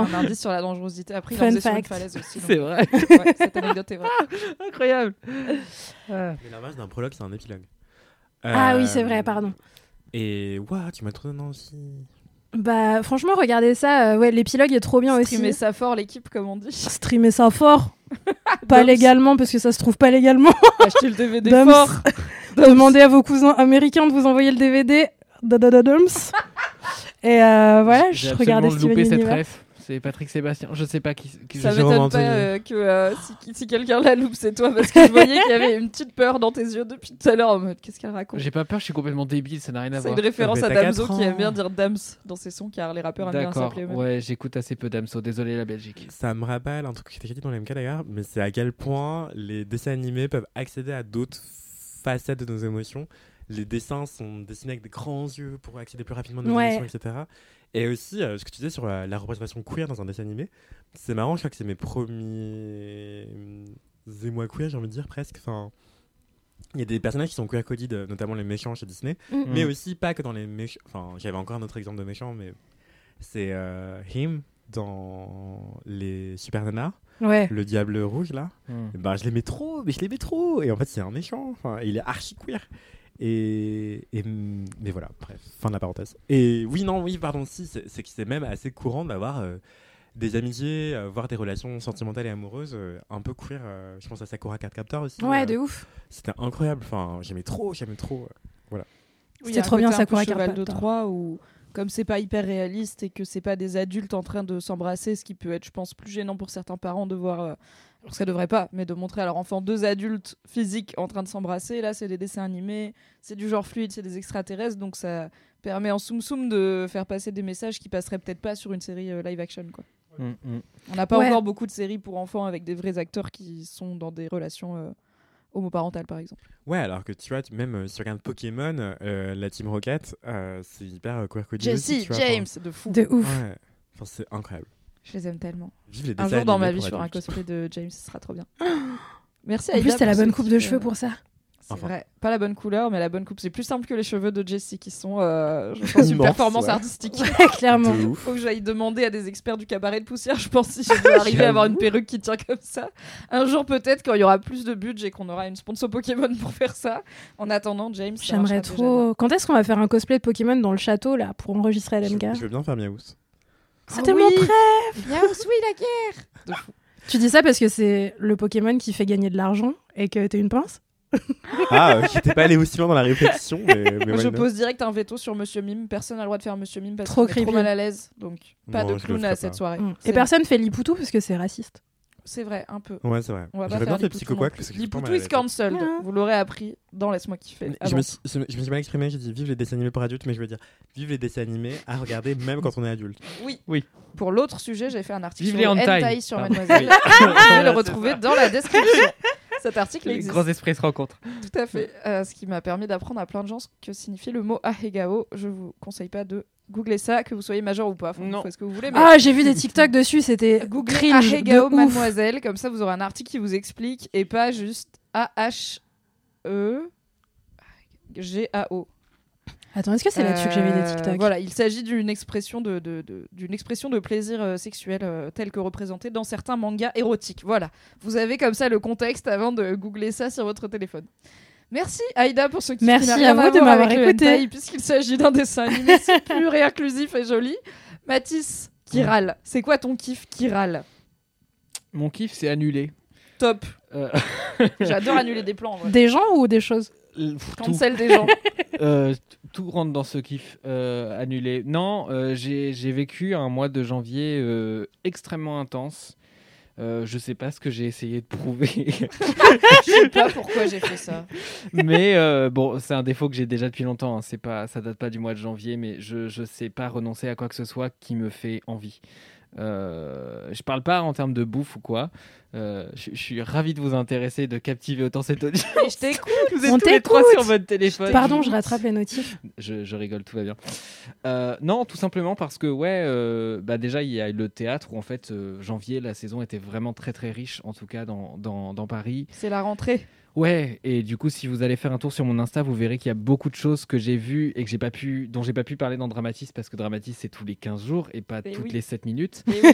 Speaker 4: Un indice sur la dangerosité. Après, il
Speaker 3: Fun
Speaker 4: en faisait sur une
Speaker 3: fact.
Speaker 4: falaise aussi. donc-
Speaker 6: C'est vrai.
Speaker 4: Ouais, cette anecdote est vraie.
Speaker 6: Incroyable.
Speaker 5: Mais l'inverse d'un prologue, c'est un épilogue.
Speaker 3: Ah
Speaker 5: Euh,
Speaker 3: oui, c'est vrai, pardon.
Speaker 5: Et waouh, tu m'as trop donné envie.
Speaker 3: Bah, franchement, regardez ça. euh, ouais, l'épilogue est trop bien
Speaker 4: Streamer
Speaker 3: aussi.
Speaker 4: ça fort, l'équipe, comme on dit.
Speaker 3: Streamer ça fort. pas
Speaker 4: Doms.
Speaker 3: légalement, parce que ça se trouve pas légalement.
Speaker 4: Acheter le DVD
Speaker 3: Doms.
Speaker 4: fort. Doms.
Speaker 3: Demandez à vos cousins américains de vous envoyer le DVD. Dadadadums. Et euh, voilà, je
Speaker 6: J'ai absolument
Speaker 3: regardais Steven
Speaker 6: loupé cette
Speaker 3: Universe.
Speaker 6: ref. C'est Patrick Sébastien. Je sais pas qui. qui
Speaker 4: Ça
Speaker 5: Jérôme
Speaker 4: m'étonne pas
Speaker 5: Anthony.
Speaker 4: euh, que euh, si, si quelqu'un la loupe, c'est toi, parce que je voyais qu'il y avait une petite peur dans tes yeux depuis tout à l'heure en mode qu'est-ce qu'elle raconte
Speaker 6: J'ai pas peur, je suis complètement débile, ça n'a rien à
Speaker 4: C'est
Speaker 6: voir.
Speaker 4: une référence
Speaker 5: Mais
Speaker 4: à
Speaker 5: t'as
Speaker 4: Damso
Speaker 5: quatre
Speaker 4: qui aime
Speaker 5: ans.
Speaker 4: bien dire Dams dans ses sons car les rappeurs aiment bien
Speaker 6: D'accord,
Speaker 4: s'appeler eux-mêmes.
Speaker 6: ouais, j'écoute assez peu d'Amso, désolé la Belgique.
Speaker 5: Ça me rappelle un truc qui était dit dans les MK d'ailleurs, mais c'est à quel point les dessins animés peuvent accéder à d'autres facettes de nos émotions les dessins sont dessinés avec des grands yeux pour accéder plus rapidement à nos
Speaker 3: Ouais.
Speaker 5: émotions, etc. Et aussi, euh, ce que tu disais sur euh, la représentation queer dans un dessin animé, c'est marrant, je crois que c'est mes premiers euh, émois queer, j'ai envie de dire presque. Enfin, il y a des personnages qui sont queer coded, euh, notamment les méchants chez Disney,
Speaker 3: Mm.
Speaker 5: mais aussi pas que dans les méchants. Enfin, j'avais encore un autre exemple de méchant, mais c'est euh, Him dans les Super Nanas,
Speaker 3: Ouais.
Speaker 5: le diable rouge là. Eh ben, je l'aimais trop, mais je l'aimais trop. Et en fait, c'est un méchant. Enfin, il est archi queer. Et, et- mais voilà, bref, fin de la parenthèse. Et oui, non, oui, pardon, si, c'est c'est que c'est même assez courant d'avoir euh, des amitiés, euh, voire des relations sentimentales et amoureuses euh, un peu queer. euh, je pense à Sakura Card Captor aussi.
Speaker 3: Ouais,
Speaker 5: euh,
Speaker 3: de ouf.
Speaker 5: C'était incroyable. Enfin, j'aimais trop, j'aimais trop. euh.
Speaker 4: Oui,
Speaker 3: C'était
Speaker 4: il y a un
Speaker 3: trop bien,
Speaker 4: côté un peu
Speaker 3: Sakura
Speaker 4: Cheval de
Speaker 3: Carpenter.
Speaker 4: Troie où comme c'est pas hyper réaliste et que c'est pas des adultes en train de s'embrasser, ce qui peut être, je pense, plus gênant pour certains parents de voir, euh, alors que ça devrait pas, mais de montrer à leur enfant deux adultes physiques en train de s'embrasser. Là, c'est des dessins animés, c'est du genre fluide, c'est des extraterrestres, donc ça permet en soum soum de faire passer des messages qui passeraient peut-être pas sur une série euh, live action. Quoi.
Speaker 6: Mm, mm.
Speaker 4: On n'a pas
Speaker 3: Ouais.
Speaker 4: encore beaucoup de séries pour enfants avec des vrais acteurs qui sont dans des relations euh, homoparentales, par exemple.
Speaker 5: Ouais, alors que tu vois, tu- même euh, si tu regardes Pokémon, euh, la Team Rocket, euh, c'est hyper euh, queer coded. aussi,
Speaker 4: Jesse,
Speaker 5: tu vois,
Speaker 4: James, de fou.
Speaker 3: De ouf.
Speaker 5: Enfin, ouais. Enfin, c'est incroyable.
Speaker 4: Je les aime tellement.
Speaker 5: Vive les
Speaker 4: Un
Speaker 5: dessins
Speaker 4: jour dans ma
Speaker 5: animés
Speaker 4: vie,
Speaker 5: pour
Speaker 4: je ferai un
Speaker 5: adultes.
Speaker 4: cosplay de James, ce sera trop bien. Merci
Speaker 3: En
Speaker 4: Aïda
Speaker 3: plus, t'as la
Speaker 4: pour
Speaker 3: bonne
Speaker 4: ce
Speaker 3: coupe
Speaker 4: petit,
Speaker 3: de
Speaker 4: euh,
Speaker 3: cheveux pour ça.
Speaker 4: C'est
Speaker 5: Enfin.
Speaker 4: vrai. Pas la bonne couleur, mais la bonne coupe. C'est plus simple que les cheveux de Jessie qui sont, euh, je pense, une
Speaker 5: Immense,
Speaker 4: performance
Speaker 5: ouais.
Speaker 4: artistique.
Speaker 3: Clairement.
Speaker 5: De ouf.
Speaker 4: Faut que j'aille demander à des experts du cabaret de poussière, je pense, si je veux arriver à avoir une perruque qui tient comme ça. Un jour, peut-être, quand il y aura plus de budget, qu'on aura une sponsor Pokémon pour faire ça. En attendant, James, ça
Speaker 3: J'aimerais
Speaker 4: marchera déjà
Speaker 3: trop. Quand est-ce qu'on va faire un cosplay de Pokémon dans le château là pour enregistrer
Speaker 5: Je,
Speaker 3: LMK
Speaker 5: je veux bien faire Miaouss.
Speaker 3: C'est
Speaker 4: Ah
Speaker 3: tellement
Speaker 4: oui.
Speaker 3: prêt
Speaker 4: bien. Miaouss, oui, la guerre
Speaker 3: Tu dis ça parce que c'est le Pokémon qui fait gagner de l'argent et que t'es une pince
Speaker 5: Ah, euh, j'étais pas allé aussi loin dans la réflexion, mais, mais why
Speaker 4: je
Speaker 5: not
Speaker 4: pose direct un veto sur Monsieur Mime. Personne n'a le droit de faire Monsieur Mime parce
Speaker 3: Trop
Speaker 4: qu'on est trop
Speaker 3: creepy. Mm.
Speaker 4: mal à l'aise. Donc, pas
Speaker 5: Non,
Speaker 4: de
Speaker 5: je le
Speaker 4: clown
Speaker 5: ferai
Speaker 4: à
Speaker 5: pas.
Speaker 4: cette soirée.
Speaker 3: Et
Speaker 4: C'est-
Speaker 3: personne fait l'ipoutou parce que c'est raciste.
Speaker 4: C'est vrai, un peu.
Speaker 5: Ouais, c'est vrai.
Speaker 4: On va pas
Speaker 5: J'aurais bien
Speaker 4: faire
Speaker 5: fait
Speaker 4: les
Speaker 5: Psycho
Speaker 4: poutous
Speaker 5: Quack
Speaker 4: non
Speaker 5: parce que
Speaker 4: plus. Les
Speaker 5: j'ai pas
Speaker 4: poutous
Speaker 5: mal à
Speaker 4: is cancelled.
Speaker 3: Ouais.
Speaker 4: Vous l'aurez appris dans Laisse-moi kiffer.
Speaker 5: l'aise. je
Speaker 4: Avant.
Speaker 5: me, suis, je me- je me suis mal exprimé, j'ai dit vive les dessins animés pour adultes, mais je veux dire vive les dessins animés à regarder même quand on est adulte.
Speaker 4: Oui.
Speaker 6: Oui.
Speaker 4: Pour l'autre sujet, j'ai fait un article
Speaker 6: Vive
Speaker 4: sur le
Speaker 6: les hentai.
Speaker 4: hentai
Speaker 5: Ah.
Speaker 4: sur
Speaker 6: Pardon.
Speaker 4: Mademoiselle.
Speaker 6: Oui.
Speaker 4: Vous pouvez le
Speaker 6: Voilà,
Speaker 4: retrouver
Speaker 6: c'est
Speaker 4: dans la description. Cet article
Speaker 6: Les
Speaker 4: existe.
Speaker 6: grands esprits se rencontrent.
Speaker 4: Tout à fait. Euh, ce qui m'a permis d'apprendre à plein de gens ce que signifiait le mot ahegao. Je vous conseille pas de googler ça, que vous soyez majeur ou pas. Enfin,
Speaker 6: Non.
Speaker 4: Vous faites ce que vous voulez. mais-
Speaker 3: Ah, j'ai vu des TikTok dessus, c'était
Speaker 4: Eh ben, Google
Speaker 3: cringe
Speaker 4: Ahegao
Speaker 3: de ouf.
Speaker 4: Mademoiselle, comme ça vous aurez un article qui vous explique et pas juste E A-H-E-G-A-O.
Speaker 3: Attends, est-ce que c'est là-dessus que j'avais des
Speaker 4: Euh,
Speaker 3: TikTok
Speaker 4: Voilà, il s'agit d'une expression de, de- de- d'une expression de plaisir euh, sexuel euh, tel que représenté dans certains mangas érotiques. Voilà, vous avez comme ça le contexte avant de googler ça sur votre téléphone. Merci Aïda pour ce qui
Speaker 3: Merci
Speaker 4: n'a rien
Speaker 3: à vous de
Speaker 4: voir
Speaker 3: m'avoir
Speaker 4: avec le
Speaker 3: écouté.
Speaker 4: hentai, Puisqu'il s'agit d'un dessin animé, c'est plus réinclusif et joli. Mathis, qui râle. C'est quoi ton kiff qui râle
Speaker 6: Mon kiff, c'est annulé.
Speaker 4: Top.
Speaker 6: Euh,
Speaker 4: J'adore annuler des plans. en vrai.
Speaker 3: Des gens ou des choses
Speaker 6: pff, tout.
Speaker 4: Cancel des gens.
Speaker 6: Euh, t- tout rentre dans ce kiff euh, annulé. Non, euh, j'ai j'ai vécu un mois de janvier euh, extrêmement intense. Euh, je sais pas ce que j'ai essayé de prouver,
Speaker 4: Je sais pas pourquoi j'ai fait ça.
Speaker 6: mais euh, bon, c'est un défaut que j'ai déjà depuis longtemps. hein. C'est pas, ça date pas du mois de janvier, mais je je sais pas renoncer à quoi que ce soit qui me fait envie. Euh, je parle pas en termes de bouffe ou quoi. Euh, je je suis ravi de vous intéresser, de captiver autant cette audience.
Speaker 4: Mais je t'écoute.
Speaker 6: Vous êtes
Speaker 3: On
Speaker 6: tous les trois
Speaker 3: t'écoute.
Speaker 6: sur votre téléphone.
Speaker 3: Pardon, je rattrape les notifs.
Speaker 6: Je, je rigole, tout va bien. Euh, non, tout simplement parce que, ouais, euh, bah déjà, il y a le théâtre où, en fait, euh, janvier, la saison était vraiment très, très riche, en tout cas, dans, dans, dans Paris.
Speaker 4: C'est la rentrée.
Speaker 6: Ouais, et du coup, si vous allez faire un tour sur mon Insta, vous verrez qu'il y a beaucoup de choses que j'ai vues et que j'ai pas pu, dont j'ai pas pu parler dans Dramatis, parce que Dramatis, c'est tous les 15 jours et pas
Speaker 4: Eh
Speaker 6: toutes
Speaker 4: oui.
Speaker 6: les 7 minutes.
Speaker 4: Et oui.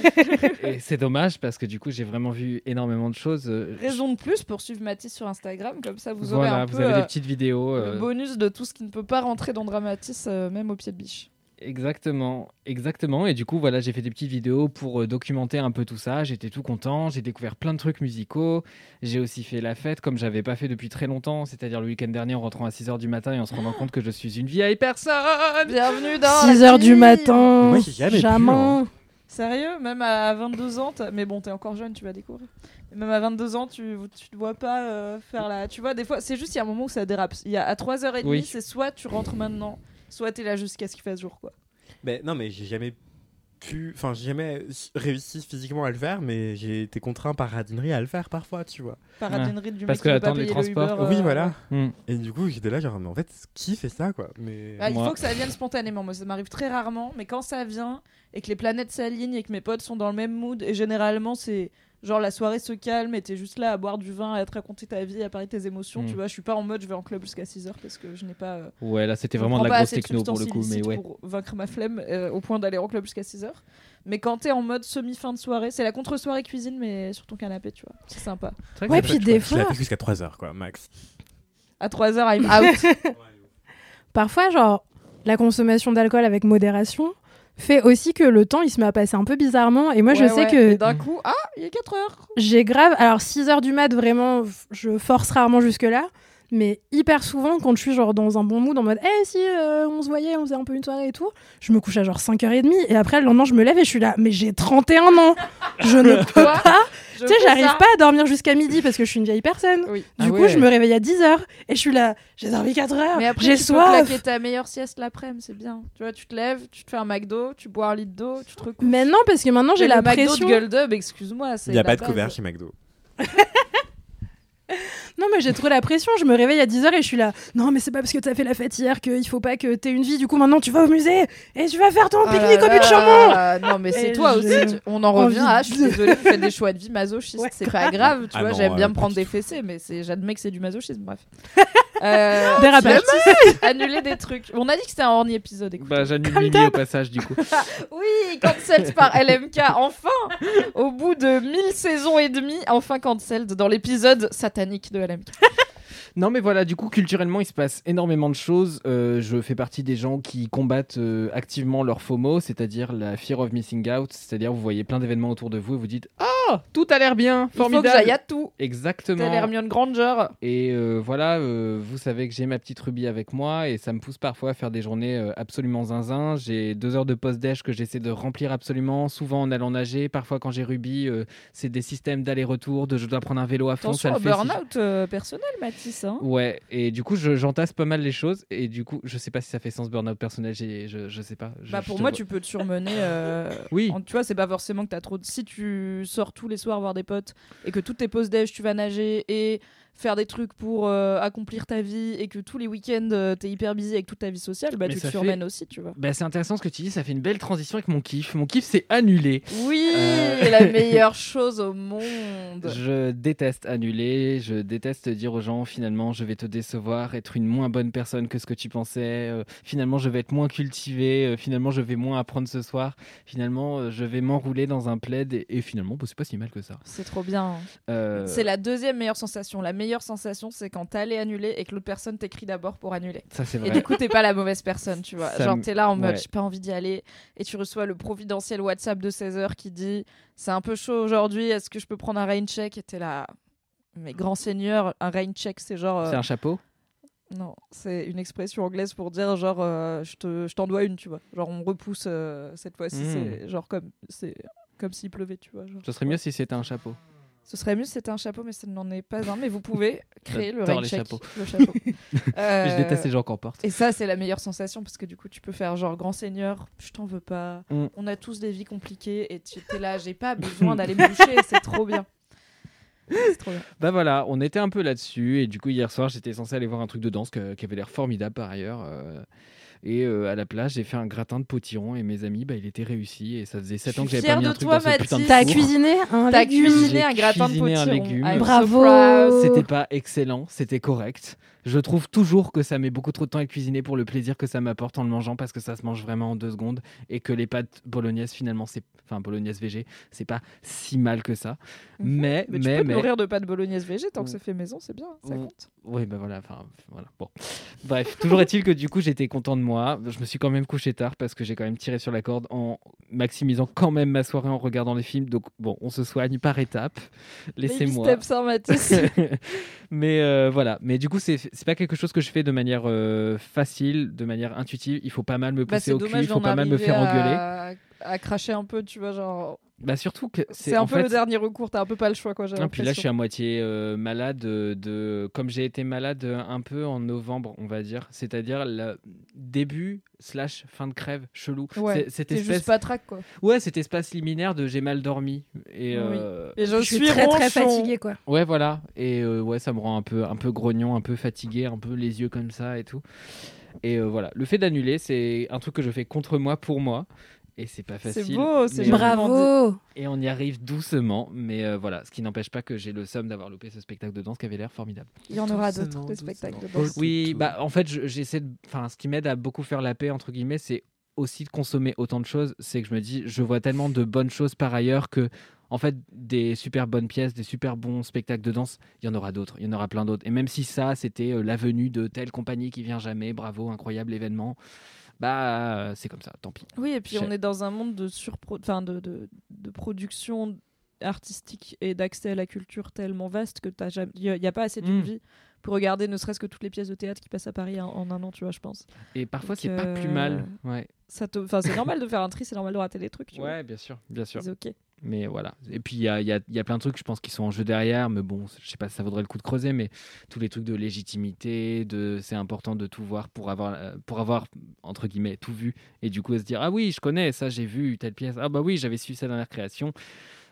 Speaker 6: et c'est dommage, parce que du coup, j'ai vraiment vu énormément de choses. Euh,
Speaker 4: raison de plus pour suivre Mathis sur Instagram, comme ça vous aurez
Speaker 6: voilà,
Speaker 4: un
Speaker 6: vous
Speaker 4: peu
Speaker 6: avez
Speaker 4: euh,
Speaker 6: des petites vidéos.
Speaker 4: le
Speaker 6: euh,
Speaker 4: bonus de tout ce qui ne peut pas rentrer dans Dramatis, euh, même au pied de biche.
Speaker 6: Exactement, exactement. Et du coup, voilà, j'ai fait des petites vidéos pour euh, documenter un peu tout ça. J'étais tout content. J'ai découvert plein de trucs musicaux. J'ai aussi fait la fête comme j'avais pas fait depuis très longtemps, c'est-à-dire le week-end dernier en rentrant à 6h du matin et en se rendant compte que je suis une vieille personne.
Speaker 4: Bienvenue dans
Speaker 3: 6
Speaker 4: la
Speaker 3: h du
Speaker 4: vie.
Speaker 3: matin.
Speaker 5: Moi, j'ai jamais pu, hein.
Speaker 3: Jamin.
Speaker 4: Sérieux Même à 22 ans, t'as- mais bon, t'es encore jeune, tu vas découvrir. Mais Même à 22 ans, tu, tu te vois pas euh, faire la. Tu vois, des fois, c'est juste, il y a un moment où ça dérape. Il y a à 3h30,
Speaker 6: Oui.
Speaker 4: c'est soit tu rentres maintenant, soit t'es là jusqu'à ce qu'il fasse jour, quoi.
Speaker 5: Mais non, mais j'ai jamais pu pu, enfin, j'ai jamais s- réussi physiquement à le faire, mais j'ai été contraint par radinerie à le faire parfois, tu vois.
Speaker 4: Par
Speaker 6: Ouais.
Speaker 4: radinerie du
Speaker 6: Parce
Speaker 4: mec
Speaker 6: que
Speaker 4: qui veut pas
Speaker 6: attendre les
Speaker 4: payer le
Speaker 6: transports.
Speaker 4: Uber,
Speaker 5: oui,
Speaker 4: euh,
Speaker 5: voilà.
Speaker 6: Hmm.
Speaker 5: Et du coup, j'étais là, genre, mais en fait, qui fait ça, quoi Mais
Speaker 4: Ah, il
Speaker 6: Moi-
Speaker 4: faut que ça vienne spontanément. Moi, ça m'arrive très rarement, mais quand ça vient et que les planètes s'alignent et que mes potes sont dans le même mood, et généralement, c'est genre la soirée se calme et t'es juste là à boire du vin, à te raconter ta vie, à parler tes émotions.
Speaker 6: Mm.
Speaker 4: Tu vois, je suis pas en mode je vais en club jusqu'à 6h parce que je n'ai pas. euh,
Speaker 6: Ouais, là c'était
Speaker 4: je
Speaker 6: vraiment de
Speaker 4: prends
Speaker 6: la
Speaker 4: pas
Speaker 6: grosse
Speaker 4: assez de
Speaker 6: techno pour le coup,
Speaker 4: substances
Speaker 6: mais
Speaker 4: illicites
Speaker 6: ouais.
Speaker 4: Pour vaincre ma flemme euh, au point d'aller en club jusqu'à 6h. Mais quand t'es en mode semi-fin de soirée, c'est la contre-soirée cuisine, mais sur ton canapé, tu vois. C'est sympa.
Speaker 6: C'est vrai que
Speaker 3: Ouais,
Speaker 6: ça
Speaker 3: puis
Speaker 6: peut-
Speaker 3: des
Speaker 5: je l'ai
Speaker 3: fois,
Speaker 5: fait jusqu'à 3 heures, quoi, max.
Speaker 4: À 3h, I'm out.
Speaker 3: parfois, genre, la consommation d'alcool avec modération fait aussi que le temps, il se met à passer un peu bizarrement. Et moi, je
Speaker 4: Ouais,
Speaker 3: sais
Speaker 4: ouais.
Speaker 3: que
Speaker 4: Et d'un coup, ah, il est 4h.
Speaker 3: j'ai grave. Alors, 6 heures du mat, vraiment, f- je force rarement jusque-là. Mais hyper souvent, quand je suis genre dans un bon mood, en mode, eh si, euh, on se voyait, on faisait un peu une soirée et tout, je me couche à genre 5h30. Et après, le lendemain, je me lève et je suis là, mais j'ai 31 ans Je ne peux
Speaker 4: Quoi
Speaker 3: pas
Speaker 4: Je
Speaker 3: Tu sais,
Speaker 4: fais ça.
Speaker 3: j'arrive pas à dormir jusqu'à midi parce que je suis une vieille personne.
Speaker 4: Oui.
Speaker 3: Du
Speaker 6: Ah
Speaker 3: coup,
Speaker 6: ouais.
Speaker 3: je me réveille à 10h et je suis là, j'ai dormi 4 heures,
Speaker 4: Mais après,
Speaker 3: Ah, j'ai
Speaker 4: tu peux
Speaker 3: soif.
Speaker 4: claquer ta meilleure sieste l'après-midi, c'est bien. Tu vois, tu te lèves, tu te fais un McDo, tu bois un litre d'eau, tu te recouches.
Speaker 3: Mais non, parce que maintenant j'ai
Speaker 4: Et
Speaker 3: la
Speaker 4: le McDo
Speaker 3: pression.
Speaker 4: de Gold Up, excuse-moi.
Speaker 5: Il n'y a pas de couvert chez McDo.
Speaker 3: Non, mais j'ai trop la pression. Je me réveille à 10h et je suis là, non, mais c'est pas parce que t'as fait la fête hier qu'il faut pas que t'aies une vie. Du coup, maintenant tu vas au musée et tu vas faire
Speaker 4: Oh
Speaker 3: ton
Speaker 4: Ah
Speaker 3: pique-nique au but de Chaumont.
Speaker 4: Non, mais c'est
Speaker 3: Et
Speaker 4: toi aussi.
Speaker 3: j'ai
Speaker 4: tu- On en revient
Speaker 3: envie
Speaker 4: à. Je suis
Speaker 3: de-
Speaker 4: désolée, vous faites des choix de vie masochistes.
Speaker 3: Ouais,
Speaker 4: c'est pas grave, tu
Speaker 5: Ah
Speaker 4: vois.
Speaker 5: non,
Speaker 4: J'aime bien
Speaker 5: euh,
Speaker 4: me
Speaker 5: pas
Speaker 4: prendre
Speaker 5: du
Speaker 4: des fessées, mais c'est- j'admets que c'est du masochisme. Bref. Euh,
Speaker 3: Dérapage.
Speaker 4: annuler des trucs. On a dit que c'était un horny épisode. écoute.
Speaker 6: Bah, j'annule Mimi au passage du coup.
Speaker 4: Oui, cancelled par LMK, enfin Au bout de 1000 saisons et demie, enfin cancelled dans l'épisode satanique de LMK.
Speaker 6: Non, mais voilà, du coup, culturellement, il se passe énormément de choses. Euh, je fais partie des gens qui combattent euh, activement leur FOMO, c'est-à-dire la fear of missing out. C'est-à-dire, vous voyez plein d'événements autour de vous et vous dites Ah, tout a l'air bien,
Speaker 4: Il faut que j'aille à
Speaker 6: formidable.
Speaker 4: tout. Telle
Speaker 6: Exactement.
Speaker 4: Hermione Granger.
Speaker 6: Et euh, voilà, euh, vous savez que j'ai ma petite Ruby avec moi et ça me pousse parfois à faire des journées euh, absolument zinzin. J'ai deux heures de post-déj que j'essaie de remplir absolument, souvent en allant nager. Parfois, quand j'ai Ruby, euh, c'est des systèmes d'aller-retour, de je dois prendre un vélo à fond.
Speaker 4: Attention
Speaker 6: ça
Speaker 4: au
Speaker 6: le fait si je-
Speaker 4: burn-out euh, personnel, Mathis. hein.
Speaker 6: Ouais, et du coup, je- j'entasse pas mal les choses. Et du coup, je sais pas si ça fait sens burn-out personnel, j'ai- je, je sais pas. Je-
Speaker 4: Bah
Speaker 6: je
Speaker 4: pour
Speaker 6: te
Speaker 4: moi,
Speaker 6: vois.
Speaker 4: tu peux te surmener. euh,
Speaker 6: Oui,
Speaker 4: en- tu vois, c'est pas forcément que t'as trop de. Si tu sors tous les soirs voir des potes et que toutes tes pauses déj, tu vas nager et faire des trucs pour euh, accomplir ta vie et que tous les week-ends euh, t'es hyper busy avec toute ta vie sociale, bah
Speaker 6: Mais
Speaker 4: tu te
Speaker 6: ça fait-
Speaker 4: surmènes aussi, tu vois.
Speaker 6: bah, c'est intéressant ce que tu dis, ça fait une belle transition avec mon kiff. Mon kiff, c'est annuler.
Speaker 4: Oui,
Speaker 6: Euh.
Speaker 4: la meilleure chose au monde.
Speaker 6: Je déteste annuler, je déteste dire aux gens finalement je vais te décevoir, être une moins bonne personne que ce que tu pensais, euh, finalement je vais être moins cultivé, euh, finalement je vais moins apprendre ce soir, finalement euh, je vais m'enrouler dans un plaid et, et finalement bah, c'est pas si mal que ça.
Speaker 4: C'est trop bien. hein.
Speaker 6: Euh,
Speaker 4: C'est la deuxième meilleure sensation. La meilleure sensation, c'est quand t'allais annuler et que l'autre personne t'écrit d'abord pour annuler.
Speaker 6: Ça c'est
Speaker 4: Et
Speaker 6: vrai.
Speaker 4: du coup, t'es pas la mauvaise personne, tu vois.
Speaker 6: Ça
Speaker 4: Genre,
Speaker 6: me-
Speaker 4: t'es là en mode,
Speaker 6: ouais.
Speaker 4: j'ai pas envie d'y aller. Et tu reçois le providentiel WhatsApp de 16h qui dit, c'est un peu chaud aujourd'hui, est-ce que je peux prendre un rain check Et t'es là, mais grand seigneur, un rain check, c'est genre. euh,
Speaker 6: C'est un chapeau
Speaker 4: Non, c'est une expression anglaise pour dire, genre, euh, je te- je t'en dois une, tu vois. Genre, on repousse euh, cette fois-ci,
Speaker 6: Mm.
Speaker 4: c'est genre comme. c'est Comme s'il pleuvait, tu vois. genre.
Speaker 6: Ce serait mieux si c'était un chapeau.
Speaker 4: Euh, Ce serait mieux si c'était un chapeau, mais ça n'en est pas un. Mais vous pouvez créer le
Speaker 6: J'adore
Speaker 4: rain
Speaker 6: les
Speaker 4: check,
Speaker 6: chapeaux.
Speaker 4: le chapeau. Euh,
Speaker 6: Mais Je déteste les gens qu'on porte.
Speaker 4: Et ça, c'est la meilleure sensation parce que du coup, tu peux faire genre grand seigneur, je t'en veux pas.
Speaker 6: Mm.
Speaker 4: On a tous des vies compliquées et tu t'es là, j'ai pas besoin d'aller me boucher, c'est trop bien. C'est trop bien.
Speaker 6: Bah voilà, on était un peu là-dessus et du coup hier soir j'étais censé aller voir un truc de danse que- qui avait l'air formidable par ailleurs. euh, et euh, à la plage j'ai fait un gratin de potiron et mes amis bah il était réussi et ça faisait 7
Speaker 4: suis
Speaker 6: ans que j'avais
Speaker 4: fière
Speaker 6: pas mis
Speaker 4: de
Speaker 6: un truc
Speaker 4: toi,
Speaker 6: dans ce putain de
Speaker 4: Mathis.
Speaker 3: T'as
Speaker 6: four.
Speaker 3: cuisiné un
Speaker 4: T'as
Speaker 3: légume.
Speaker 4: cuisiné un gratin de
Speaker 6: cuisiné un
Speaker 4: potiron.
Speaker 6: légume.
Speaker 4: I'm so
Speaker 3: Bravo.
Speaker 4: proud.
Speaker 6: C'était pas excellent, c'était correct. Je trouve toujours que ça met beaucoup trop de temps à cuisiner pour le plaisir que ça m'apporte en le mangeant parce que ça se mange vraiment en deux secondes et que les pâtes bolognaises finalement c'est enfin bolognaise VG, c'est pas si mal que ça.
Speaker 4: Mhm.
Speaker 6: Mais
Speaker 4: Mais
Speaker 6: mais
Speaker 4: tu peux te
Speaker 6: mais-
Speaker 4: nourrir de pâtes bolognaise végé tant que
Speaker 6: Mm.
Speaker 4: c'est fait maison, c'est bien, ça
Speaker 6: Mm.
Speaker 4: compte.
Speaker 6: Oui, ben voilà, enfin, voilà. Bon. Bref, toujours est-il que du coup, j'étais content de moi. Je me suis quand même couché tard parce que j'ai quand même tiré sur la corde en maximisant quand même ma soirée en regardant les films. Donc, bon, on se soigne par étapes. Laissez-moi.
Speaker 4: Baby steps, hein, Mathis.
Speaker 6: Mais euh, voilà. Mais du coup, c'est c'est pas quelque chose que je fais de manière euh, facile, de manière intuitive. Il faut pas mal me
Speaker 4: Bah,
Speaker 6: pousser
Speaker 4: c'est
Speaker 6: au cul,
Speaker 4: dommage
Speaker 6: il faut
Speaker 4: d'en
Speaker 6: pas mal me
Speaker 4: arriver
Speaker 6: faire engueuler.
Speaker 4: à... à cracher un peu, tu vois, genre
Speaker 6: Bah surtout que
Speaker 4: C'est un
Speaker 6: en
Speaker 4: peu
Speaker 6: fait,
Speaker 4: le dernier recours, t'as un peu pas le choix, quoi. j'ai
Speaker 6: Non, puis là, je suis
Speaker 4: l'impression.
Speaker 6: à moitié euh, malade euh, de. Comme j'ai été malade euh, un peu en novembre, on va dire. C'est-à-dire le début slash fin de crève chelou.
Speaker 4: Ouais,
Speaker 6: C'est- cette
Speaker 4: T'es
Speaker 6: espèce...
Speaker 4: juste pas track, quoi.
Speaker 6: Ouais, cet espace liminaire de j'ai mal dormi. Et,
Speaker 4: Oui.
Speaker 6: euh,
Speaker 4: Et
Speaker 3: Je
Speaker 4: je,
Speaker 3: suis très très
Speaker 4: ronchon.
Speaker 3: fatiguée quoi.
Speaker 6: Ouais, voilà. Et euh, ouais, ça me rend un peu, un peu grognon, un peu fatigué, un peu les yeux comme ça et tout. Et euh, voilà. Le fait d'annuler, c'est un truc que je fais contre moi, pour moi. Et c'est pas
Speaker 4: C'est
Speaker 6: facile.
Speaker 4: beau, c'est
Speaker 6: mais-
Speaker 4: gentil.
Speaker 3: Bravo.
Speaker 6: Et on y arrive doucement, mais euh, voilà, ce qui n'empêche pas que j'ai le somme d'avoir loupé ce spectacle de danse qui avait l'air formidable.
Speaker 4: Il y en aura d'autres,
Speaker 5: Doucement,
Speaker 4: des spectacles de
Speaker 5: doucement.
Speaker 4: danse.
Speaker 6: Oui,
Speaker 5: tout.
Speaker 6: bah en fait, je- j'essaie de. Enfin, ce qui m'aide à beaucoup faire la paix, entre guillemets, c'est aussi de consommer autant de choses. C'est que je me dis, je vois tellement de bonnes choses par ailleurs que, en fait, des super bonnes pièces, des super bons spectacles de danse, il y en aura d'autres, il y en aura plein d'autres. Et même si ça, c'était euh, la venue de telle compagnie qui vient jamais, bravo, incroyable événement, bah euh, c'est comme ça, tant pis.
Speaker 4: Oui, et puis
Speaker 6: Chez-
Speaker 4: on est dans un monde de, surpro... enfin, de, de, de production artistique et d'accès à la culture tellement vaste que t'as jamais... il n'y a, pas assez d'une
Speaker 6: Mm.
Speaker 4: vie pour regarder ne serait-ce que toutes les pièces de théâtre qui passent à Paris en, en un an, tu vois, je pense.
Speaker 6: Et parfois,
Speaker 4: Donc,
Speaker 6: c'est pas plus
Speaker 4: euh,
Speaker 6: mal. Ouais,
Speaker 4: Ça te... enfin, c'est normal de faire un tri, c'est normal de rater des trucs, tu vois.
Speaker 6: ouais bien sûr, bien sûr.
Speaker 4: C'est ok.
Speaker 6: Mais voilà. Et puis, il y a, il y a- il y a plein de trucs, je pense, qui sont en jeu derrière. Mais bon, je sais pas si ça vaudrait le coup de creuser, mais tous les trucs de légitimité, de c'est important de tout voir pour avoir, euh, pour avoir, entre guillemets, tout vu. Et du coup, se dire, ah oui, je connais ça, j'ai vu telle pièce. Ah bah oui, j'avais suivi sa dernière création.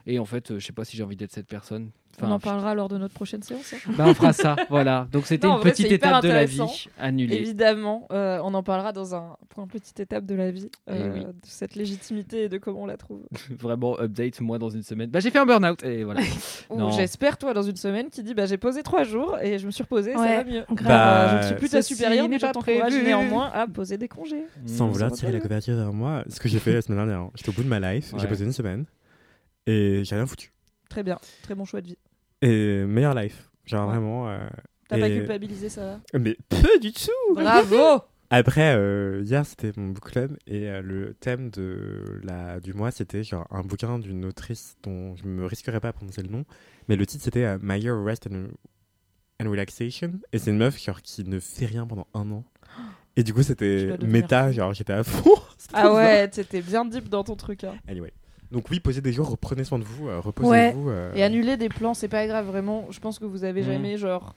Speaker 6: Et en fait, euh, je sais pas si j'ai envie d'être cette personne.
Speaker 4: on en parlera lors de notre prochaine séance. hein.
Speaker 6: bah, on fera ça, voilà. Donc, c'était
Speaker 4: Non, en
Speaker 6: une
Speaker 4: vrai,
Speaker 6: petite
Speaker 4: c'est hyper
Speaker 6: étape de la
Speaker 4: intéressant.
Speaker 6: vie annulée.
Speaker 4: Évidemment, euh, on en parlera dans un point petite étape de la vie,
Speaker 6: Eh
Speaker 4: euh,
Speaker 6: oui.
Speaker 4: de cette légitimité et de comment on la trouve.
Speaker 6: Vraiment, update, moi, dans une semaine. Bah, j'ai fait un burn-out. Et voilà.
Speaker 4: Ou
Speaker 6: Non.
Speaker 4: Oh, j'espère, toi, dans une semaine, qui dit bah, j'ai posé trois jours et je me suis reposée, ça
Speaker 3: Ouais.
Speaker 4: va mieux.
Speaker 3: Grave.
Speaker 5: Bah,
Speaker 4: Euh, je ne suis plus ta
Speaker 6: Ceci
Speaker 4: supérieure, mais
Speaker 6: n'est
Speaker 4: je
Speaker 6: pas
Speaker 4: t'encourage
Speaker 6: prévu.
Speaker 4: néanmoins à poser des congés.
Speaker 6: Mm.
Speaker 5: Sans
Speaker 4: Mmh,
Speaker 5: vouloir
Speaker 4: ça
Speaker 5: tirer
Speaker 4: va
Speaker 5: la
Speaker 4: bien.
Speaker 5: couverture vers moi, ce que j'ai fait la semaine dernière. hein. J'étais au bout de ma life,
Speaker 6: Ouais.
Speaker 5: j'ai posé une semaine et j'ai rien foutu.
Speaker 4: Très bien, très bon choix de vie.
Speaker 5: Et meilleure life. Genre
Speaker 4: Ouais.
Speaker 5: vraiment. euh,
Speaker 4: T'as pas
Speaker 5: et-
Speaker 4: culpabilisé, ça va
Speaker 5: Mais peu du tout
Speaker 4: Bravo
Speaker 5: Après, euh, hier, c'était mon book club et euh, le thème de la, du mois, c'était genre un bouquin d'une autrice dont je me risquerais pas à prononcer le nom, mais le titre, c'était euh, My Year of Rest and, and Relaxation. Et c'est une meuf genre, qui ne fait rien pendant un an. Et du coup,
Speaker 4: Tu dois
Speaker 5: c'était
Speaker 4: devenir
Speaker 5: méta, genre j'étais à fond. C'était
Speaker 4: Ah
Speaker 5: trop bien.
Speaker 4: ouais, t'étais bien deep dans ton truc. hein.
Speaker 5: Anyway. Donc oui, posez des jours, reprenez soin de vous, euh, reposez-vous. euh,
Speaker 4: Et annuler des plans, c'est pas grave, vraiment. Je pense que vous avez
Speaker 6: Mm.
Speaker 4: jamais, genre,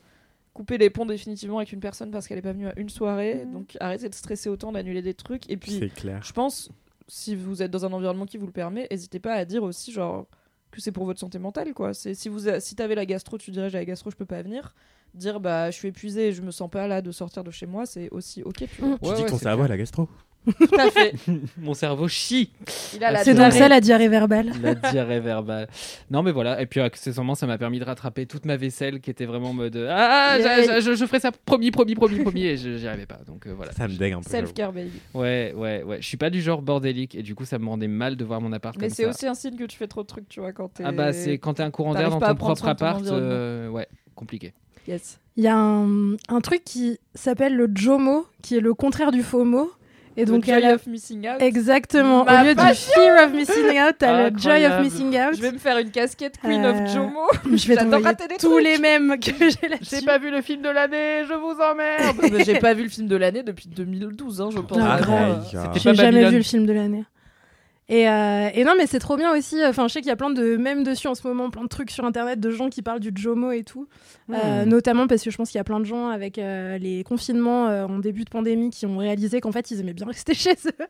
Speaker 4: coupé les ponts définitivement avec une personne parce qu'elle est pas venue à une soirée. Donc arrêtez de stresser autant d'annuler des trucs. Et puis,
Speaker 5: C'est clair.
Speaker 4: je pense, si vous êtes dans un environnement qui vous le permet, n'hésitez pas à dire aussi, genre, que c'est pour votre santé mentale, quoi. C'est, si vous a- si t'avais la gastro, tu dirais, j'ai la gastro, je peux pas venir. Dire, bah, je suis épuisé, je me sens pas là de sortir de chez moi, c'est aussi ok. Tu vois.
Speaker 5: tu dis ton cerveau à la gastro.
Speaker 4: Tout à fait.
Speaker 6: Mon cerveau chie.
Speaker 4: Il
Speaker 6: Ah,
Speaker 4: a la
Speaker 3: C'est
Speaker 4: diarrhée.
Speaker 3: donc ça la diarrhée verbale.
Speaker 6: La diarrhée verbale. Non, mais voilà. Et puis, accessoirement, ça m'a permis de rattraper toute ma vaisselle qui était vraiment en mode euh, Ah, j'a-
Speaker 4: Yay.
Speaker 6: j'a- je, je ferai ça, promis, promis, promis, promis. Et je- j'y arrivais pas. Donc, euh, voilà.
Speaker 5: Ça me dégue un peu. j'avoue.
Speaker 4: Self-care, baby.
Speaker 6: Ouais, ouais, ouais. Je suis pas du genre bordélique. Et du coup, ça me rendait mal de voir mon appart.
Speaker 4: Mais
Speaker 6: comme
Speaker 4: c'est
Speaker 6: ça.
Speaker 4: aussi un signe que tu fais trop de trucs, tu vois, quand t'es.
Speaker 6: Ah, bah, c'est quand t'es un courant d'air
Speaker 4: T'arrives
Speaker 6: dans
Speaker 4: pas à
Speaker 6: ton
Speaker 4: prendre
Speaker 6: propre
Speaker 4: soin de ton
Speaker 6: appart.
Speaker 4: environnement.
Speaker 6: euh, ouais, compliqué.
Speaker 4: Yes.
Speaker 3: Il y a un, un truc qui s'appelle le JOMO, qui est le contraire du FOMO. Et donc,
Speaker 4: Donc,
Speaker 3: à
Speaker 4: joy
Speaker 3: la-
Speaker 4: of missing out.
Speaker 3: exactement.
Speaker 4: Ma
Speaker 3: Au lieu
Speaker 4: passion
Speaker 3: du fear of missing out, t'as le joy of
Speaker 6: Incroyable.
Speaker 3: missing out.
Speaker 4: Je vais me faire une casquette Queen
Speaker 3: Euh,
Speaker 4: of Jomo.
Speaker 3: Je vais
Speaker 4: J'adore
Speaker 3: t'envoyer
Speaker 4: rater des
Speaker 3: tous
Speaker 4: trucs.
Speaker 3: les mêmes que j'ai là-dessus.
Speaker 6: J'ai pas vu le film de l'année, je vous emmerde.
Speaker 4: Ah bah, J'ai pas vu le film de l'année depuis 2012, hein, je pense.
Speaker 3: Ah,
Speaker 4: vraiment, euh,
Speaker 5: Aïe, aïe.
Speaker 6: c'était
Speaker 3: J'ai
Speaker 6: pas
Speaker 3: jamais
Speaker 6: Babylone.
Speaker 3: vu le film de l'année. Et, euh, et non, mais c'est trop bien aussi. euh, Enfin, je sais qu'il y a plein de mèmes dessus en ce moment, plein de trucs sur internet de gens qui parlent du Jomo et tout. Euh, notamment parce que je pense qu'il y a plein de gens avec euh, les confinements euh, en début de pandémie qui ont réalisé qu'en fait ils aimaient bien rester chez eux.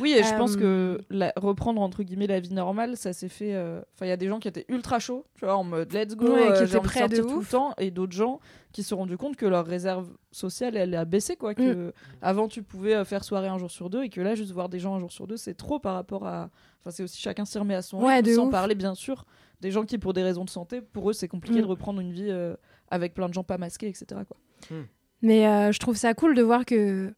Speaker 4: Oui, et je pense
Speaker 3: Euh,
Speaker 4: que la- reprendre entre guillemets la vie normale, ça s'est fait. euh, Enfin, il y a des gens qui étaient ultra chauds, tu vois, en mode let's go,
Speaker 3: Ouais, qui
Speaker 4: euh, j'ai
Speaker 3: étaient
Speaker 4: envie de
Speaker 3: prêts
Speaker 4: sortir
Speaker 3: de
Speaker 4: tout
Speaker 3: ouf.
Speaker 4: le temps, et d'autres gens qui se sont rendus compte que leur réserve sociale, elle a baissé,
Speaker 3: Mm.
Speaker 4: quoi. Que avant tu pouvais euh, faire soirée un jour sur deux, et que là, juste voir des gens un jour sur deux, c'est trop par rapport à. Enfin, c'est aussi chacun s'y remet à son
Speaker 3: Ouais,
Speaker 4: rythme,
Speaker 3: de
Speaker 4: sans
Speaker 3: ouf.
Speaker 4: parler bien sûr des gens qui, pour des raisons de santé, pour eux, c'est compliqué
Speaker 3: Mm.
Speaker 4: de reprendre une vie euh, avec plein de gens pas masqués, etc. Quoi.
Speaker 3: Mais euh, je trouve ça cool de voir que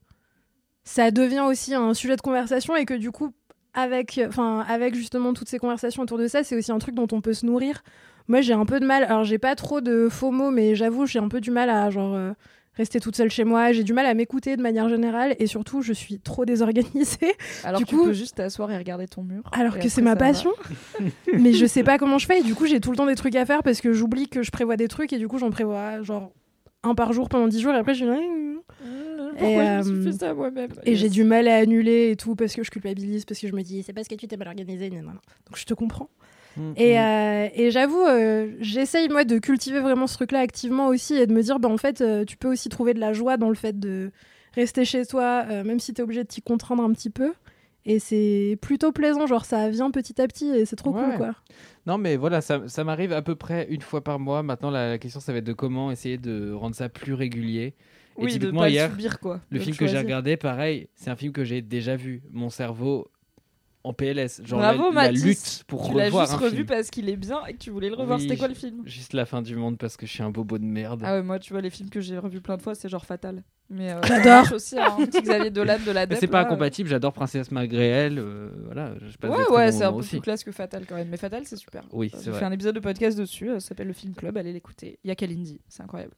Speaker 3: ça devient aussi un sujet de conversation et que du coup, avec, enfin, avec justement toutes ces conversations autour de ça, c'est aussi un truc dont on peut se nourrir. Moi, j'ai un peu de mal. Alors, j'ai pas trop de faux mots, mais j'avoue, j'ai un peu du mal à genre euh, rester toute seule chez moi. J'ai du mal à m'écouter de manière générale et surtout, je suis trop désorganisée.
Speaker 4: Alors
Speaker 3: Du
Speaker 4: tu
Speaker 3: coup-
Speaker 4: peux juste t'asseoir et regarder ton mur.
Speaker 3: Alors
Speaker 4: et
Speaker 3: que c'est ma
Speaker 4: après, ça va.
Speaker 3: passion. mais je sais pas comment je fais. Et du coup, j'ai tout le temps des trucs à faire parce que j'oublie que je prévois des trucs et du coup, j'en prévois genre un par jour pendant 10 jours et après, je suis là.
Speaker 4: pourquoi
Speaker 3: Et,
Speaker 4: je me suis
Speaker 3: euh,
Speaker 4: fait ça moi-même
Speaker 3: Et
Speaker 4: Yes.
Speaker 3: j'ai du mal à annuler et tout parce que je culpabilise, parce que je me dis, c'est parce que tu t'es mal organisé. nan, nan, nan. Donc je te comprends.
Speaker 5: Mm.
Speaker 3: Et,
Speaker 6: Mm.
Speaker 3: euh, et j'avoue, euh, j'essaye moi de cultiver vraiment ce truc-là activement aussi et de me dire, bah, en fait, euh, tu peux aussi trouver de la joie dans le fait de rester chez toi, euh, même si tu es obligé de t'y contraindre un petit peu. Et c'est plutôt plaisant, genre ça vient petit à petit et c'est trop
Speaker 6: Ouais.
Speaker 3: cool quoi.
Speaker 6: Non, mais voilà, ça, ça m'arrive à peu près une fois par mois. Maintenant, la, la question, ça va être de comment essayer de rendre ça plus régulier. Et
Speaker 4: Oui, de
Speaker 6: typiquement,
Speaker 4: pas
Speaker 6: hier,
Speaker 4: le subir quoi.
Speaker 6: Le
Speaker 4: de
Speaker 6: film que j'ai
Speaker 4: choisir.
Speaker 6: regardé, pareil, c'est un film que j'ai déjà vu. Mon cerveau en PLS. Genre
Speaker 4: Bravo,
Speaker 6: la, la
Speaker 4: Mathis.
Speaker 6: lutte pour
Speaker 4: Tu l'as
Speaker 6: revoir
Speaker 4: juste
Speaker 6: un
Speaker 4: revu
Speaker 6: film.
Speaker 4: parce qu'il est bien et que tu voulais le revoir.
Speaker 6: Oui,
Speaker 4: C'était quoi le
Speaker 6: je-
Speaker 4: film
Speaker 6: Juste la fin du monde parce que je suis un bobo de merde.
Speaker 4: Ah ouais, moi tu vois les films que j'ai revus plein de fois, c'est genre fatal. Mais euh,
Speaker 3: J'adore.
Speaker 4: ça marche aussi hein, un petit Xavier Dolan de la
Speaker 6: Mais c'est pas incompatible, j'adore Princesse Malgré elle. euh, voilà, je passe des
Speaker 4: Ouais
Speaker 6: très
Speaker 4: ouais,
Speaker 6: bons
Speaker 4: c'est un
Speaker 6: moments
Speaker 4: peu
Speaker 6: aussi.
Speaker 4: plus classe que fatal quand même. Mais fatal c'est super.
Speaker 6: Oui,
Speaker 4: Euh,
Speaker 6: c'est
Speaker 4: J'ai
Speaker 6: vrai.
Speaker 4: fait un épisode de podcast dessus, euh, ça s'appelle le film club, allez l'écouter. Il y a Kalindi, c'est incroyable.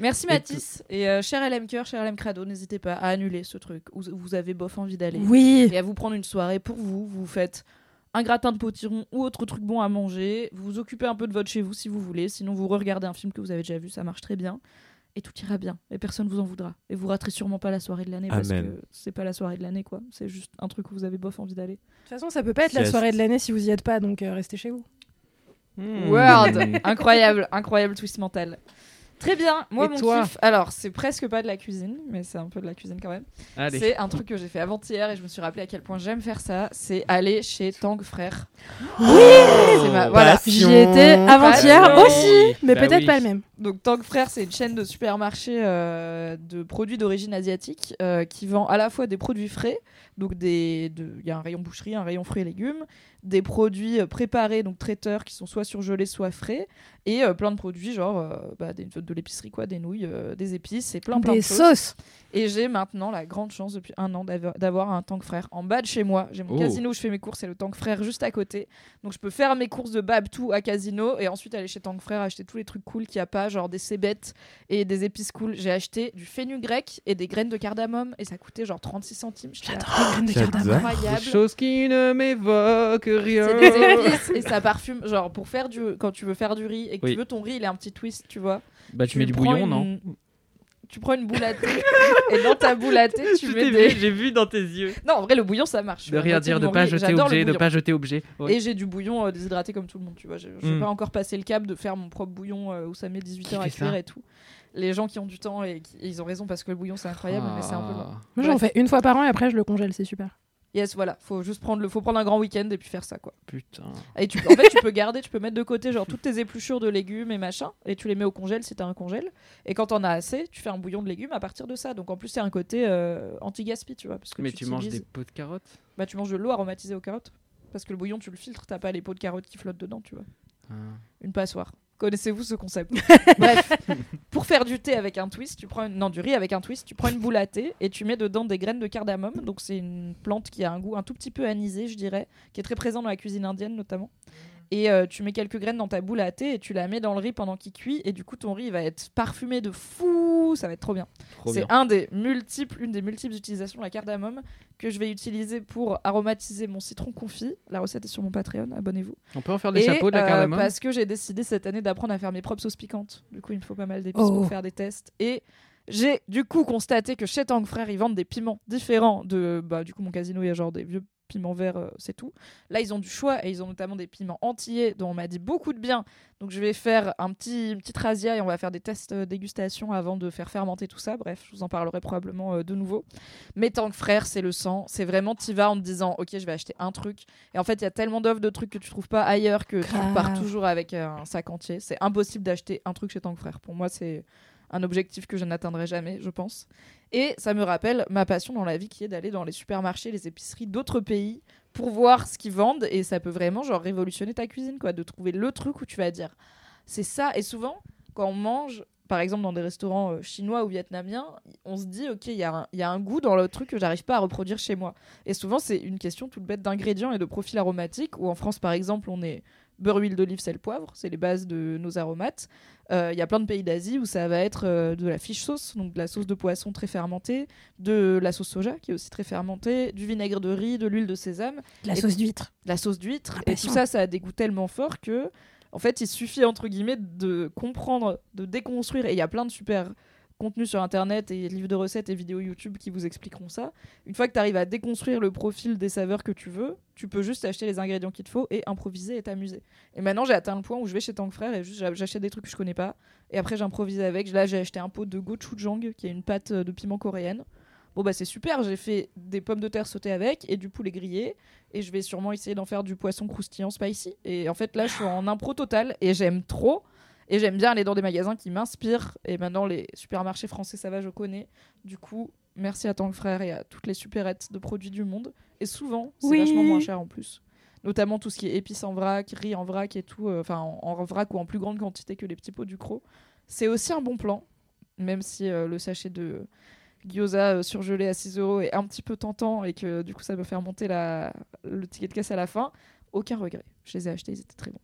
Speaker 4: Merci Mathis et euh, cher LM Cœur, cher LM Crado, n'hésitez pas à annuler ce truc où vous avez bof envie d'aller.
Speaker 3: Oui,
Speaker 4: et à vous prendre une soirée pour vous. Vous faites un gratin de potiron ou autre truc bon à manger. Vous vous occupez un peu de votre chez vous si vous voulez. Sinon, vous regardez un film que vous avez déjà vu, ça marche très bien. Et tout ira bien. Et personne vous en voudra. Et vous raterez sûrement pas la soirée de l'année parce
Speaker 5: Amen.
Speaker 4: que c'est pas la soirée de l'année, quoi. C'est juste un truc où vous avez bof envie d'aller.
Speaker 3: de toute façon ça peut pas être la
Speaker 5: Yes.
Speaker 3: soirée de l'année si vous y êtes pas, donc euh, restez chez vous.
Speaker 6: Hmm.
Speaker 4: Word Incroyable, incroyable twist mental. Très bien. Moi,
Speaker 6: Et
Speaker 4: mon
Speaker 6: toi
Speaker 4: kiff. Alors, c'est presque pas de la cuisine, mais c'est un peu de la cuisine quand même.
Speaker 6: Allez.
Speaker 4: C'est un truc que j'ai fait avant-hier et je me suis rappelé à quel point j'aime faire ça. C'est aller chez Tang Frère. Oui Voilà.
Speaker 5: Passion.
Speaker 3: J'y étais avant-hier
Speaker 4: Passion.
Speaker 3: aussi, mais
Speaker 6: Bah
Speaker 3: peut-être
Speaker 6: oui.
Speaker 3: pas le même.
Speaker 4: Donc Tang Frère, c'est une chaîne de supermarchés euh, de produits d'origine asiatique euh, qui vend à la fois des produits frais, donc des, de- il y a un rayon boucherie, un rayon fruits et légumes, des produits euh, préparés, donc traiteurs qui sont soit surgelés, soit frais, et euh, plein de produits genre euh, bah, des- de l'épicerie quoi, des nouilles, euh, des épices et plein plein
Speaker 3: Des
Speaker 4: de choses.
Speaker 3: sauces.
Speaker 4: Et j'ai maintenant la grande chance depuis un an d'avo- d'avoir un tank frère en bas de chez moi. J'ai mon
Speaker 6: Oh.
Speaker 4: casino où je fais mes courses et le tank frère juste à côté. Donc je peux faire mes courses de Babtou à casino et ensuite aller chez tank frère acheter tous les trucs cool qu'il n'y a pas, genre des cébettes et des épices cool. J'ai acheté du fénu grec et des graines de cardamome et ça coûtait genre 36 centimes. J'étais là,
Speaker 5: J'adore.
Speaker 6: Des
Speaker 4: incroyable.
Speaker 6: choses qui ne m'évoquent
Speaker 4: C'est
Speaker 6: rien.
Speaker 4: des épices et ça parfume. Genre pour faire du. Quand tu veux faire du riz et que
Speaker 6: Oui.
Speaker 4: tu veux ton riz, il a un petit twist, tu vois.
Speaker 6: Bah, tu, mets du
Speaker 4: prends
Speaker 6: bouillon,
Speaker 4: une-
Speaker 6: non
Speaker 4: Tu prends une boule à thé et dans ta boule à thé, tu
Speaker 6: Je
Speaker 4: mets
Speaker 6: t'ai
Speaker 4: des.
Speaker 6: vu, J'ai vu dans tes yeux.
Speaker 4: Non, en vrai, le bouillon, ça marche.
Speaker 6: De rien
Speaker 4: Moitié
Speaker 6: dire,
Speaker 4: de
Speaker 6: de
Speaker 4: mon
Speaker 6: pas
Speaker 4: riz,
Speaker 6: jeter
Speaker 4: j'adore le
Speaker 6: objet, de
Speaker 4: bouillon.
Speaker 6: pas jeter objet. Ouais.
Speaker 4: Et j'ai du bouillon euh, déshydraté comme tout le monde, tu vois. Je n'ai
Speaker 6: Mm.
Speaker 4: pas encore passé le cap de faire mon propre bouillon euh, où ça met 18
Speaker 6: Qui
Speaker 4: heures à
Speaker 6: fait ça
Speaker 4: cuire et tout. Les gens qui ont du temps, et qui- ils ont raison parce que le bouillon, c'est incroyable, mais c'est un peu long.
Speaker 6: Ah.
Speaker 3: Moi j'en
Speaker 4: Ouais.
Speaker 3: fais une fois par an et après je le congèle, c'est super.
Speaker 4: Yes, voilà. Faut juste prendre, le... Faut prendre un grand week-end et puis faire ça, quoi.
Speaker 6: Putain.
Speaker 4: Et tu... en fait, tu peux garder, tu peux mettre de côté, genre, toutes tes épluchures de légumes et machin, et tu les mets au congèle si t'as un congèle. Et quand t'en as assez, tu fais un bouillon de légumes à partir de ça. Donc en plus, c'est un côté euh, anti-gaspi, tu vois. Parce que
Speaker 6: Mais tu manges
Speaker 4: utilises-
Speaker 6: des pots de carottes
Speaker 4: Bah, tu manges de l'eau aromatisée aux carottes. Parce que le bouillon, tu le filtres, t'as pas les peaux de carottes qui flottent dedans, tu vois. Une passoire. Connaissez-vous ce concept Bref, pour faire du thé avec un twist, tu prends une... non du riz avec un twist, tu prends une boule à thé et tu mets dedans des graines de cardamome. Donc c'est une plante qui a un goût un tout petit peu anisé, je dirais, qui est très présent dans la cuisine indienne notamment. Et euh, tu mets quelques graines dans ta boule à thé et tu la mets dans le riz pendant qu'il cuit et du coup ton riz il va être parfumé de fou, ça va être trop bien.
Speaker 6: Trop bien.
Speaker 4: C'est un des multiples, une des multiples utilisations de la cardamome que je vais utiliser pour aromatiser mon citron confit. La recette est sur mon Patreon, abonnez-vous.
Speaker 6: On peut en faire des
Speaker 4: Et,
Speaker 6: chapeaux de la
Speaker 4: euh,
Speaker 6: cardamome
Speaker 4: parce que j'ai décidé cette année d'apprendre à faire mes propres sauces piquantes. Du coup, il me faut pas mal d'épices
Speaker 3: Oh.
Speaker 4: pour faire des tests. Et j'ai du coup constaté que chez Tang Frère, ils vendent des piments différents de. Bah, du coup, mon casino, il y a genre des vieux piments verts, euh, c'est tout. Là, ils ont du choix et ils ont notamment des piments entiers dont on m'a dit beaucoup de bien. Donc, je vais faire un petit, une petite razzia et on va faire des tests euh, dégustation avant de faire fermenter tout ça. Bref, je vous en parlerai probablement euh, de nouveau. Mais Tang Frère, c'est le sang. C'est vraiment, t'y vas en te disant, ok, je vais acheter un truc. Et en fait, il y a tellement d'offres de trucs que tu trouves pas ailleurs que
Speaker 3: Grave.
Speaker 4: tu pars toujours avec euh, un sac entier. C'est impossible d'acheter un truc chez Tank Frère. Pour moi, c'est un objectif que je n'atteindrai jamais, je pense. Et ça me rappelle ma passion dans la vie qui est d'aller dans les supermarchés, les épiceries d'autres pays pour voir ce qu'ils vendent et ça peut vraiment genre révolutionner ta cuisine quoi, de trouver le truc où tu vas dire c'est ça et souvent quand on mange par exemple dans des restaurants euh, chinois ou vietnamiens, on se dit OK, il y, a un- il y a un goût dans le truc que j'arrive pas à reproduire chez moi. Et souvent, c'est une question toute bête d'ingrédients et de profil aromatique, où en France, par exemple, on est beurre, huile d'olive, sel, poivre, c'est les bases de nos aromates. Euh, Il y a plein de pays d'Asie où ça va être euh, de la fish sauce, donc de la sauce de poisson très fermentée, de la sauce soja qui est aussi très fermentée, du vinaigre de riz, de l'huile de sésame,
Speaker 3: La
Speaker 4: sauce
Speaker 3: d'huître.
Speaker 4: de la sauce d'huître. et tout
Speaker 3: Impatient.
Speaker 4: ça, ça a des goûts tellement forts que, en fait, il suffit, entre guillemets, de comprendre, de déconstruire. Et il y a plein de super contenus sur internet et livres de recettes et vidéos YouTube qui vous expliqueront ça. Une fois que tu arrives à déconstruire le profil des saveurs que tu veux, tu peux juste acheter les ingrédients qu'il te faut et improviser et t'amuser. Et maintenant, j'ai atteint le point où je vais chez Tank Frère et juste j'a- j'achète des trucs que je connais pas et après j'improvise avec. Là, j'ai acheté un pot de gochujang qui est une pâte euh, de piment coréenne. Bon bah c'est super, j'ai fait des pommes de terre sautées avec et du poulet grillé et je vais sûrement essayer d'en faire du poisson croustillant spicy. Et en fait là je suis en impro total et j'aime trop et j'aime bien aller dans des magasins qui m'inspirent et maintenant les supermarchés français ça va je connais. Du coup merci à Tank Frère et à toutes les supérettes de produits du monde et souvent c'est
Speaker 3: Oui.
Speaker 4: vachement moins cher en plus. Notamment tout ce qui est épices en vrac, riz en vrac et tout, euh, enfin en, en vrac ou en plus grande quantité que les petits pots du croc. C'est aussi un bon plan, même si euh, le sachet de gyoza euh, surgelé à 6 euros est un petit peu tentant et que du coup ça peut faire monter la... le ticket de caisse à la fin. Aucun regret. Je les ai achetés, ils étaient très bons.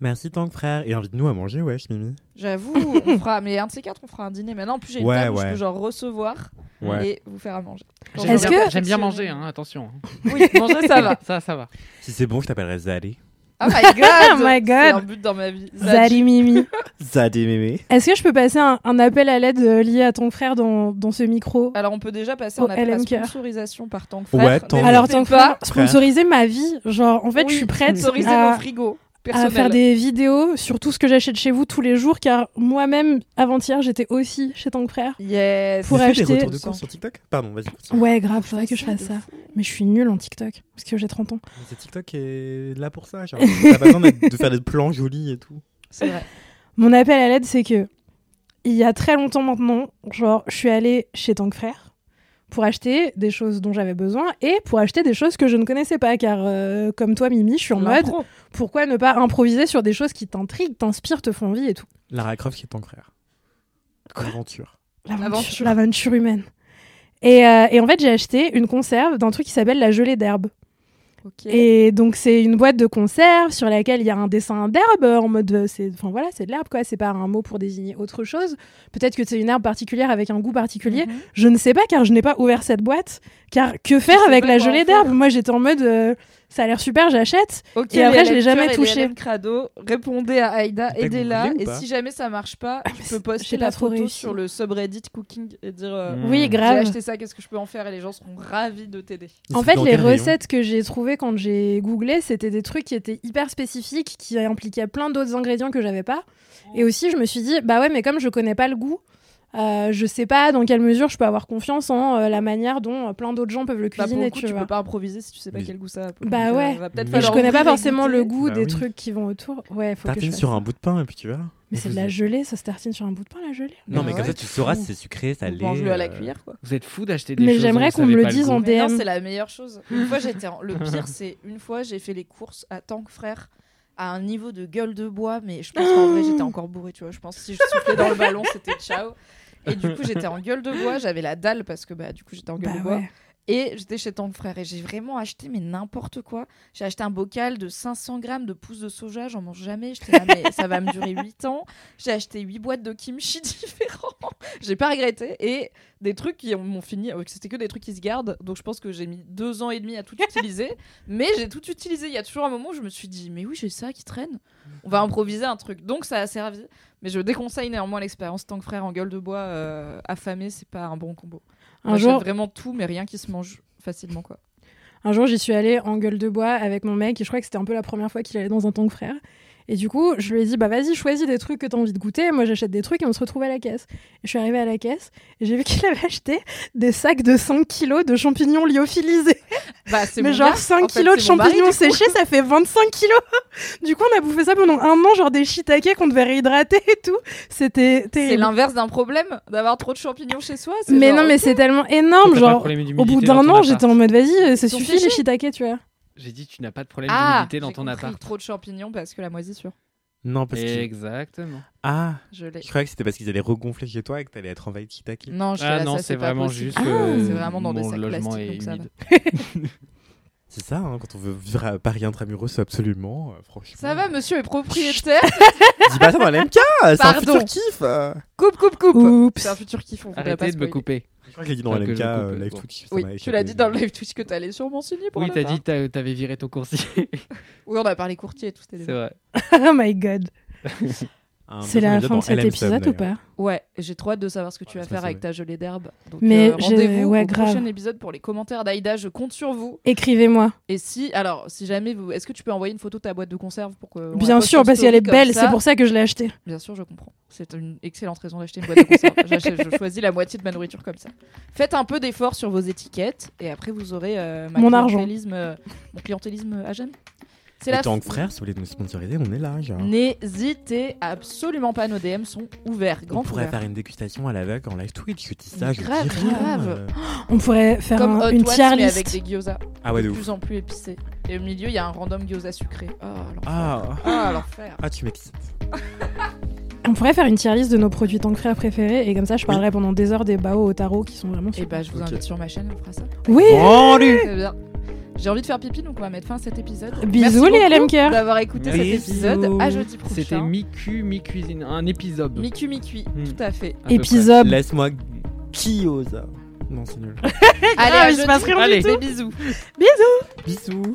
Speaker 5: Merci Tank frère. Et invite-nous à manger, wesh, Mimi.
Speaker 4: J'avoue, on fera, mais un de ces quatre, on fera un dîner maintenant. En plus, j'ai une
Speaker 5: Ouais,
Speaker 4: table où je
Speaker 5: ouais.
Speaker 4: peux genre recevoir
Speaker 5: Ouais.
Speaker 4: et vous faire à manger.
Speaker 6: J'aime
Speaker 3: Est-ce
Speaker 6: bien-
Speaker 3: que-
Speaker 6: J'aime bien manger, hein, attention.
Speaker 4: Oui, manger ça va.
Speaker 6: Ça, ça va.
Speaker 5: Si c'est bon, je t'appellerai Zadé.
Speaker 4: Oh my god!
Speaker 3: Oh my God.
Speaker 4: C'est un but dans ma vie.
Speaker 3: Zali Mimi.
Speaker 5: Zadé, mémé.
Speaker 3: Est-ce que je peux passer un, un appel à l'aide euh, lié à ton frère dans, dans ce micro
Speaker 4: Alors on peut déjà passer
Speaker 3: Au
Speaker 4: en appel à
Speaker 3: LMK.
Speaker 4: sponsorisation par tant que
Speaker 5: Ouais,
Speaker 4: frère. mais
Speaker 5: tant
Speaker 4: ne
Speaker 5: mieux.
Speaker 4: le
Speaker 3: Alors,
Speaker 4: faites
Speaker 3: tant que
Speaker 4: pas.
Speaker 3: Sponsoriser ma vie. Genre, en fait, je suis prête
Speaker 4: Sponsorisez
Speaker 3: à,
Speaker 4: vos frigos.
Speaker 3: à
Speaker 4: Personnel.
Speaker 3: faire des vidéos sur tout ce que j'achète chez vous tous les jours, car moi-même, avant-hier, j'étais aussi chez Tank Frère.
Speaker 4: Yes.
Speaker 3: Pour
Speaker 5: Tu fais des
Speaker 3: acheter-
Speaker 5: retours de course sur TikTok Pardon, vas-y. continue.
Speaker 3: Ouais, grave, faudrait que je
Speaker 4: Facile
Speaker 3: fasse
Speaker 4: Ah, de
Speaker 3: ça.
Speaker 4: fou.
Speaker 3: Mais je suis nulle en TikTok, parce que j'ai 30 ans.
Speaker 5: Mais c'est TikTok est là pour ça. genre. T'as pas besoin d'être- de faire des plans jolis et tout.
Speaker 4: C'est vrai.
Speaker 3: Mon appel à l'aide, c'est que il y a très longtemps maintenant, genre, je suis allée chez Tank Frère pour acheter des choses dont j'avais besoin et pour acheter des choses que je ne connaissais pas, car euh, comme toi, Mimi, je suis en mode
Speaker 4: L'impro.
Speaker 3: pourquoi ne pas improviser sur des choses qui t'intriguent, t'inspirent, te font envie et tout.
Speaker 5: Lara Croft qui est Tank frère. Aventure.
Speaker 3: L'aventure
Speaker 4: L'aventure.
Speaker 3: l'aventure humaine. Et, euh, et en fait, j'ai acheté une conserve d'un truc qui s'appelle la gelée d'herbe.
Speaker 4: Ok.
Speaker 3: Et donc c'est une boîte de conserve sur laquelle il y a un dessin d'herbe euh, en mode euh, c'est enfin voilà, c'est de l'herbe quoi, c'est pas un mot pour désigner autre chose. Peut-être que c'est une herbe particulière avec un goût particulier.
Speaker 4: Mhm.
Speaker 3: Je ne sais pas car je n'ai pas ouvert cette boîte car que faire
Speaker 4: sais
Speaker 3: avec
Speaker 4: pas
Speaker 3: la
Speaker 4: quoi en
Speaker 3: gelée
Speaker 4: faire.
Speaker 3: d'herbe Moi j'étais en mode euh, ça a l'air super, j'achète.
Speaker 4: Ok,
Speaker 3: Et après,
Speaker 4: les
Speaker 3: je l'ai
Speaker 4: lecteurs
Speaker 3: jamais
Speaker 4: et les
Speaker 3: touché.
Speaker 4: LM Crado, répondez à Aïda,
Speaker 5: T'as
Speaker 4: aidez-la.
Speaker 5: googlé ou
Speaker 4: Et
Speaker 5: pas
Speaker 4: si jamais ça marche pas, tu
Speaker 3: Ah, mais
Speaker 4: peux
Speaker 3: c'est-
Speaker 4: poster
Speaker 3: j'ai
Speaker 4: la
Speaker 3: pas trop
Speaker 4: photo
Speaker 3: réussi.
Speaker 4: sur le subreddit cooking et dire euh,
Speaker 6: Mm.
Speaker 3: Oui,
Speaker 6: J'ai
Speaker 4: j'ai
Speaker 3: grave.
Speaker 4: acheté ça, qu'est-ce que je peux en faire Et les gens seront ravis de t'aider.
Speaker 5: Il
Speaker 3: En
Speaker 5: se
Speaker 3: fait,
Speaker 5: dans
Speaker 3: les
Speaker 5: quel rayon
Speaker 3: recettes que j'ai trouvées quand j'ai googlé, c'était des trucs qui étaient hyper spécifiques, qui impliquaient plein d'autres ingrédients que j'avais pas. Et aussi, je me suis dit, bah ouais, mais comme je connais pas le goût, euh, je sais pas dans quelle mesure je peux avoir confiance en euh, la manière dont euh, plein d'autres gens peuvent le
Speaker 4: Bah, pour
Speaker 3: cuisiner,
Speaker 4: le coup,
Speaker 3: tu
Speaker 4: tu
Speaker 3: vois.
Speaker 4: peux pas improviser si tu sais pas
Speaker 5: Oui.
Speaker 4: quel goût ça a.
Speaker 3: Bah
Speaker 4: Donc, euh,
Speaker 3: ouais.
Speaker 4: va peut-être
Speaker 3: Et je
Speaker 5: Mais Alors,
Speaker 4: falloir
Speaker 3: connais pas
Speaker 4: goûter,
Speaker 3: forcément
Speaker 4: goûter.
Speaker 3: le goût
Speaker 5: Bah
Speaker 3: des
Speaker 5: oui.
Speaker 3: trucs qui vont autour. Ouais, faut que je
Speaker 5: Tartine
Speaker 3: fasse
Speaker 5: sur
Speaker 3: ça.
Speaker 5: un bout de pain et puis tu verras.
Speaker 3: Mais c'est de la gelée, ça se tartine sur un bout de pain, la gelée.
Speaker 5: Non, mais
Speaker 4: Ah
Speaker 5: comme
Speaker 4: ouais.
Speaker 5: ça, tu sauras si c'est sucré, salé.
Speaker 4: Mange-le à la
Speaker 5: euh,
Speaker 4: cuillère, quoi.
Speaker 6: Vous êtes fous d'acheter des
Speaker 3: Mais
Speaker 6: choses dont
Speaker 3: j'aimerais
Speaker 6: vous
Speaker 3: qu'on
Speaker 6: savez
Speaker 3: me le
Speaker 6: pas
Speaker 3: dise en
Speaker 6: goût.
Speaker 4: Mais non,
Speaker 3: DM.
Speaker 4: c'est la meilleure chose. Une fois, j'étais en- Le pire, c'est une fois, j'ai fait les courses à Tank Frère à un niveau de gueule de bois, mais je pense qu'en vrai, j'étais encore bourré, tu vois. Je pense que si je soufflais dans le ballon, c'était ciao. Et du coup, j'étais en gueule de bois, j'avais la dalle parce que bah, du coup, j'étais en gueule
Speaker 3: Bah
Speaker 4: de bois.
Speaker 3: ouais.
Speaker 4: Et j'étais chez Tank Frère et j'ai vraiment acheté, mais n'importe quoi. J'ai acheté un bocal de 500 grammes de pousses de soja, j'en mange jamais. J'étais là, mais ça va me durer 8 ans. J'ai acheté 8 boîtes de kimchi différents. j'ai pas regretté. Et des trucs qui ont- m'ont fini. euh, C'était que des trucs qui se gardent. Donc je pense que j'ai mis 2 ans et demi à tout utiliser. mais j'ai tout utilisé. Il y a toujours un moment où je me suis dit, mais oui, j'ai ça qui traîne. On va improviser un truc. Donc ça a servi. Mais je déconseille néanmoins l'expérience Tank Frère en gueule de bois euh, affamé, c'est pas un bon combo.
Speaker 3: Un
Speaker 4: Moi,
Speaker 3: jour-
Speaker 4: j'aime vraiment tout, mais rien qui se mange facilement quoi.
Speaker 3: Un jour, j'y suis allée en gueule de bois avec mon mec et je crois que c'était un peu la première fois qu'il allait dans un tank frère. Et du coup, je lui ai dit, bah vas-y, choisis des trucs que t'as envie de goûter. Moi, j'achète des trucs et on se retrouve à la caisse. Et je suis arrivée à la caisse et j'ai vu qu'il avait acheté des sacs de 5 kilos de champignons lyophilisés.
Speaker 4: Bah, c'est
Speaker 3: Mais
Speaker 4: mon
Speaker 3: genre,
Speaker 4: gars.
Speaker 3: 5
Speaker 4: En fait,
Speaker 3: kilos de
Speaker 4: c'est mon mari,
Speaker 3: champignons
Speaker 4: du coup.
Speaker 3: séchés, ça fait 25 kilos. du coup, on a bouffé ça pendant un an, genre des shiitake qu'on devait réhydrater et tout. C'était
Speaker 4: C'est
Speaker 3: terrible.
Speaker 4: l'inverse d'un problème d'avoir trop de champignons chez soi. c'est
Speaker 3: Mais
Speaker 4: genre,
Speaker 3: non, mais c'est tellement énorme.
Speaker 6: T'as pas de
Speaker 3: Genre,
Speaker 6: problème
Speaker 3: au bout
Speaker 6: d'humidité dans
Speaker 3: d'un
Speaker 6: ton
Speaker 3: an,
Speaker 6: appart.
Speaker 3: j'étais en mode, vas-y, ça
Speaker 4: Ils sont
Speaker 3: suffit les
Speaker 4: séchés.
Speaker 3: shiitake, tu vois.
Speaker 6: J'ai dit, tu n'as pas de problème
Speaker 4: Ah,
Speaker 6: d'humidité dans
Speaker 4: j'ai
Speaker 6: ton
Speaker 4: compris,
Speaker 6: appart.
Speaker 4: trop de champignons parce que la moisissure.
Speaker 5: Non, parce que.
Speaker 6: Exactement.
Speaker 5: Ah,
Speaker 4: Je l'ai.
Speaker 5: je croyais que c'était parce qu'ils allaient regonfler chez toi et que t'allais être envahi de shiitake.
Speaker 3: Mm.
Speaker 4: Non, je suis
Speaker 6: Ah
Speaker 4: là,
Speaker 6: non,
Speaker 4: ça,
Speaker 6: c'est
Speaker 4: pas
Speaker 6: vraiment
Speaker 4: possible.
Speaker 6: juste.
Speaker 4: Ah,
Speaker 6: que
Speaker 4: c'est vraiment dans des
Speaker 6: mon
Speaker 4: sacs
Speaker 6: logement
Speaker 4: plastiques,
Speaker 6: est
Speaker 4: donc ça va.
Speaker 6: humide.
Speaker 5: C'est ça, hein, quand on veut vivre à Paris intramuros, c'est absolument, euh, franchement.
Speaker 4: Ça va, monsieur est propriétaire.
Speaker 5: Dis pas ça dans l'MK, c'est un
Speaker 4: Pardon.
Speaker 5: futur kiff. euh.
Speaker 4: coupe, coupe, coupe.
Speaker 3: Oups.
Speaker 4: C'est un futur kiff. On voudrait pas
Speaker 6: Arrêtez de me
Speaker 4: spoiler.
Speaker 6: couper.
Speaker 5: Je crois que j'ai dit dans
Speaker 6: Faut que je
Speaker 5: l'MK,
Speaker 6: coupe,
Speaker 5: euh, live
Speaker 6: bon.
Speaker 5: Twitch. ça
Speaker 4: Oui,
Speaker 5: m'a
Speaker 4: tu
Speaker 5: échappé.
Speaker 4: l'as dit dans le live Twitch que t'allais sûrement signer pour
Speaker 6: Oui,
Speaker 4: le
Speaker 6: t'as
Speaker 4: faire.
Speaker 6: dit que t'a- t'avais viré ton coursier.
Speaker 4: Oui, on a parlé courtier et tout, c'était
Speaker 6: c'est
Speaker 4: des-
Speaker 6: vrai.
Speaker 3: Oh my god.
Speaker 5: un
Speaker 3: C'est
Speaker 5: deuxième
Speaker 3: la fin
Speaker 5: épisode dans
Speaker 3: de cet
Speaker 5: LM Sub,
Speaker 3: épisode ou
Speaker 5: d'ailleurs.
Speaker 3: pas
Speaker 4: Ouais, j'ai trop hâte de savoir ce que tu
Speaker 5: Ouais,
Speaker 4: vas
Speaker 5: ça,
Speaker 4: faire
Speaker 5: ça,
Speaker 4: avec
Speaker 5: ouais.
Speaker 4: ta gelée d'herbe. Donc,
Speaker 3: Mais
Speaker 4: Mais
Speaker 3: j'ai-
Speaker 4: rendez-vous
Speaker 3: ouais,
Speaker 4: au
Speaker 3: grave.
Speaker 4: prochain épisode pour les commentaires d'Aïda. Je compte sur vous.
Speaker 3: Écrivez-moi.
Speaker 4: Et si, alors, si jamais vous. Est-ce que tu peux envoyer une photo de ta boîte de conserve pour que. on la
Speaker 3: Bien
Speaker 4: poste
Speaker 3: sûr,
Speaker 4: en
Speaker 3: parce
Speaker 4: story
Speaker 3: qu'elle est
Speaker 4: comme
Speaker 3: belle,
Speaker 4: ça
Speaker 3: c'est pour ça que je l'ai achetée.
Speaker 4: Bien sûr, je comprends. C'est une excellente raison d'acheter une boîte de conserve. J'achète- je choisis la moitié de ma nourriture comme ça. Faites un peu d'effort sur vos étiquettes et après vous aurez euh, ma
Speaker 3: Mon argent.
Speaker 4: clientélisme, euh, mon clientélisme euh, à jamais. C'est
Speaker 5: Et
Speaker 4: la
Speaker 5: tant
Speaker 4: fin.
Speaker 5: que frère, hein. si vous voulez nous sponsoriser, on est là. Genre.
Speaker 4: Mmh, N'hésitez absolument pas, nos DM sont ouverts.
Speaker 5: On
Speaker 4: Grand
Speaker 5: pourrait
Speaker 4: ouvert.
Speaker 5: faire une dégustation à l'aveugle en live Twitch, je dis ça, je dis
Speaker 4: Grave,
Speaker 5: rien.
Speaker 4: grave.
Speaker 5: euh.
Speaker 3: On pourrait faire
Speaker 4: Comme
Speaker 3: un-
Speaker 4: Hot
Speaker 3: une
Speaker 4: Ones,
Speaker 3: tier
Speaker 4: mais avec
Speaker 3: list.
Speaker 4: des gyoza.
Speaker 5: Ah ouais, de
Speaker 4: de
Speaker 5: ouf.
Speaker 4: plus en plus épicés. Et au milieu, il y a un random gyoza sucré. Oh, l'enfer.
Speaker 5: Ah,
Speaker 4: Ah, l'enfer.
Speaker 5: ah, tu m'excites.
Speaker 3: On pourrait faire une tier list de nos produits tant que frère préférés et comme ça je parlerai pendant des heures des bao au tarot qui sont vraiment
Speaker 4: Et
Speaker 3: super.
Speaker 4: bah, je vous
Speaker 5: Ok.
Speaker 4: invite sur ma chaîne, on fera ça.
Speaker 3: Oui,
Speaker 5: Vendu
Speaker 4: Très bien. J'ai envie de faire pipi, donc on va mettre fin à cet épisode.
Speaker 3: Bisous,
Speaker 4: Merci
Speaker 3: les
Speaker 4: beaucoup
Speaker 3: LMK.
Speaker 4: d'avoir écouté cet
Speaker 5: Bisous.
Speaker 4: épisode. À jeudi
Speaker 6: C'était
Speaker 4: prochain.
Speaker 6: mi-cul, mi-cuisine, un épisode.
Speaker 4: Miku Mikui,
Speaker 6: Hmm.
Speaker 4: tout à fait.
Speaker 6: à peu près.
Speaker 3: épisode
Speaker 5: Laisse-moi Kyoza. Non, c'est nul.
Speaker 4: Allez,
Speaker 3: grave,
Speaker 4: à
Speaker 3: Ah, il se
Speaker 4: jeudi.
Speaker 3: passe rien
Speaker 6: du Allez.
Speaker 4: Des bisous.
Speaker 5: Bisous.